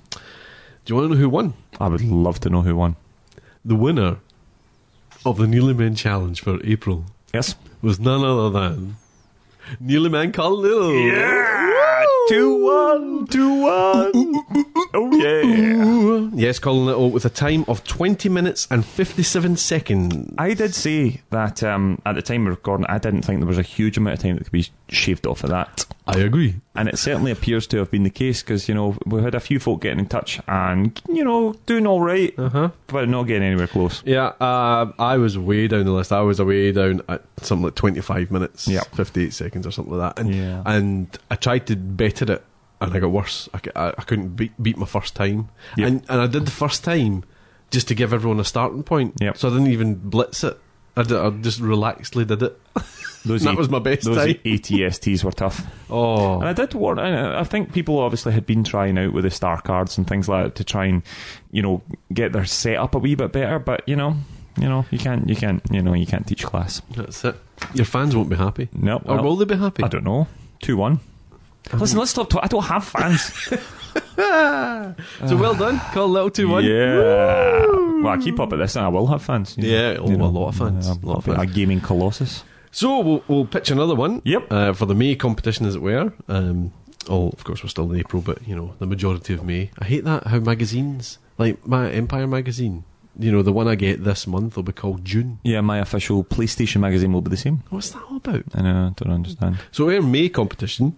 [SPEAKER 2] you want to know who won?
[SPEAKER 1] I would love to know who won.
[SPEAKER 2] The winner of the Nearly Men Challenge for April
[SPEAKER 1] Yes.
[SPEAKER 2] was none other than Nearly Man Carl Little. Yeah!
[SPEAKER 1] 2 1. 2 1. Oh, yeah.
[SPEAKER 2] Yes, Colin Little with a time of 20 minutes and 57 seconds.
[SPEAKER 1] I did say that um, at the time of recording, I didn't think there was a huge amount of time that could be shaved off of that.
[SPEAKER 2] I agree.
[SPEAKER 1] And it certainly appears to have been the case because, you know, we had a few folk getting in touch and, you know, doing all right,
[SPEAKER 2] Uh-huh.
[SPEAKER 1] but not getting anywhere close.
[SPEAKER 2] Yeah, uh, I was way down the list. I was way down at something like 25 minutes,
[SPEAKER 1] Yeah.
[SPEAKER 2] 58 seconds or something like that. And,
[SPEAKER 1] Yeah.
[SPEAKER 2] and I tried to better it and I got worse. I, cou- I, I couldn't beat, beat my first time.
[SPEAKER 1] Yep.
[SPEAKER 2] And, and I did the first time just to give everyone a starting point.
[SPEAKER 1] Yep.
[SPEAKER 2] So I didn't even blitz it. I, did, I just relaxedly did it.
[SPEAKER 1] Those
[SPEAKER 2] [laughs] That was my best
[SPEAKER 1] Those [laughs]
[SPEAKER 2] time.
[SPEAKER 1] ATSTs were tough.
[SPEAKER 2] Oh.
[SPEAKER 1] And I did warn. I I think people obviously had been trying out with the star cards and things like that to try and, you know, get their setup a wee bit better. But you know, you know, you can't, you can't, you know, you can't teach class.
[SPEAKER 2] That's it. Your fans won't be happy.
[SPEAKER 1] No,
[SPEAKER 2] Or
[SPEAKER 1] well,
[SPEAKER 2] will they be happy?
[SPEAKER 1] I don't know. Two one. Listen, let's stop. Talk- I don't have fans. [sighs]
[SPEAKER 2] So well done. Call Little 2 1.
[SPEAKER 1] yeah. Well, I keep up at this, and I will have fans. you know.
[SPEAKER 2] Yeah, oh,
[SPEAKER 1] You know,
[SPEAKER 2] a lot of fans.
[SPEAKER 1] uh,
[SPEAKER 2] a lot of
[SPEAKER 1] a
[SPEAKER 2] fans.
[SPEAKER 1] gaming colossus.
[SPEAKER 2] So we'll, we'll pitch another one.
[SPEAKER 1] Yep.
[SPEAKER 2] Uh, for the May competition, as it were. Um, oh, of course, we're still in April, but you know the majority of May. I hate that how magazines, like my Empire magazine, you know the one I get this month will be called June.
[SPEAKER 1] Yeah, my official PlayStation magazine will be the same.
[SPEAKER 2] What's that all about?
[SPEAKER 1] I know, I don't understand.
[SPEAKER 2] So our May competition,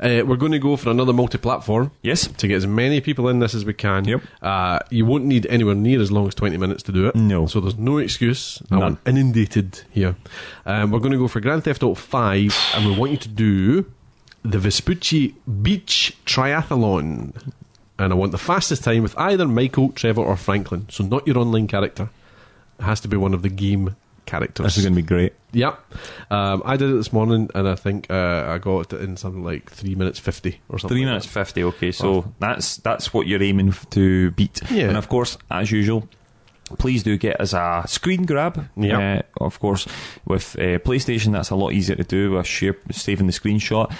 [SPEAKER 2] uh, we're going to go for another multi-platform.
[SPEAKER 1] Yes.
[SPEAKER 2] To get as many people in this as we can.
[SPEAKER 1] Yep.
[SPEAKER 2] Uh, you won't need anywhere near as long as 20 minutes to do it.
[SPEAKER 1] No.
[SPEAKER 2] So there's no excuse.
[SPEAKER 1] None.
[SPEAKER 2] I'm inundated here. Um, we're going to go for Grand Theft Auto 5, and we want you to do the Vespucci Beach Triathlon. And I want the fastest time with either Michael, Trevor, or Franklin. So not your online character. It has to be one of the game characters.
[SPEAKER 1] This is going to be great.
[SPEAKER 2] Yep. Um, I did it this morning, and I think uh, I got it in something like three minutes fifty or something.
[SPEAKER 1] Three
[SPEAKER 2] like
[SPEAKER 1] minutes
[SPEAKER 2] that.
[SPEAKER 1] fifty. Okay, so that's that's what you're aiming f- to beat.
[SPEAKER 2] Yeah.
[SPEAKER 1] And of course, as usual, please do get us a screen grab.
[SPEAKER 2] Yeah.
[SPEAKER 1] Uh, of course, with uh, PlayStation, that's a lot easier to do. With share, saving the screenshot.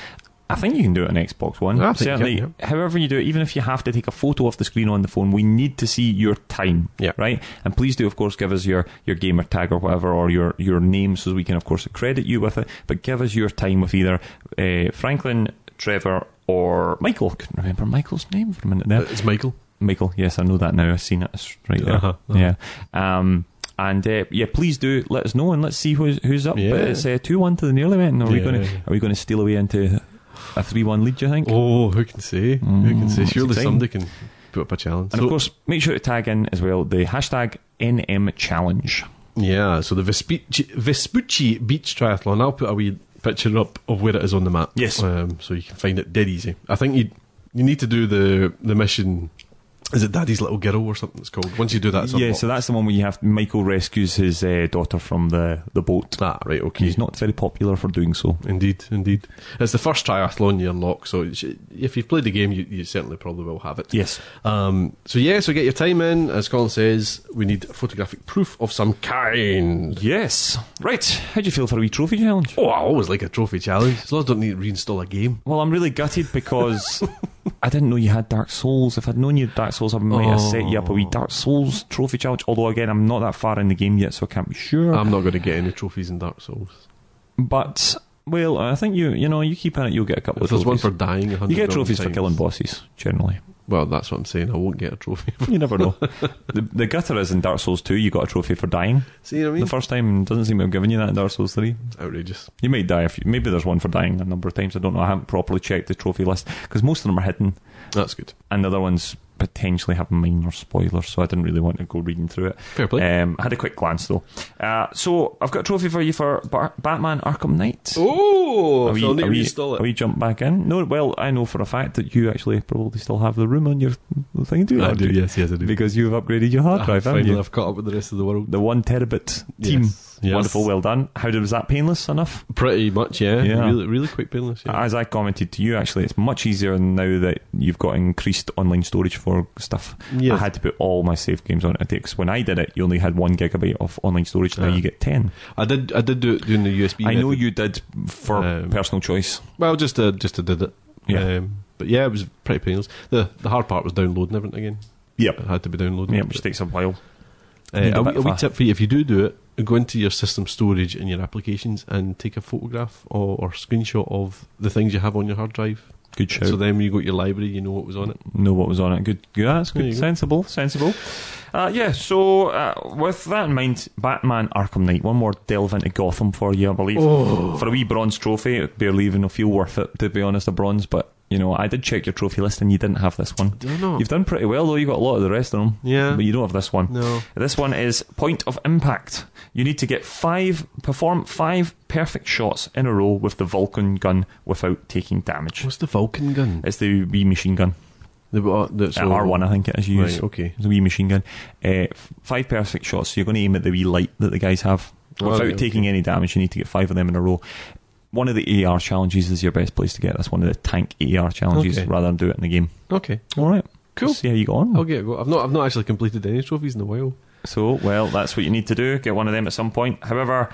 [SPEAKER 1] I think you can do it on Xbox One.
[SPEAKER 2] I think you
[SPEAKER 1] Certainly.
[SPEAKER 2] can,
[SPEAKER 1] However, you do it, even if you have to take a photo of the screen on the phone, we need to see your time.
[SPEAKER 2] Yeah.
[SPEAKER 1] Right. And please do, of course, give us your your gamer tag or whatever, or your your name, so we can, of course, credit you with it. But give us your time with either uh, Franklin, Trevor, or Michael. Couldn't remember Michael's name for a minute there.
[SPEAKER 2] It's Michael.
[SPEAKER 1] Michael. Yes, I know that now. I've seen it. It's right there.
[SPEAKER 2] Uh-huh,
[SPEAKER 1] Yeah. Um, and uh, yeah, please do let us know and let's see who's who's up.
[SPEAKER 2] Yeah.
[SPEAKER 1] But it's eh, two one to the nearly man. Are we
[SPEAKER 2] Yeah.
[SPEAKER 1] going to are we going to steal away into a three one lead? Do you think?
[SPEAKER 2] Oh, who can say? who can say?
[SPEAKER 1] it's
[SPEAKER 2] Surely
[SPEAKER 1] exciting.
[SPEAKER 2] somebody can put up a challenge.
[SPEAKER 1] And
[SPEAKER 2] So-
[SPEAKER 1] of course, make sure to tag in as well the hashtag NM Challenge.
[SPEAKER 2] yeah. So the Vespucci, Vespucci Beach Triathlon. I'll put a wee picture up of where it is on the map.
[SPEAKER 1] Yes.
[SPEAKER 2] Um, so you can find it dead easy. I think you you need to do the the mission. Is it Daddy's Little Girl or something? It's called. Once you do that, it's
[SPEAKER 1] yeah,
[SPEAKER 2] unlocked.
[SPEAKER 1] so that's the one where you have Michael rescues his uh, daughter from the the boat.
[SPEAKER 2] ah, right. Okay.
[SPEAKER 1] He's not very popular for doing so.
[SPEAKER 2] Indeed, indeed. It's the first triathlon you unlock, so it's- if you've played the game, you, you certainly probably will have it.
[SPEAKER 1] Yes.
[SPEAKER 2] Um, so yeah, so get your time in. As Colin says, we need photographic proof of some kind.
[SPEAKER 1] Yes. Right. How do you feel for a wee trophy challenge?
[SPEAKER 2] Oh, I always like a trophy challenge. As long as I don't need to reinstall a game.
[SPEAKER 1] Well, I'm really gutted [laughs] because I didn't know you had Dark Souls. If I'd known you had Dark Souls, I might have set you up a wee Dark Souls trophy challenge. Although, again, I'm not that far in the game yet, so I can't be sure.
[SPEAKER 2] I'm not going to get any trophies in Dark Souls.
[SPEAKER 1] but well, I think you you know you keep at it, you'll get a couple
[SPEAKER 2] If
[SPEAKER 1] of
[SPEAKER 2] there's
[SPEAKER 1] trophies.
[SPEAKER 2] one for dying, a hundred
[SPEAKER 1] you get
[SPEAKER 2] million
[SPEAKER 1] trophies for
[SPEAKER 2] times.
[SPEAKER 1] killing bosses generally.
[SPEAKER 2] Well, that's what I'm saying. I won't get a trophy. [laughs]
[SPEAKER 1] You never [laughs] know. the, the gutter is in Dark Souls 2, you got a trophy for dying.
[SPEAKER 2] See what I mean?
[SPEAKER 1] The first time doesn't seem to have given you that in Dark Souls 3.
[SPEAKER 2] Outrageous.
[SPEAKER 1] You might die if you, maybe there's one for dying a number of times. I don't know. I haven't properly checked the trophy list because most of them are hidden,
[SPEAKER 2] That's good.
[SPEAKER 1] and the other ones potentially have minor spoilers. So I didn't really want to go reading through it.
[SPEAKER 2] Fair play.
[SPEAKER 1] Um, I had a quick glance though. Uh, so I've got a trophy for you for Bar- Batman Arkham Knight.
[SPEAKER 2] Oh,
[SPEAKER 1] Are we,
[SPEAKER 2] I'll
[SPEAKER 1] are
[SPEAKER 2] need to
[SPEAKER 1] we-
[SPEAKER 2] reinstall
[SPEAKER 1] are
[SPEAKER 2] it.
[SPEAKER 1] we jump back in? No, well, I know for a fact that you actually probably still have the room on your thing, do you?
[SPEAKER 2] I
[SPEAKER 1] not?
[SPEAKER 2] do. Yes, yes, I do. Ah,
[SPEAKER 1] Because you've upgraded your hard drive, haven't
[SPEAKER 2] Finally,
[SPEAKER 1] you?
[SPEAKER 2] I've caught up with the rest of the world.
[SPEAKER 1] The one terabit team.
[SPEAKER 2] Yes. Yes.
[SPEAKER 1] Wonderful, well done. How did, was that painless enough?
[SPEAKER 2] Pretty much, yeah.
[SPEAKER 1] Yeah.
[SPEAKER 2] Really, really quick painless. Yeah.
[SPEAKER 1] As I commented to you, actually, it's much easier now that you've got increased online storage for stuff.
[SPEAKER 2] Yes.
[SPEAKER 1] I had to put all my save games on it. Because when I did it, you only had one gigabyte of online storage. Now
[SPEAKER 2] Yeah.
[SPEAKER 1] you get ten.
[SPEAKER 2] I did. I did do it during the USB.
[SPEAKER 1] I know
[SPEAKER 2] method.
[SPEAKER 1] you did for
[SPEAKER 2] Um,
[SPEAKER 1] personal choice.
[SPEAKER 2] Well, just uh, just I did it.
[SPEAKER 1] Yeah.
[SPEAKER 2] Um, but yeah, it was pretty painless. the The hard part was downloading everything again.
[SPEAKER 1] Yep.
[SPEAKER 2] It had to be downloaded.
[SPEAKER 1] Yep, which takes a while.
[SPEAKER 2] Uh,
[SPEAKER 1] need a
[SPEAKER 2] a, wee,
[SPEAKER 1] bit
[SPEAKER 2] a wee
[SPEAKER 1] fast.
[SPEAKER 2] tip for you: if you do do it, go into your system storage and your applications and take a photograph or, or screenshot of the things you have on your hard drive.
[SPEAKER 1] Good show.
[SPEAKER 2] So then when you go to your library, you know what was on it.
[SPEAKER 1] know what was on it. Good, yeah, that's
[SPEAKER 2] There
[SPEAKER 1] good,
[SPEAKER 2] you go.
[SPEAKER 1] sensible, sensible. Uh, yeah, so uh, with that in mind, Batman: Arkham Knight. One more delve into Gotham for you, I believe,
[SPEAKER 2] Oh.
[SPEAKER 1] for a wee bronze trophy. It barely even will feel worth it to be honest, a bronze. But you know, I did check your trophy list, and you didn't have this one.
[SPEAKER 2] I know.
[SPEAKER 1] You've done pretty well though. You got a lot of the rest of them.
[SPEAKER 2] Yeah.
[SPEAKER 1] but you don't have this one.
[SPEAKER 2] No.
[SPEAKER 1] This one is point of impact. You need to get five, perform five perfect shots in a row with the Vulcan gun without taking damage.
[SPEAKER 2] What's the Vulcan gun?
[SPEAKER 1] It's the wee machine gun.
[SPEAKER 2] The, uh, the, so,
[SPEAKER 1] Uh, R1, I think it is you use.
[SPEAKER 2] Right, okay.
[SPEAKER 1] It's a wee machine gun. Uh, f- five perfect shots, so you're going to aim at the wee light that the guys have.
[SPEAKER 2] Oh,
[SPEAKER 1] Without
[SPEAKER 2] okay,
[SPEAKER 1] taking any damage, you need to get five of them in a row. One of the AR challenges is your best place to get. That's one of the tank AR challenges
[SPEAKER 2] Okay.
[SPEAKER 1] rather than do it in the game.
[SPEAKER 2] Okay,
[SPEAKER 1] All right.
[SPEAKER 2] Cool.
[SPEAKER 1] Let's see how you got on.
[SPEAKER 2] I'll get a go. I've not, I've not actually completed any trophies in a while.
[SPEAKER 1] So, well, that's what you need to do. Get one of them at some point. However,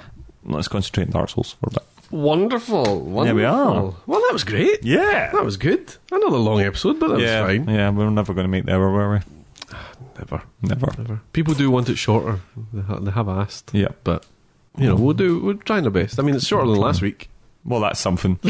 [SPEAKER 1] let's concentrate on Dark Souls for a bit.
[SPEAKER 2] Wonderful, wonderful.
[SPEAKER 1] we are.
[SPEAKER 2] Well, that was great.
[SPEAKER 1] Yeah.
[SPEAKER 2] That was good. Another long episode, but that
[SPEAKER 1] yeah.
[SPEAKER 2] was fine. Ah,
[SPEAKER 1] Yeah, we were never going to make the hour, were
[SPEAKER 2] Never,
[SPEAKER 1] we? Never.
[SPEAKER 2] never. People do want it shorter. They, ha- they have asked.
[SPEAKER 1] Yeah.
[SPEAKER 2] But, you know, we'll do, we're trying our best. I mean, it's shorter than last week.
[SPEAKER 1] Well, that's something. [laughs]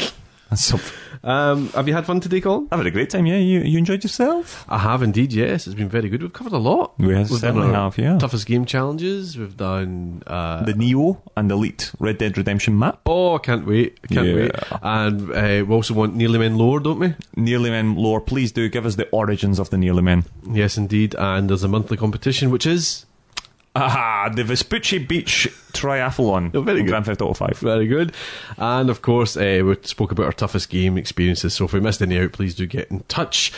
[SPEAKER 1] that's something.
[SPEAKER 2] Um, have you had fun today, Colin?
[SPEAKER 1] I've had a great time, yeah. You, you enjoyed yourself?
[SPEAKER 2] I have indeed, yes. It's been very good. We've covered a lot.
[SPEAKER 1] We certainly
[SPEAKER 2] done our
[SPEAKER 1] have, yeah.
[SPEAKER 2] Toughest game challenges. We've done. Uh,
[SPEAKER 1] the Neo and Elite Red Dead Redemption map.
[SPEAKER 2] oh, I can't wait. I can't
[SPEAKER 1] Yeah.
[SPEAKER 2] wait. And uh, we also want Nearly Men Lore, don't we?
[SPEAKER 1] Nearly Men lore, please do give us the origins of the Nearly Men.
[SPEAKER 2] Yes, indeed. And there's a monthly competition, which is.
[SPEAKER 1] Ah, the Vespucci Beach Triathlon.
[SPEAKER 2] Oh, very
[SPEAKER 1] on
[SPEAKER 2] good.
[SPEAKER 1] Grand Theft Auto 5.
[SPEAKER 2] Very good. And of course, uh, we spoke about our toughest game experiences, so if we missed any out, please do get in touch.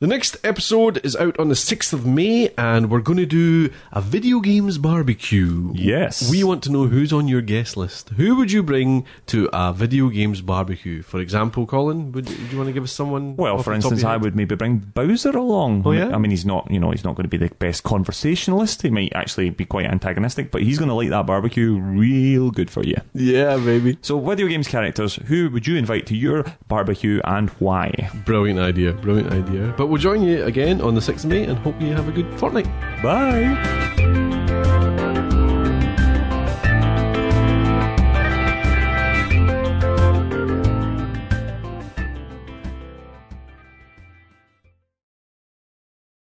[SPEAKER 2] The next episode is out on the 6th of May, and we're going to do a video games barbecue.
[SPEAKER 1] Yes.
[SPEAKER 2] We want to know who's on your guest list. Who would you bring to a video games barbecue? For example, Colin, would, would you want to give us someone?
[SPEAKER 1] Well,
[SPEAKER 2] off
[SPEAKER 1] for
[SPEAKER 2] the top of
[SPEAKER 1] instance,
[SPEAKER 2] your
[SPEAKER 1] I
[SPEAKER 2] head?
[SPEAKER 1] would maybe bring Bowser along.
[SPEAKER 2] Oh, yeah?
[SPEAKER 1] I mean, he's not, you know, he's not going to be the best conversationalist. He might actually be quite antagonistic, but he's going to like that barbecue real good for you.
[SPEAKER 2] Yeah, maybe.
[SPEAKER 1] So, video games characters, who would you invite to your barbecue and why?
[SPEAKER 2] Brilliant idea. Brilliant idea. But we'll join you again on the 6th of May and hope you have a good fortnight.
[SPEAKER 1] Bye.